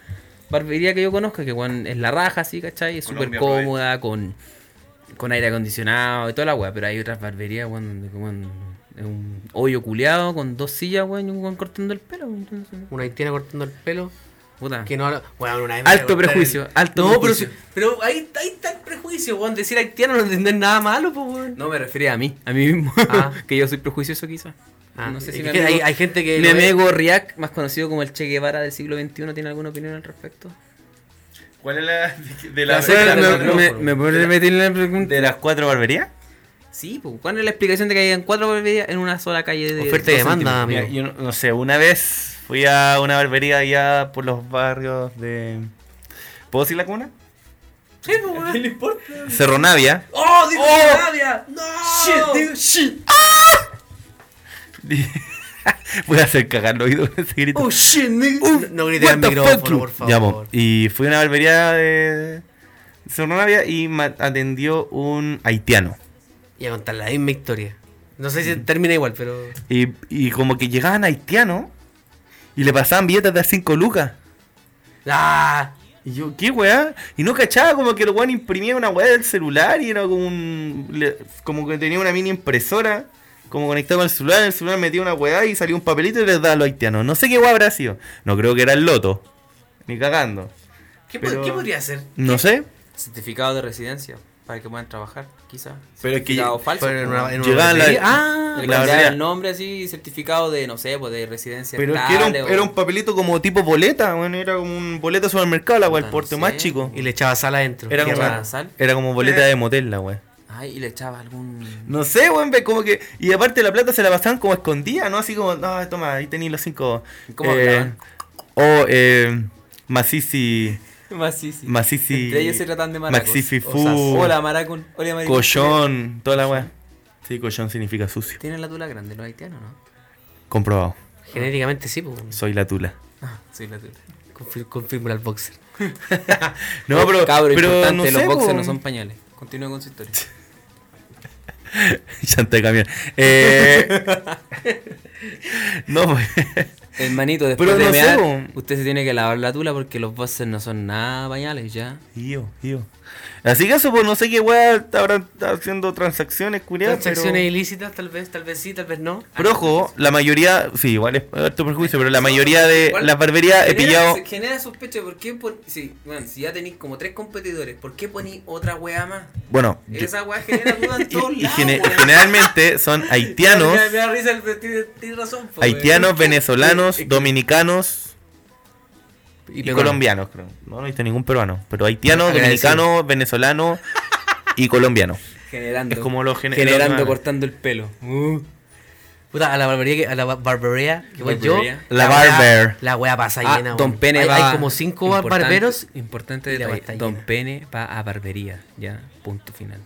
Speaker 2: barbería que yo conozco que weón es la raja, así, ¿cachai? Es súper
Speaker 1: Colombia
Speaker 2: cómoda, con, con aire acondicionado y toda la wea. Pero hay otras barberías, weón, donde weón, es un hoyo culiado con dos sillas, weón, y un weón cortando el pelo. weón. Entonces,
Speaker 3: Una haitiana cortando el pelo.
Speaker 2: puta.
Speaker 3: Que no habla- Weón, una vez me
Speaker 2: Ah. Alto
Speaker 3: voy a cortar
Speaker 2: prejuicio,
Speaker 3: el-
Speaker 2: alto
Speaker 3: no,
Speaker 2: prejuicio.
Speaker 3: Pero, si- pero ahí, ahí está el prejuicio, weón. Decir haitiano no entender nada malo, pues, weón.
Speaker 2: No me refería a mí, a mí mismo.
Speaker 3: Ah.
Speaker 2: [LAUGHS] que yo soy prejuicioso quizás.
Speaker 3: Ah,
Speaker 2: no sé
Speaker 3: es
Speaker 2: si
Speaker 3: que
Speaker 2: mi amigo,
Speaker 3: hay, hay gente que.
Speaker 2: mi
Speaker 3: lo ve-
Speaker 2: amigo Riak, más conocido como el Che Guevara del siglo XXI, ¿tiene alguna opinión al respecto?
Speaker 1: ¿Cuál es la de, de la,
Speaker 2: La secta
Speaker 1: de la-
Speaker 2: del me- me
Speaker 4: puedes repetir la pregunta? ¿De las cuatro barberías?
Speaker 2: Sí, pues, ¿cuál es la explicación de que hayan cuatro barberías en una sola calle de
Speaker 3: Oferta y
Speaker 2: dos
Speaker 3: demanda,
Speaker 2: centímetros?
Speaker 4: Mira, yo no, no sé, una vez fui a una barbería allá por los barrios de. ¿Puedo decir la cuna?
Speaker 3: Sí, pues, weón.
Speaker 4: Cerro Navia.
Speaker 3: ¡Oh, dijo
Speaker 4: ¡Oh!
Speaker 3: Flavia! ¡No!
Speaker 4: [LAUGHS] Voy a hacer cagar los oídos con ese grito.
Speaker 3: ¡Oh, shit, nigga! no grites
Speaker 4: What
Speaker 3: al
Speaker 4: the fuck
Speaker 3: micrófono,
Speaker 4: you?
Speaker 3: por favor.
Speaker 4: Ya, mo. Y fui a una barbería de Cerro Navia y ma- atendió un haitiano.
Speaker 3: Y a contar la misma historia. No sé si termina igual, pero.
Speaker 4: Y, y como que llegaban haitianos y le pasaban billetes de 5 lucas.
Speaker 3: ¡Ah!
Speaker 4: Y yo, ¿qué weá? Y no cachaba como que el weón imprimía una weá del celular y era como un. le- como que tenía una mini impresora. Como conectado con el celular, el celular metía una weá y salía un papelito y les daba a los haitianos. No sé qué weá habrá sido. No creo que era el loto. Ni cagando.
Speaker 3: ¿Qué,
Speaker 4: Pero-
Speaker 3: pod- qué podría hacer?
Speaker 4: No sé.
Speaker 2: Certificado de residencia, para que puedan trabajar, quizás.
Speaker 4: Pero es que-
Speaker 2: Certificado falso.
Speaker 3: Pero en una- Ah, en una
Speaker 4: Llegaban la-
Speaker 3: barbería. ¡Ah!
Speaker 2: Le
Speaker 4: la
Speaker 2: cambiaban
Speaker 4: barbería.
Speaker 2: el nombre así, certificado de, no sé, pues de residencia
Speaker 4: Pero es que era un,
Speaker 2: estable o-
Speaker 4: era un papelito como tipo boleta, weón. Era como un boleta de supermercado, la weá, el
Speaker 2: No sé.
Speaker 4: porte más chico.
Speaker 3: Y Eh. le echaba sal adentro.
Speaker 4: Era
Speaker 3: Qué
Speaker 4: como,
Speaker 3: raro.
Speaker 2: sal.
Speaker 4: era como boleta de motel, la weá.
Speaker 2: Ay, y le echaba algún... [LAUGHS]
Speaker 4: No sé, weón, ve como que. Y aparte la plata se la pasaban como escondida, ¿no? Así como, no, toma, ahí tenéis los cinco. eh,
Speaker 2: ¿Y cómo hablaban?
Speaker 4: O, eh. Masisi.
Speaker 2: Más sí, sí.
Speaker 4: Masisi.
Speaker 2: Entre ellos se tratan de maracos.
Speaker 4: Maxififu.
Speaker 2: Osas. Hola, maracón. Hola, maricón.
Speaker 4: Collón, toda la weá. Sí, collón significa sucio.
Speaker 2: Tienen la tula grande los haitianos, ¿no?
Speaker 4: Comprobado.
Speaker 3: Genéticamente sí, pues.
Speaker 4: Soy la tula.
Speaker 2: Ah, Sí, la tula.
Speaker 3: Confir- Confirmo al boxer.
Speaker 4: No, pero.
Speaker 2: Cabro,
Speaker 4: pero
Speaker 2: importante,
Speaker 4: no
Speaker 2: los
Speaker 4: sé,
Speaker 2: boxers
Speaker 4: po. [LAUGHS]
Speaker 2: no son pañales. Continúa con su historia.
Speaker 4: Llanta de camión. Eh, [LAUGHS] no, pues, [LAUGHS]
Speaker 2: Hermanito, Eh, después
Speaker 4: Pero
Speaker 2: de
Speaker 4: no sé,
Speaker 2: mear,
Speaker 4: po.
Speaker 2: usted se tiene que lavar la tula porque los bosses no son nada pañales ya.
Speaker 4: Tío, tío. Así que eso, pues no sé qué weá habrán haciendo transacciones, culiadas.
Speaker 3: Transacciones ilícitas, tal vez, tal vez sí, tal vez no. Ah,
Speaker 4: Pero ojo, la mayoría, sí, igual es harto prejuicio, pero Eh, la mayoría de
Speaker 2: Igual,
Speaker 4: las barberías he
Speaker 2: genera-
Speaker 4: pillado.
Speaker 2: se Genera sospecha, ¿por qué? pon- sí, bueno, si ya tenéis como tres competidores, ¿por qué poní otra weá más?
Speaker 4: Bueno, yo-
Speaker 2: Esa weá genera duda en
Speaker 4: [LAUGHS] y,
Speaker 2: todos
Speaker 4: y
Speaker 2: lados,
Speaker 4: gene-
Speaker 2: weón.
Speaker 4: generalmente son haitianos,
Speaker 2: Me, me da risa el tiene- tiene razón, po, weón.
Speaker 4: haitianos, venezolanos,
Speaker 2: Es pues, que-
Speaker 4: dominicanos y,
Speaker 3: peruanos.
Speaker 4: colombianos, creo. No, no viste ningún peruano, pero haitianos,
Speaker 2: Agradecido.
Speaker 4: dominicanos, venezolanos y colombianos.
Speaker 2: Generando.
Speaker 4: Es como los gene-
Speaker 2: generando,
Speaker 4: los-
Speaker 2: cortando el pelo.
Speaker 3: Mm. Puta, a la barbería que, a la ba- barbería que voy yo.
Speaker 2: Barbería.
Speaker 4: La
Speaker 3: weá-
Speaker 4: barber.
Speaker 3: La wea pasa
Speaker 2: Ah,
Speaker 3: llena.
Speaker 2: Don
Speaker 3: weón.
Speaker 2: Pene
Speaker 3: hay,
Speaker 2: va
Speaker 3: hay como cinco
Speaker 2: importante-
Speaker 3: barberos.
Speaker 2: Importante
Speaker 3: y la
Speaker 2: detalle.
Speaker 3: weá está
Speaker 2: Don
Speaker 3: llena.
Speaker 2: Pene va a barbería, ya, punto final.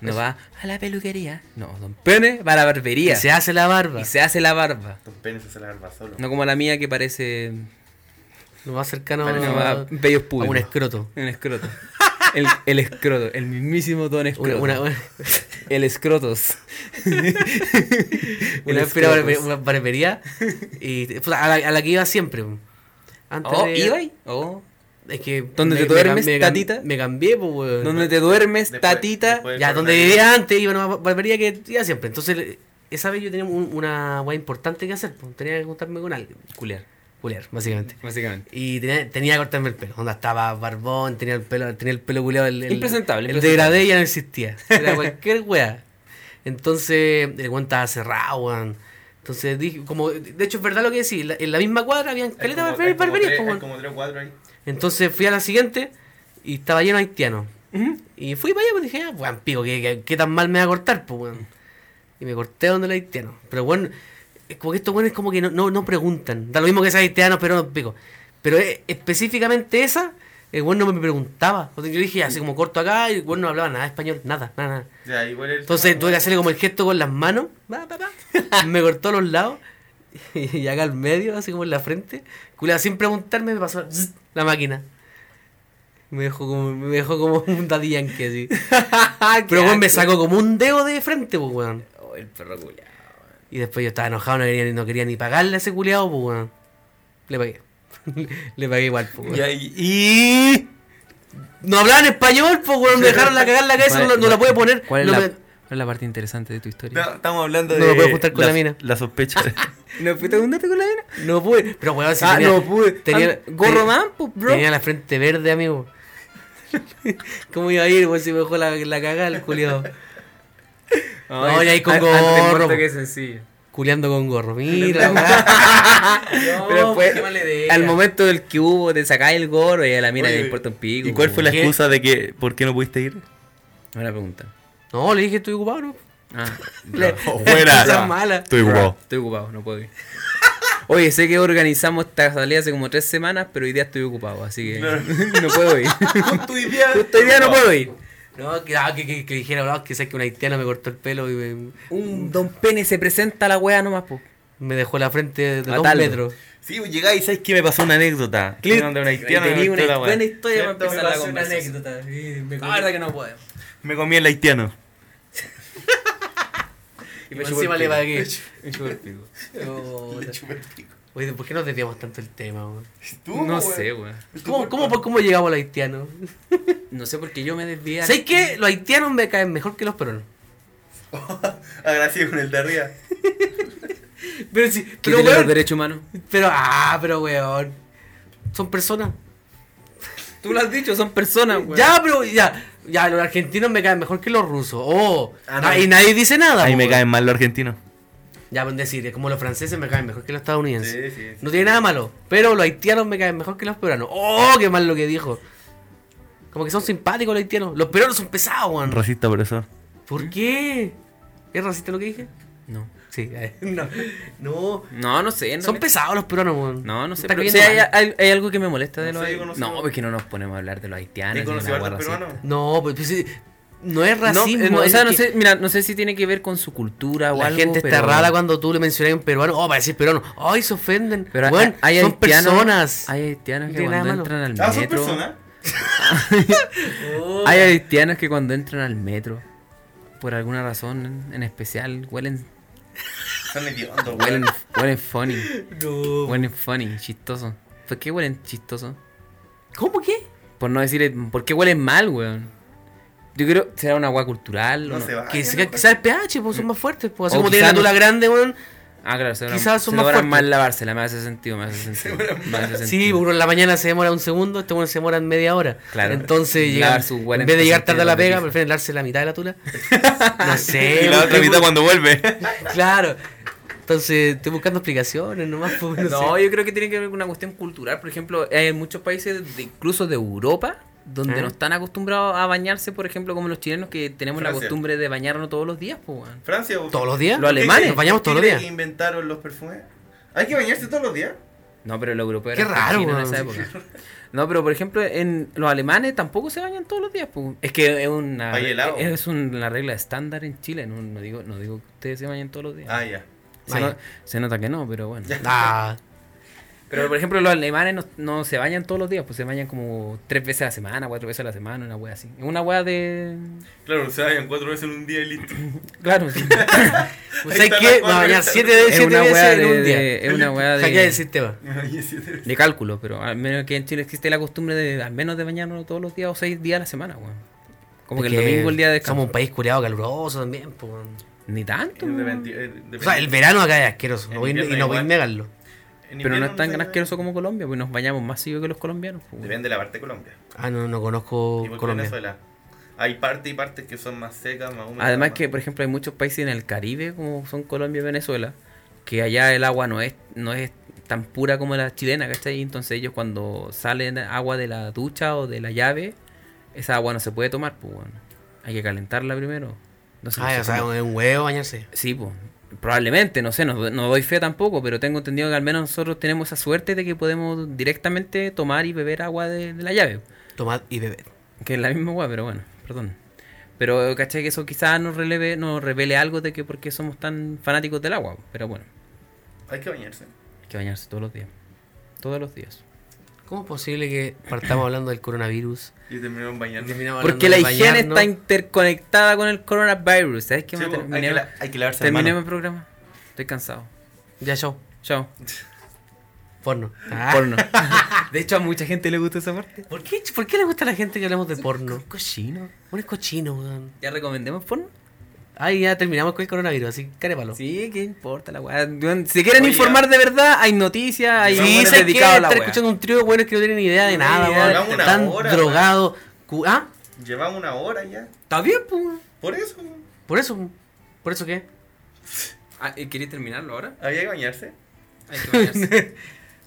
Speaker 2: No va a la peluquería. No, Don Pene va a la barbería.
Speaker 3: que se hace la barba.
Speaker 2: y se hace la barba.
Speaker 1: Tus penes se larva solo.
Speaker 2: No como la mía que parece
Speaker 3: Lo más cercano
Speaker 2: Parece
Speaker 3: a,
Speaker 2: más bellos públicos.
Speaker 3: a un escroto.
Speaker 2: un
Speaker 3: [LAUGHS]
Speaker 2: escroto. El, el escroto, el mismísimo don
Speaker 3: Una,
Speaker 2: escroto.
Speaker 3: una, una,
Speaker 2: El
Speaker 3: [LAUGHS]
Speaker 2: escrotos.
Speaker 3: una
Speaker 2: El
Speaker 3: vez fui a una barbe-
Speaker 2: escrotos.
Speaker 3: una barbería, y, puta, a, la, a la que iba siempre. weón. Antes
Speaker 2: Oh,
Speaker 3: de-
Speaker 2: ¿y hoy? Oh.
Speaker 3: Es que.
Speaker 2: ¿Dónde te
Speaker 3: cam-
Speaker 2: duermes,
Speaker 3: cam-
Speaker 2: tatita?
Speaker 3: Me cambié, pues, weón.
Speaker 2: Donde te duermes,
Speaker 1: Después-
Speaker 2: tatita.
Speaker 1: después-
Speaker 3: Ya, donde vivía antes, iba a una barbería que iba siempre. Entonces, le- esa vez yo tenía un- una weá importante que hacer. pues, Tenía que juntarme con alguien.
Speaker 2: Culear,
Speaker 3: Culear, básicamente.
Speaker 2: básicamente.
Speaker 3: Y tenía, tenía que cortarme el pelo. Onda estaba barbón, tenía el pelo, tenía el pelo culeado. El, el-
Speaker 2: Impresentable,
Speaker 3: El
Speaker 2: impresentable.
Speaker 3: degradé ya no existía. Era cualquier wea. Entonces, el weón estaba cerrado, weón. Entonces dije, como, de hecho es verdad lo que decís, la- en la misma cuadra habían
Speaker 1: Hay
Speaker 3: caleta
Speaker 1: como-
Speaker 3: barberías,
Speaker 1: hay como
Speaker 3: barberías,
Speaker 1: tres-
Speaker 3: po,
Speaker 1: hay
Speaker 3: weón.
Speaker 1: como tres o cuatro ahí.
Speaker 3: Entonces fui a la siguiente y estaba lleno de haitianos. Y fui para allá, pues dije, ah, weón, pico, ¿qué, qué, qué tan mal me va a cortar, pues, weón. Y me corté donde los haitianos. Pero, bueno, es como que estos weones como que no, no, no preguntan. Da lo mismo que sean haitianos, pero no, pico. Pero eh, específicamente esa, el weón no me preguntaba. O sea, yo dije, así como corto acá, y el weón no hablaba nada de español, nada, nada, nada.
Speaker 1: Ya, igual el-
Speaker 3: Entonces tuve que hacerle como el gesto con las manos. pa, pa, pa. [LAUGHS] Me cortó a los lados. Y acá al medio, así como en la frente. Culeado, sin preguntarme, me pasó zzz, la máquina. Me dejó como, me dejó como [LAUGHS] un dadillanque
Speaker 2: [LAUGHS]
Speaker 3: así. Pero weón me sacó como un dedo de frente, pues weón.
Speaker 2: Oh, el perro culeado.
Speaker 3: Y después yo estaba enojado, no quería, no quería ni pagarle a ese culeado, pues weón. Le pagué. [LAUGHS] Le pagué igual, pues weón.
Speaker 4: Y.
Speaker 3: No hablaban español, pues weón. Me dejaron la cagar en la cabeza, no, la- no la pude poner.
Speaker 2: ¿Cuál es,
Speaker 3: no
Speaker 2: la,
Speaker 3: me-
Speaker 2: cuál es la parte interesante de tu historia?
Speaker 4: No, estamos hablando
Speaker 3: No
Speaker 4: de.
Speaker 3: lo puedo juntar con la mina.
Speaker 4: La sospecha.
Speaker 2: ¿No fuiste a juntarte con la mina?
Speaker 3: No pude. Pero, weón, si
Speaker 2: ah,
Speaker 3: tenía-
Speaker 2: no pude.
Speaker 3: tenía-
Speaker 2: Ah, gorro
Speaker 3: te-
Speaker 2: man, pues, bro.
Speaker 3: Tenía la frente verde,
Speaker 2: [LAUGHS]
Speaker 3: amigo. ¿Cómo iba a ir, weón? Si me dejó la, la cagada el
Speaker 2: [LAUGHS]
Speaker 3: culiado. No, y ahí con
Speaker 2: an- antes
Speaker 3: gorro,
Speaker 2: muerto
Speaker 3: po.
Speaker 2: que [LAUGHS] sencillo.
Speaker 3: Culeando con gorro. Mira, weón.
Speaker 2: Pero después,
Speaker 3: qué mala idea.
Speaker 2: al momento del que hubo, te sacáis el gorro y a la mina
Speaker 4: Oye,
Speaker 2: le importa un pico.
Speaker 4: [LAUGHS] ¿Y cuál fue la
Speaker 3: ¿Qué?
Speaker 4: excusa de que por qué no pudiste ir?
Speaker 2: Buena pregunta.
Speaker 3: No, le dije estoy ocupado, ¿no?
Speaker 2: [LAUGHS] Ah,
Speaker 3: Le- [LAUGHS]
Speaker 4: Buena.
Speaker 3: Esa mala.
Speaker 4: Estoy ocupado.
Speaker 2: estoy ocupado, no puedo ir. [LAUGHS] Oye, sé que organizamos esta salida hace como tres semanas, pero hoy día estoy ocupado, así que [LAUGHS] no puedo ir.
Speaker 1: Justo hoy día-
Speaker 2: Justo hoy día no puedo ir.
Speaker 3: No, que, ah, que, que, que dijera, no, que sé que una haitiana me cortó el pelo y me,
Speaker 2: Un don Pene se presenta a la wea nomás, po.
Speaker 3: me dejó la frente de dos
Speaker 2: Matarlo.
Speaker 3: metros.
Speaker 4: Sí, pues, llegáis, ¿sabes qué me pasó una anécdota? Fueron de una haitiana,
Speaker 2: Tenía
Speaker 4: me
Speaker 2: una
Speaker 4: contó la
Speaker 2: buena
Speaker 4: weá.
Speaker 2: historia para
Speaker 1: Cierto,
Speaker 2: empezar
Speaker 1: me
Speaker 2: la
Speaker 1: pasó una
Speaker 2: conversación. La verdad que no puedo.
Speaker 4: Me comí el haitiano.
Speaker 3: Y,
Speaker 2: me chupó
Speaker 3: encima
Speaker 2: el
Speaker 3: le
Speaker 2: pico.
Speaker 3: pagué.
Speaker 2: [LAUGHS]
Speaker 1: Me
Speaker 3: Oh, la-
Speaker 1: chupé el pico.
Speaker 3: Oye, ¿por qué nos desviamos tanto el tema, weón?
Speaker 1: Tú,
Speaker 2: No
Speaker 1: weón.
Speaker 2: sé, weón.
Speaker 3: ¿Cómo, cómo, por cómo llegamos al haitiano?
Speaker 2: No sé por qué yo me desvié.
Speaker 3: ¿Sabes qué? Los haitianos me caen mejor que los peruanos.
Speaker 1: Agradecido con el de arriba.
Speaker 3: Pero sí,
Speaker 2: ¿Qué
Speaker 3: pero
Speaker 2: tiene los
Speaker 3: weón,
Speaker 2: derechos humanos?
Speaker 3: Pero, ah, pero weón. Son personas.
Speaker 2: Tú lo has dicho, son personas, weón.
Speaker 3: Ya, pero ya. Ya, los argentinos me caen mejor que los rusos. Oh,
Speaker 1: Ah,
Speaker 3: na-
Speaker 1: no.
Speaker 3: y nadie dice nada.
Speaker 4: Ahí
Speaker 3: po,
Speaker 4: me
Speaker 3: weón.
Speaker 4: caen mal los argentinos.
Speaker 3: Ya, pues decir, es como los franceses me caen mejor que los estadounidenses.
Speaker 1: Sí, sí, sí.
Speaker 3: No tiene nada malo. Pero los haitianos me caen mejor que los peruanos. Oh, qué mal lo que dijo. Como que son simpáticos los haitianos. Los peruanos son pesados, weón.
Speaker 4: Racista por eso.
Speaker 3: ¿Por qué? ¿Es racista lo que dije?
Speaker 2: No.
Speaker 3: Sí, [LAUGHS] eh, no. No.
Speaker 2: No, no sé. en
Speaker 3: Son
Speaker 2: realidad.
Speaker 3: pesados los peruanos, weón.
Speaker 2: No, no sé.
Speaker 3: Está
Speaker 2: Pero,
Speaker 3: cayendo
Speaker 2: sí, hay,
Speaker 3: mal.
Speaker 2: hay- hay algo que me molesta de
Speaker 1: No
Speaker 2: los
Speaker 1: sé, yo
Speaker 2: haitianos.
Speaker 1: conocí a
Speaker 2: No,
Speaker 1: un-
Speaker 2: es que no nos ponemos a hablar de los haitianos.
Speaker 1: ¿He
Speaker 2: ni
Speaker 1: conocido
Speaker 2: una
Speaker 1: a
Speaker 2: guarra
Speaker 1: hartos peruanos?
Speaker 2: racista.
Speaker 3: No, pues, pues, sí, no es
Speaker 2: No,
Speaker 3: racismo.
Speaker 2: eh, no, o
Speaker 3: es
Speaker 2: sea, no
Speaker 3: que-
Speaker 2: sé, mira, no sé si tiene que ver con su cultura o
Speaker 3: La
Speaker 2: algo.
Speaker 3: gente está
Speaker 2: pero-
Speaker 3: rara cuando tú le mencionas a un peruano. Oh, parecís peruano. Ay, se ofenden.
Speaker 2: Pero
Speaker 3: Weón,
Speaker 2: hay, hay
Speaker 3: son
Speaker 2: haitianos-
Speaker 3: personas.
Speaker 2: Hay haitianos
Speaker 3: No
Speaker 2: que
Speaker 3: tiene
Speaker 2: cuando
Speaker 3: nada
Speaker 2: entran
Speaker 3: malo.
Speaker 2: al
Speaker 1: Ah, son
Speaker 2: metro.
Speaker 1: personas.
Speaker 3: Oh,
Speaker 2: Hay haitianos que cuando entran al metro, por alguna razón en especial, huelen,
Speaker 1: Son hediondos,
Speaker 2: huelen,
Speaker 1: weón.
Speaker 2: huelen funny.
Speaker 3: No.
Speaker 2: Huelen funny, chistoso. ¿Por qué huelen chistoso?
Speaker 3: ¿Cómo qué?
Speaker 2: Por no decir, ¿por qué huelen mal, weón? Yo creo, será una agua cultural. o
Speaker 1: No
Speaker 2: no?
Speaker 1: se va.
Speaker 3: Que se- quizás el pH, pues son más fuertes. Pues así
Speaker 2: O
Speaker 3: como tienen la
Speaker 2: quizás no-
Speaker 3: tula grande, weón.
Speaker 2: Ah, claro, se
Speaker 3: Quizás son más
Speaker 2: demoran
Speaker 3: fuertes.
Speaker 2: más lavársela, me hace sentido, [LAUGHS] me hace sentido. me hace
Speaker 3: Sí,
Speaker 2: sentido.
Speaker 3: uno en la mañana se demora un segundo, este uno se demora en media hora.
Speaker 2: Claro.
Speaker 3: Entonces,
Speaker 2: Lavar
Speaker 3: llegan-
Speaker 2: su hueá
Speaker 3: en vez de llegar tarde a la
Speaker 2: entera,
Speaker 3: pega,
Speaker 2: rico.
Speaker 3: prefieren darse la mitad de la tula.
Speaker 2: [LAUGHS]
Speaker 3: No sé.
Speaker 2: Eh,
Speaker 4: Y la otra
Speaker 3: estoy
Speaker 4: mitad
Speaker 3: bu-
Speaker 4: cuando vuelve.
Speaker 3: Claro. Entonces, estoy buscando explicaciones nomás. Pues, no,
Speaker 2: No,
Speaker 3: sé.
Speaker 2: yo creo que tiene que ver con una cuestión cultural. Por ejemplo, hay muchos países, de- incluso de Europa, donde
Speaker 3: ¿Ah?
Speaker 2: no están acostumbrados a bañarse, por ejemplo, como los chilenos que tenemos la
Speaker 1: Francia.
Speaker 2: costumbre de bañarnos todos los días, pues, weón.
Speaker 1: Francia, weón.
Speaker 3: ¿Todos los días?
Speaker 2: Los
Speaker 1: ¿Qué
Speaker 2: alemanes,
Speaker 1: creen?
Speaker 3: nos bañamos
Speaker 1: ¿Qué
Speaker 3: todos los
Speaker 1: creen
Speaker 3: días.
Speaker 1: que inventaron los perfumes? [LAUGHS] ¿Hay que bañarse todos los días?
Speaker 2: No, pero los europeos
Speaker 3: Qué
Speaker 2: eran
Speaker 3: raro,
Speaker 2: cochinos en
Speaker 3: weón.
Speaker 2: esa época. No, pero por ejemplo, en los alemanes tampoco se bañan todos los días, pues. Es que es una,
Speaker 1: Valle helado.
Speaker 2: es una regla estándar en Chile. No, no digo, no digo que ustedes se bañen todos los días.
Speaker 1: Ah, ya.
Speaker 2: se,
Speaker 3: vaya.
Speaker 2: no- se nota que no, pero bueno.
Speaker 1: Ya.
Speaker 3: [LAUGHS] Ah,
Speaker 2: Pero por ejemplo, los alemanes no, no se bañan todos los días, pues se bañan como tres veces a la semana, cuatro veces a la semana, una wea así. Es una wea de.
Speaker 1: Claro, se bañan cuatro veces en un día
Speaker 4: [LAUGHS]
Speaker 1: y listo.
Speaker 2: Claro,
Speaker 1: [LAUGHS]
Speaker 2: sí.
Speaker 3: pues,
Speaker 1: Ahí
Speaker 3: ¿sabes
Speaker 1: está
Speaker 3: qué? Me
Speaker 1: la
Speaker 3: voy a bañar
Speaker 1: cuadra.
Speaker 3: siete, de-
Speaker 2: es
Speaker 3: siete
Speaker 2: una
Speaker 3: veces
Speaker 2: wea
Speaker 3: en
Speaker 2: de,
Speaker 3: un día.
Speaker 2: de- Es una wea
Speaker 3: Hackear el
Speaker 2: de,
Speaker 3: sistema.
Speaker 1: Me bañé siete veces.
Speaker 2: de cálculo, pero al menos que en Chile existe la costumbre de al menos de bañarnos todos los días o seis días a la semana, weón. Como que, el domingo el día de descanso.
Speaker 3: Somos un país culeado caluroso también. Pues. weón.
Speaker 2: Ni tanto.
Speaker 1: En
Speaker 2: weón.
Speaker 1: invierno- eh, depende.
Speaker 3: O sea, el verano acá es asqueroso.
Speaker 1: En
Speaker 3: No voy, y
Speaker 1: invierno
Speaker 3: no voy a
Speaker 1: igual.
Speaker 3: negarlo.
Speaker 1: En
Speaker 2: Pero no
Speaker 1: invierno
Speaker 2: es tan
Speaker 1: se baña.
Speaker 2: asqueroso como Colombia, pues nos bañamos más seguido que los colombianos. pues, weón.
Speaker 1: Depende de la parte de Colombia.
Speaker 3: Ah, no, no
Speaker 2: Oh,
Speaker 3: conozco
Speaker 1: Igual que
Speaker 3: Colombia.
Speaker 1: Venezuela. Hay partes y partes que son más secas, más húmedas.
Speaker 2: Además
Speaker 1: más-
Speaker 2: que, por ejemplo, hay muchos países en el Caribe, como son Colombia y Venezuela, que allá el agua no es, no es tan pura como la chilena, ¿cachai? Entonces ellos cuando salen agua de la ducha o de la llave, esa agua no se puede tomar, pues bueno. Hay que calentarla primero. Entonces,
Speaker 3: Ah,
Speaker 2: no
Speaker 3: o
Speaker 2: sé
Speaker 3: sea,
Speaker 2: cómo-
Speaker 3: es un huevo bañarse.
Speaker 2: Sí, pues. Probablemente, no sé, no, no doy fe tampoco, pero tengo entendido que al menos nosotros tenemos esa suerte de que podemos directamente tomar y beber agua de, de la llave.
Speaker 3: Tomad y beber.
Speaker 2: Que es la misma weá, pero bueno, perdón. Pero caché que eso quizás nos releve, nos revele algo de que por qué somos tan fanáticos del agua. Pero bueno,
Speaker 1: Hay que bañarse.
Speaker 2: hay que bañarse todos los días. Todos los días.
Speaker 3: ¿Cómo es posible que partamos hablando del coronavirus?
Speaker 1: Y terminaron bañando.
Speaker 2: Porque la higiene está interconectada con el coronavirus. ¿Sabes qué?
Speaker 1: Sí,
Speaker 4: pues,
Speaker 1: po, pues, hay, que
Speaker 2: terminemos
Speaker 1: la- hay que lavarse las
Speaker 2: terminemos
Speaker 1: manos.
Speaker 2: el programa. Estoy cansado.
Speaker 3: Ya, yo.
Speaker 2: Chao.
Speaker 3: Porno.
Speaker 2: Porno. De hecho, a mucha gente le gusta esa parte.
Speaker 3: ¿Por qué, ¿Por qué le gusta a la gente que hablamos de porno?
Speaker 2: Cochino.
Speaker 3: Un es cochino, weón.
Speaker 2: ¿Ya recomendemos porno?
Speaker 3: Ay, ya terminamos con el coronavirus, así que carépalo.
Speaker 2: Sí, ¿qué importa la weá? Si quieren
Speaker 1: Oye,
Speaker 2: informal de verdad, hay noticias, hay
Speaker 1: Sí,
Speaker 2: buenos
Speaker 1: sé que
Speaker 2: dedicados a la
Speaker 3: estar
Speaker 2: weá.
Speaker 3: escuchando un trío de buenos que no tienen ni idea de
Speaker 2: Sí,
Speaker 3: nada,
Speaker 2: ya,
Speaker 3: weón.
Speaker 1: hagamos una
Speaker 3: Están
Speaker 1: hora,
Speaker 3: drogados. Cu- ¿Ah?
Speaker 1: Llevamos una hora ya.
Speaker 2: Está bien, pues.
Speaker 1: Por eso.
Speaker 3: Por eso. ¿Por eso qué?
Speaker 2: Ah, ¿y ¿Queréis terminarlo ahora?
Speaker 1: Había que bañarse.
Speaker 2: Hay que bañarse.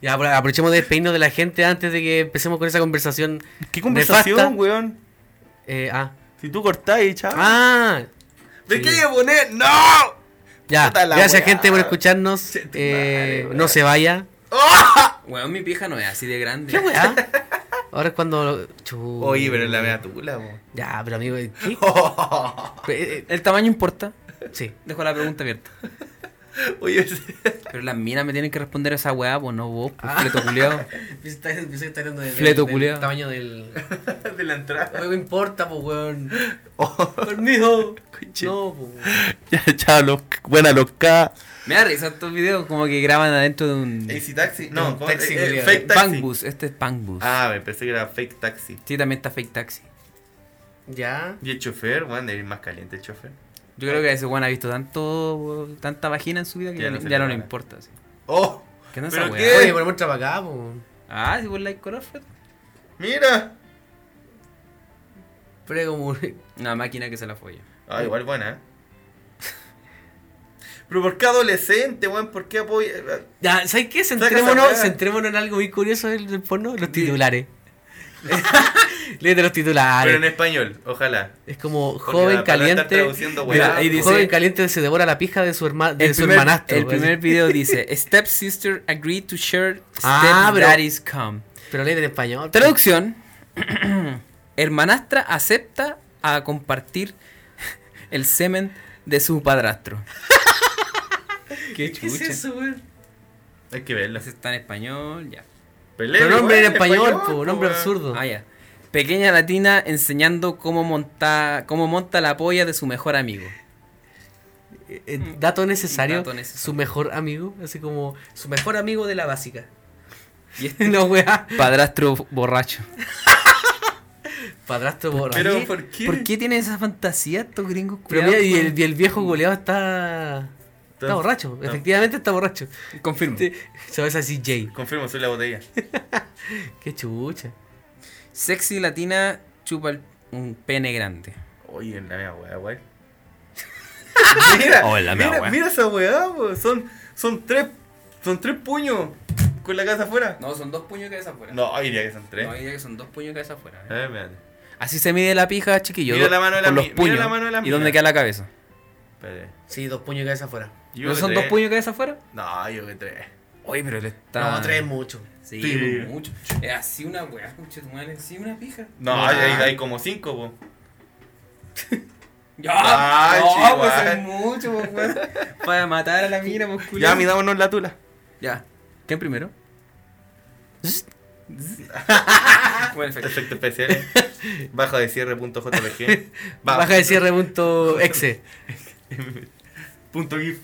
Speaker 3: Ya, apro- aprovechemos de despedirnos de la gente antes de que empecemos con esa conversación.
Speaker 4: ¿Qué conversación,
Speaker 3: nefasta.
Speaker 4: weón?
Speaker 3: Eh, ah.
Speaker 4: Si tú cortáis, chaval.
Speaker 3: Ah,
Speaker 1: ¿De
Speaker 3: Sí.
Speaker 1: qué voy a poner? ¡No!
Speaker 3: ya.
Speaker 1: Puta la
Speaker 3: Gracias,
Speaker 1: weá.
Speaker 3: gente, por escucharnos.
Speaker 1: Che, tu madre,
Speaker 3: Eh,
Speaker 1: weón.
Speaker 3: no se vaya.
Speaker 2: Weón, mi pija no es así de grande.
Speaker 3: ¿Qué weá? Ah. Ahora es cuando. Chu.
Speaker 1: Oye, pero la Oh. vea tula,
Speaker 3: [LAUGHS]
Speaker 1: po.
Speaker 3: Ya, pero amigo. ¿qué? Eh, eh,
Speaker 2: El tamaño importa.
Speaker 3: sí.
Speaker 2: Dejo la pregunta abierta.
Speaker 1: Oye, [LAUGHS]
Speaker 2: Pero las minas me tienen que responder a esa weá, pues no vos, pues fleto culiao. Fleto
Speaker 3: Fleto
Speaker 2: culiao.
Speaker 3: tamaño del.
Speaker 1: de la entrada.
Speaker 3: [LAUGHS] No me importa, pues, weón. Permiso. No, pues. weón.
Speaker 4: Ya, chao, los, buena los K.
Speaker 2: Me da risa estos videos como que graban adentro de un.
Speaker 1: Easy Taxi.
Speaker 3: Un
Speaker 1: No, ¿cómo-
Speaker 3: taxi,
Speaker 1: eh, eh,
Speaker 3: culiao.
Speaker 1: Fake Taxi.
Speaker 2: Pangbus, este es Pangbus.
Speaker 1: Ah, me pensé que era Fake Taxi.
Speaker 2: Sí, también está fake taxi.
Speaker 3: Ya.
Speaker 1: Y el chofer, weón, debe ir más caliente el chofer.
Speaker 2: Yo creo que ese weón ha visto tanto, tanta vagina en su vida que
Speaker 1: Ya
Speaker 2: ya
Speaker 1: no
Speaker 2: no,
Speaker 1: se
Speaker 2: ya
Speaker 1: le
Speaker 2: no le
Speaker 1: para.
Speaker 2: importa. sí.
Speaker 1: ¡Oh!
Speaker 2: ¿Qué onda
Speaker 1: ¿Pero
Speaker 2: esa
Speaker 1: qué?
Speaker 2: weá?
Speaker 3: Oye, ponemos para acá, pues.
Speaker 2: Ah, si vos like color, Fred.
Speaker 1: ¡Mira!
Speaker 3: Pero es como.
Speaker 2: Una máquina que se la folla.
Speaker 1: Ah, igual buena, ¿eh? Pero ¿por qué adolescente, weón? ¿Por qué apoya?
Speaker 3: Ya, ¿sabes qué?
Speaker 1: Saca esa
Speaker 3: Centrémonos,
Speaker 1: weá.
Speaker 3: centrémonos en algo muy curioso del, del porno: los titulares. Léete los titulares.
Speaker 1: Pero en español, ojalá.
Speaker 3: Es como
Speaker 1: Porque
Speaker 3: joven
Speaker 1: la palabra está
Speaker 3: caliente.
Speaker 1: traduciendo, weá.
Speaker 3: Mira,
Speaker 2: ahí dice-
Speaker 3: joven caliente se devora la pija de su, herma, de su hermanastro.
Speaker 2: el
Speaker 3: güey.
Speaker 2: primer video dice: [LAUGHS] Stepsister agreed to share
Speaker 3: Ah, pero-
Speaker 2: stepdaddy's cum.
Speaker 3: Pero lee en español.
Speaker 2: Traducción: [CLEARS THROAT] Hermanastra acepta a compartir [LAUGHS] el semen de su padrastro. [LAUGHS] Qué chucha.
Speaker 3: güey?
Speaker 1: Hay que verlo.
Speaker 2: Ese está en español, ya.
Speaker 1: Pelé,
Speaker 3: Pero nombre
Speaker 1: weón,
Speaker 3: en español, po,
Speaker 1: po,
Speaker 3: nombre
Speaker 1: weón.
Speaker 3: absurdo.
Speaker 2: Ah, ya. Pequeña latina enseñando cómo monta, cómo monta la polla de su mejor amigo.
Speaker 3: Eh, eh, dato necesario,
Speaker 2: Dato necesario.
Speaker 3: su mejor amigo, así como su mejor amigo de la básica. Y [LAUGHS] es una weá.
Speaker 2: [LAUGHS] Padrastro borracho.
Speaker 3: Padrastro por
Speaker 4: Pero,
Speaker 3: ahí.
Speaker 4: ¿por qué?
Speaker 2: ¿Por qué tienen esa fantasía estos gringos?
Speaker 3: Pero
Speaker 2: culiados,
Speaker 3: mira, y
Speaker 2: weón?
Speaker 3: el, y el viejo goleado está. Mm. Está
Speaker 4: Entonces,
Speaker 3: borracho,
Speaker 4: no.
Speaker 3: efectivamente está borracho.
Speaker 2: Confirmo.
Speaker 3: Se va a decir Jay.
Speaker 4: Confirmo, soy la botella.
Speaker 3: Qué chucha.
Speaker 2: Sexy latina chupa el- un pene grande.
Speaker 4: Oye, la mea weá, wey. mira,
Speaker 8: Oh, la mea
Speaker 4: [LAUGHS] mira,
Speaker 8: weá.
Speaker 4: mira esa weá, po. son, son tres, son tres puños con la casa afuera.
Speaker 2: No, son dos puños cabeza afuera.
Speaker 4: No, diría que son tres.
Speaker 2: diría que son dos puños cabeza afuera.
Speaker 4: A ver, espérate.
Speaker 2: Así se mide la pija, chiquillo.
Speaker 4: Mira
Speaker 2: do-
Speaker 4: la mano de la
Speaker 2: con los
Speaker 4: mi- mira
Speaker 2: puños.
Speaker 4: la mano de la
Speaker 2: ¿Y dónde
Speaker 4: mina.
Speaker 2: queda la cabeza?
Speaker 4: espérate.
Speaker 3: Sí, dos puños de cabeza afuera.
Speaker 4: Yo
Speaker 2: ¿No
Speaker 4: que
Speaker 2: son
Speaker 4: tres.
Speaker 2: dos puños cabeza afuera?
Speaker 4: No, yo que tres.
Speaker 2: Oye, pero le está.
Speaker 3: No, tres es mucho.
Speaker 2: Sí,
Speaker 4: Sí.
Speaker 2: mucho. Es así una weá, conche tu madre, así una pija.
Speaker 4: No,
Speaker 3: No.
Speaker 4: Hay, hay- hay como cinco, po.
Speaker 2: Ya,
Speaker 4: Ay,
Speaker 2: no,
Speaker 4: chihuahua.
Speaker 2: pues es mucho, pues, weón. Para matar a la mina, muscular.
Speaker 8: Ya, mirámonos la tula.
Speaker 2: Ya. ¿Quién
Speaker 4: [LAUGHS]
Speaker 2: primero? Buen efecto.
Speaker 4: Efecto especial. [LAUGHS] Baja de [LAUGHS] cierre.jpg. Va.
Speaker 3: Baja de cierre [LAUGHS] punto exe.
Speaker 4: Punto GIF.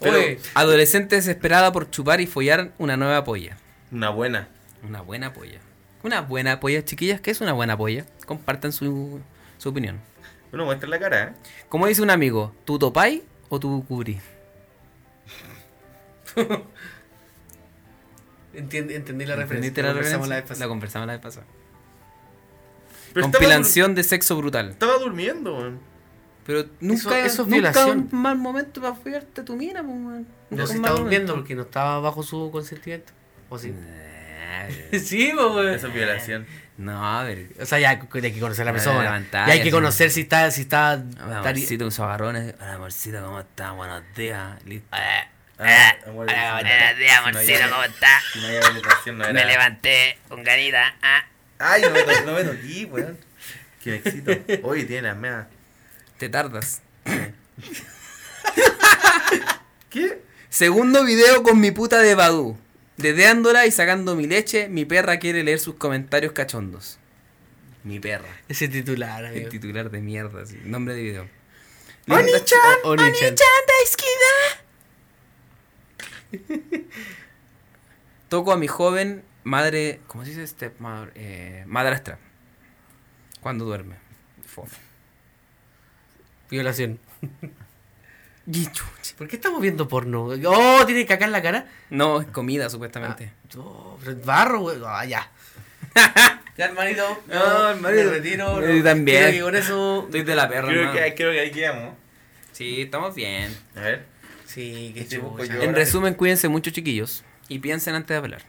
Speaker 4: Pero-
Speaker 2: Oye, adolescente desesperada por chupar y follar una nueva polla.
Speaker 4: Una buena.
Speaker 2: Una buena polla. Una buena polla, chiquillas. ¿Qué es una buena polla? Compartan su, su opinión.
Speaker 4: Uno muestra la cara, ¿eh?
Speaker 2: Como dice un amigo, ¿tú topáis o tú cubrí?
Speaker 3: Entien- entendí la
Speaker 2: ¿Entendiste
Speaker 3: referencia.
Speaker 2: la
Speaker 3: lo
Speaker 2: referencia?
Speaker 3: conversamos la vez pasada.
Speaker 2: La conversamos la vez pasada.
Speaker 4: Pero estaba, dur-
Speaker 2: Compilación de sexo brutal.
Speaker 4: estaba durmiendo, weón.
Speaker 2: Pero nunca,
Speaker 3: eso es
Speaker 2: nunca
Speaker 3: violación.
Speaker 2: un mal momento para follarte tu mina, pues, weón. Nunca
Speaker 3: No se
Speaker 2: un
Speaker 3: está
Speaker 2: mal
Speaker 3: durmiendo
Speaker 2: momento.
Speaker 3: porque no estaba bajo su consentimiento. ¿O sí?
Speaker 2: Nah,
Speaker 3: [LAUGHS] sí, pues, güey.
Speaker 4: Esa es violación.
Speaker 2: No, a ver.
Speaker 3: O sea, ya, ya hay que conocer a la
Speaker 2: Ya,
Speaker 3: Ah, persona.
Speaker 2: levantar,
Speaker 3: ya hay
Speaker 2: ya
Speaker 3: que
Speaker 2: sí.
Speaker 3: conocer si está. Si está
Speaker 2: Hola,
Speaker 3: estaría-
Speaker 2: amorcito, un agarrones. Hola, amorcito, ¿cómo estás? Buenos días. Listo.
Speaker 4: Ah, amor, buenos días, Marcelo, ¿cómo estás? No había violación, no era. Me levanté
Speaker 2: Ah,
Speaker 4: con ganita. Ay, no me, to- no me toqué, weón. Que me excito. Oye, tiene las meas.
Speaker 2: Te tardas.
Speaker 4: ¿Qué?
Speaker 2: Segundo video con mi puta de Badu. Dedeándola y sacando mi leche, mi perra quiere leer sus comentarios cachondos. Mi perra.
Speaker 3: Ese titular,
Speaker 2: El
Speaker 3: amigo.
Speaker 2: titular de mierda, sí. Nombre de video.
Speaker 3: O- Oni-chan.
Speaker 2: Toco a mi joven madre. ¿Cómo se dice este? Ma- eh, madrastra. Cuando duerme. Fome.
Speaker 3: [LAUGHS] Violación.
Speaker 2: Y chucha.
Speaker 3: ¿Por qué estamos viendo porno? Oh, tiene caca en la cara.
Speaker 2: No, es comida,
Speaker 3: Ah,
Speaker 2: supuestamente.
Speaker 3: oh, Fred barro, güey. Ah, ya. [LAUGHS] ya, hermanito.
Speaker 2: No, hermanito.
Speaker 3: me retiro.
Speaker 2: Yo
Speaker 3: no.
Speaker 2: también.
Speaker 3: Creo que con eso.
Speaker 2: Estoy de la perra,
Speaker 4: Creo
Speaker 2: hermano.
Speaker 4: que, creo que ahí quedamos.
Speaker 2: Sí, estamos bien.
Speaker 4: A ver.
Speaker 3: Sí, qué
Speaker 4: Este busco
Speaker 3: chucha.
Speaker 4: yo.
Speaker 2: En resumen, cuídense mucho, chiquillos. Y piensen antes de hablar.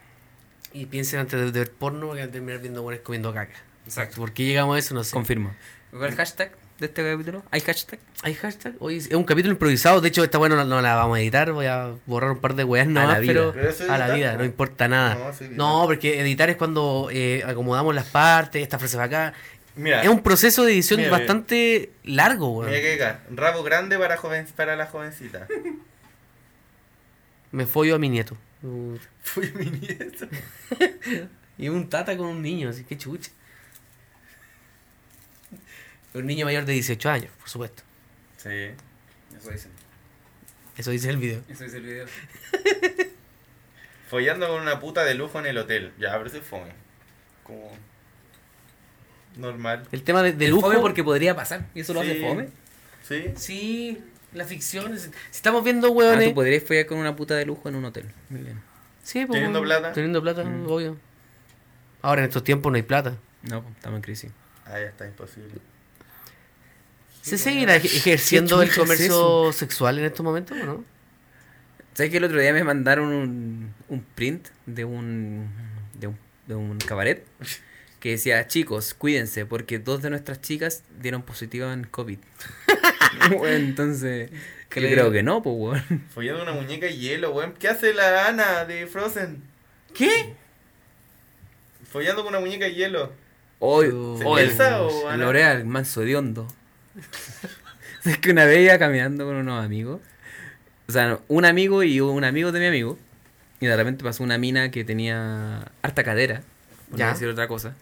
Speaker 3: Y piensen antes de ver porno porque van a terminar viendo buenas comiendo caca.
Speaker 2: Exacto.
Speaker 3: ¿Por qué llegamos a eso? No sé.
Speaker 2: Confirmo. ¿Cuál es el hashtag de este capítulo? ¿Hay hashtag?
Speaker 3: ¿Hay hashtag? Oye, es un capítulo improvisado. De hecho, esta bueno no, no la vamos a editar. Voy a borrar un par de weas nomás,
Speaker 2: la vida.
Speaker 3: pero,
Speaker 4: Pero eso es
Speaker 3: a la
Speaker 4: editar,
Speaker 3: vida,
Speaker 4: ¿no?
Speaker 3: no importa nada.
Speaker 4: No,
Speaker 3: No,
Speaker 4: eso es
Speaker 3: porque editar es cuando eh, acomodamos las partes, esta frase va acá.
Speaker 4: Mira.
Speaker 3: Es un proceso de edición
Speaker 4: Mira, mira.
Speaker 3: bastante largo, weón.
Speaker 4: Mira que acá. Rabo grande para, joven, para la jovencita.
Speaker 3: Me follo a mi nieto. [LAUGHS]
Speaker 4: Fui mi nieto.
Speaker 3: Y un tata con un niño, así que chucha. Un niño mayor de 18 años, por supuesto.
Speaker 4: Sí.
Speaker 2: Eso dicen.
Speaker 3: Eso dice el video.
Speaker 2: Eso dice el video.
Speaker 4: Follando con una puta de lujo en el hotel. Ya, pero se fome. Como. Normal.
Speaker 3: El tema de, de
Speaker 2: Lujo.
Speaker 3: lujo.
Speaker 2: Fome porque podría pasar. ¿Y eso lo hace
Speaker 4: Sí.
Speaker 2: fome?
Speaker 4: Sí.
Speaker 3: Sí, la ficción. es- Si estamos viendo
Speaker 2: Ah,
Speaker 3: weones.
Speaker 2: tú podrías follar con una puta de lujo en un hotel. Muy bien.
Speaker 3: Sí, pues,
Speaker 4: Teniendo plata.
Speaker 3: Teniendo plata, obvio. Ahora en estos tiempos no hay plata.
Speaker 2: No, pues, estamos en crisis.
Speaker 4: Ah, ya está imposible.
Speaker 3: ¿Se seguirá ej- ejerciendo
Speaker 2: ¿Qué
Speaker 3: el
Speaker 2: chucha es
Speaker 3: comercio sexual en estos momentos o no?
Speaker 2: ¿Sabes que el otro día me mandaron un, un print de un, de un de un cabaret que decía, chicos, cuídense, porque dos de nuestras chicas dieron positivo en COVID. [LAUGHS] Bueno, entonces, yo
Speaker 3: Creo-
Speaker 2: creo que no, pues, weón.
Speaker 4: Follando una muñeca de hielo, weón. ¿Qué hace la Ana de Frozen?
Speaker 3: ¿Qué?
Speaker 4: Follando con una muñeca de hielo.
Speaker 2: Hoy,
Speaker 3: ¿Se
Speaker 2: hoy,
Speaker 4: piensa o van a-
Speaker 2: Lorea, el manso de hondo. [LAUGHS] es que una vez iba caminando con unos amigos. O sea, no, un amigo y un amigo de mi amigo. Y de repente pasó una mina que tenía harta cadera, por
Speaker 3: Ya.
Speaker 2: no decir otra cosa.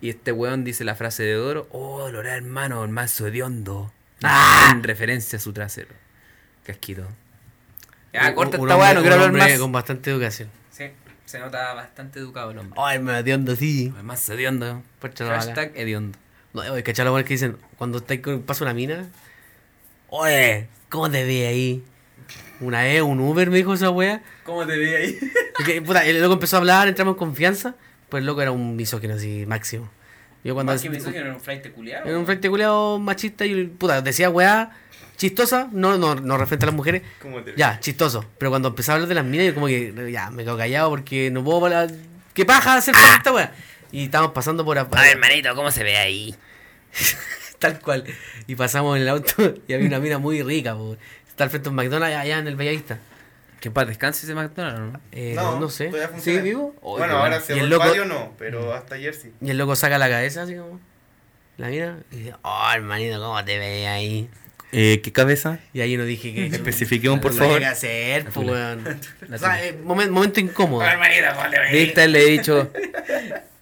Speaker 2: Y este weón dice la frase de oro, oh, olor a hermano, el mazo hediondo.
Speaker 3: ¡Ah!
Speaker 2: En referencia a su trasero. Casquito. Ya,
Speaker 3: Un-
Speaker 2: corta
Speaker 3: un
Speaker 2: esta weá,
Speaker 3: hombre-
Speaker 2: no quiero
Speaker 3: un
Speaker 2: hablar
Speaker 3: hombre
Speaker 2: más.
Speaker 3: Con bastante educación.
Speaker 2: Sí, se nota bastante educado el hombre.
Speaker 3: Ay, me hediondo, sí.
Speaker 2: El mazo hediondo.
Speaker 3: Pucha, no,
Speaker 2: Hashtag hediondo.
Speaker 3: No, oye, cachar los que dicen, cuando estáis con paso una mina, oye, ¿cómo te vi ahí? Una vez un Uber me dijo esa wea.
Speaker 2: ¿Cómo te vi ahí?
Speaker 3: Porque, puta, el loco empezó a hablar, entramos en confianza, pues el loco era un misógino así, máximo. Yo
Speaker 2: Ah,
Speaker 3: cuando
Speaker 2: era un flight culiado.
Speaker 3: era un frente culiao machista y puta, decía weá chistosa, no, no, no referente a las mujeres,
Speaker 4: ¿Cómo te
Speaker 3: ya, chistoso. Pero cuando empezó a hablar de las minas, yo como que ya, me quedo callado porque no puedo hablar. ¿Qué paja hacer con esta weá? Y estábamos pasando por a-
Speaker 2: Ah. A ver, manito, ¿cómo se ve ahí?
Speaker 3: Tal cual. Y pasamos en el auto [LAUGHS] y había una mina muy rica, po. Está al frente de un McDonald's allá en el Bellavista.
Speaker 2: Que paz, descanse ese McDonald's, ¿no?
Speaker 3: Eh, no, no sé.
Speaker 4: todavía
Speaker 3: ¿Sí
Speaker 4: funciona.
Speaker 3: vivo?
Speaker 4: bueno, ahora
Speaker 3: Y
Speaker 4: se
Speaker 3: el
Speaker 4: el
Speaker 3: loco- Mm.
Speaker 4: patio no, pero hasta ayer
Speaker 3: [LAUGHS]
Speaker 4: sí.
Speaker 3: Y el loco saca la cabeza así como. La mina. Y dice, oh hermanito, ¿cómo te veía ahí?
Speaker 1: Eh, ¿Qué cabeza?
Speaker 3: Y ahí no dije
Speaker 4: [LAUGHS]
Speaker 3: que.
Speaker 1: Especifiquemos, por
Speaker 3: No
Speaker 1: favor.
Speaker 3: llegué a hacer, po, Pues, weón.
Speaker 2: La
Speaker 3: O sea, eh, momen- momento incómodo.
Speaker 2: Víctor le he
Speaker 4: [LAUGHS]
Speaker 2: dicho,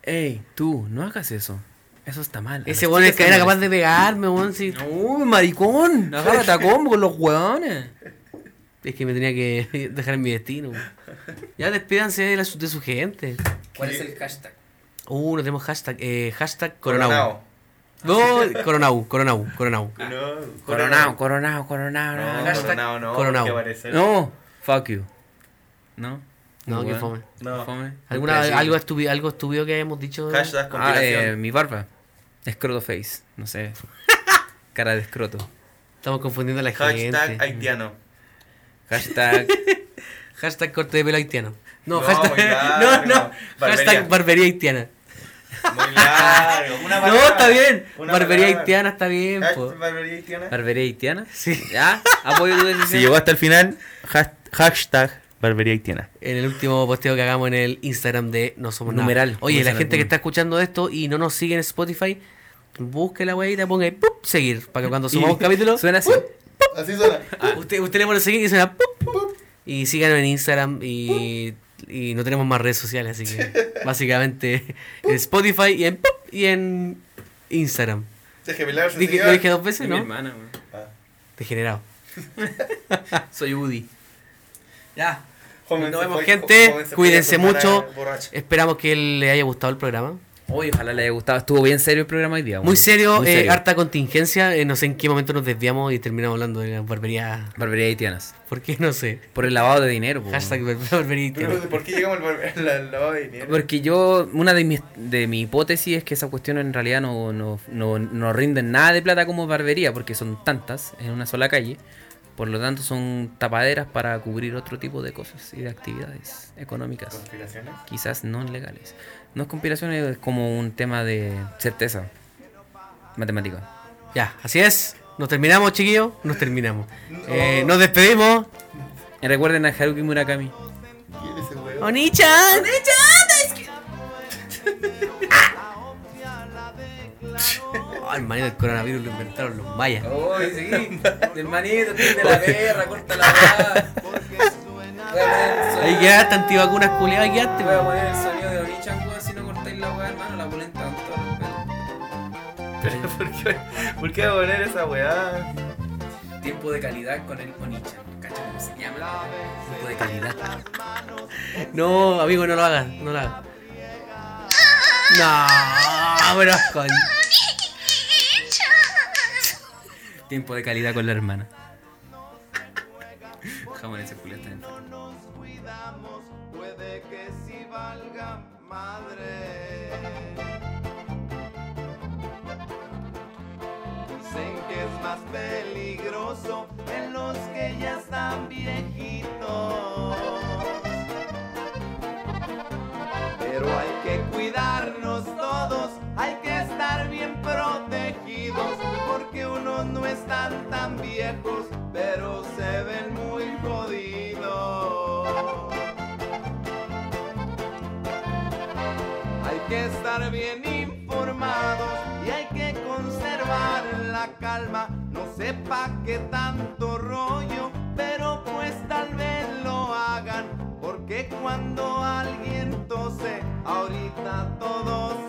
Speaker 2: hey, tú, no hagas eso. Eso está mal.
Speaker 3: Ese weón es que era capaz de pegarme, weón. sí.
Speaker 2: No, maricón, agárrate a combo con los hueones.
Speaker 3: Es que me tenía que [LAUGHS] dejar en mi destino. weón. Ya despídanse de, la su- de su gente.
Speaker 2: ¿Cuál es el hashtag?
Speaker 3: Uh, no tenemos hashtag. Eh, hashtag coronao.
Speaker 4: Coronado.
Speaker 3: No, coronau, coronau, coronau.
Speaker 4: Ah, No,
Speaker 2: Coronado, coronado, coronado.
Speaker 4: No,
Speaker 2: No,
Speaker 3: Ah, Hashtag
Speaker 4: coronado no.
Speaker 3: coronado.
Speaker 4: porque aparecer-
Speaker 2: No, fuck you. No,
Speaker 3: No, qué
Speaker 2: Bueno.
Speaker 3: fome.
Speaker 4: No.
Speaker 2: fome.
Speaker 3: ¿Alguna,
Speaker 2: Imbécil.
Speaker 3: algo, estupi- algo estúpido que hayamos dicho?
Speaker 4: Hashtag
Speaker 2: Ah,
Speaker 4: compilación.
Speaker 2: eh, mi barba. Escroto face, no [LAUGHS] sé. Cara de escroto.
Speaker 3: Estamos confundiendo a la
Speaker 4: Hashtag
Speaker 3: gente.
Speaker 4: haitiano.
Speaker 2: [LAUGHS] Hashtag
Speaker 3: Hashtag corte de pelo haitiano. No,
Speaker 4: No,
Speaker 3: hashtag.
Speaker 4: muy largo.
Speaker 3: [LAUGHS] no, no.
Speaker 4: Barbería.
Speaker 3: Hashtag barbería haitiana.
Speaker 4: Muy largo. Una Ah,
Speaker 3: no,
Speaker 4: palabra.
Speaker 3: está bien.
Speaker 4: Una
Speaker 3: barbería
Speaker 4: palabra.
Speaker 3: haitiana está bien, po.
Speaker 4: Hashtag barbería
Speaker 3: [LAUGHS]
Speaker 4: haitiana.
Speaker 2: barbería haitiana.
Speaker 3: Sí.
Speaker 2: ¿Ya? ¿Apoyo tu decisión?
Speaker 1: Si llegó hasta el final, has- hashtag barbería haitiana.
Speaker 3: En el último posteo que hagamos en el Instagram de No Somos Nada.
Speaker 2: Numeral, como
Speaker 3: Oye, la
Speaker 2: dicen
Speaker 3: gente que
Speaker 2: algunos.
Speaker 3: está escuchando esto y no nos sigue en Spotify, busque la weadita, ponga ahí, ¡pup! seguir. Para que cuando subamos un capítulo,
Speaker 2: Suena así.
Speaker 4: Así suena.
Speaker 3: Usted, usted le pone seguir y suena pup, pup. Y síganos en Instagram y, y no tenemos más redes sociales, así que básicamente en Spotify y en pup y en Instagram.
Speaker 4: Deje pelar su
Speaker 3: Dije,
Speaker 4: señor.
Speaker 3: lo dije dos veces,
Speaker 2: Soy mi
Speaker 3: ¿no?
Speaker 2: hermana, weón.
Speaker 3: Degenerado.
Speaker 2: Soy Woody. Ya.
Speaker 4: Joven
Speaker 3: Nos
Speaker 4: se
Speaker 3: vemos,
Speaker 4: fue-
Speaker 3: gente.
Speaker 4: joven se fue
Speaker 3: Cuídense
Speaker 4: con cara
Speaker 3: mucho.
Speaker 4: borracha.
Speaker 3: Esperamos que le haya gustado el programa.
Speaker 2: Oye, ojalá le haya gustado. Estuvo bien serio el programa hoy día. weón.
Speaker 3: Muy serio,
Speaker 2: Muy
Speaker 3: eh,
Speaker 2: serio.
Speaker 3: harta contingencia. eh, no sé en qué momento nos desviamos y terminamos hablando de las barberías.
Speaker 2: Barbería haitianas.
Speaker 3: ¿Por qué? No sé.
Speaker 2: Por el lavado de dinero, po, weón.
Speaker 3: Hashtag bar- barbería
Speaker 4: Pero,
Speaker 3: haitiana.
Speaker 4: ¿Por qué llegamos al barbe- al al lavado de dinero?
Speaker 2: Porque yo, una de mis de mi hipótesis es que esas cuestiones en realidad no, no, no, no rinden nada de plata como barbería, porque son tantas en una sola calle. Por lo tanto, son tapaderas para cubrir otro tipo de cosas y de actividades económicas.
Speaker 4: ¿Conspiraciones?
Speaker 2: quizás no legales. No es compilación, es como un tema de certeza matemática.
Speaker 3: Ya, así es. Nos terminamos, chiquillos. Nos terminamos. Eh, nos despedimos.
Speaker 2: Y recuerden a Haruki Murakami.
Speaker 4: ¿Quién es ese huevo?
Speaker 3: Oni-chan. Ay, manito, el coronavirus lo inventaron los mayas.
Speaker 2: Oye, [LAUGHS] seguí. Hermanito, de la guerra, corta la verdad.
Speaker 3: Ahí quedaste, antivacunas culiadas, ahí quedaste. po.
Speaker 2: poner el sonido de Onichan, si no cortáis la weá, hermano, la polenta con
Speaker 4: Pero, ¿Por qué, ¿Por qué va a poner esa weá?
Speaker 2: Tiempo de calidad con el Onichan. ¿Cachai cómo se llama? Tiempo de calidad.
Speaker 3: No, amigo, no lo hagas, no lo hagas. No, pero con...
Speaker 2: Tiempo de calidad con la hermana. Jamón ese culo está enfermo.
Speaker 6: puede que si valga madre. Dicen que es más peligroso en los que ya están viejitos. Pero hay que cuidarnos todos, hay que estar bien protegidos, porque unos no están tan viejos, pero se ven muy jodidos. Hay que estar bien informados y hay que conservar la calma. No sepa que tanto rollo, pero pues tal vez lo hagan. Porque cuando alguien tose, ahorita todos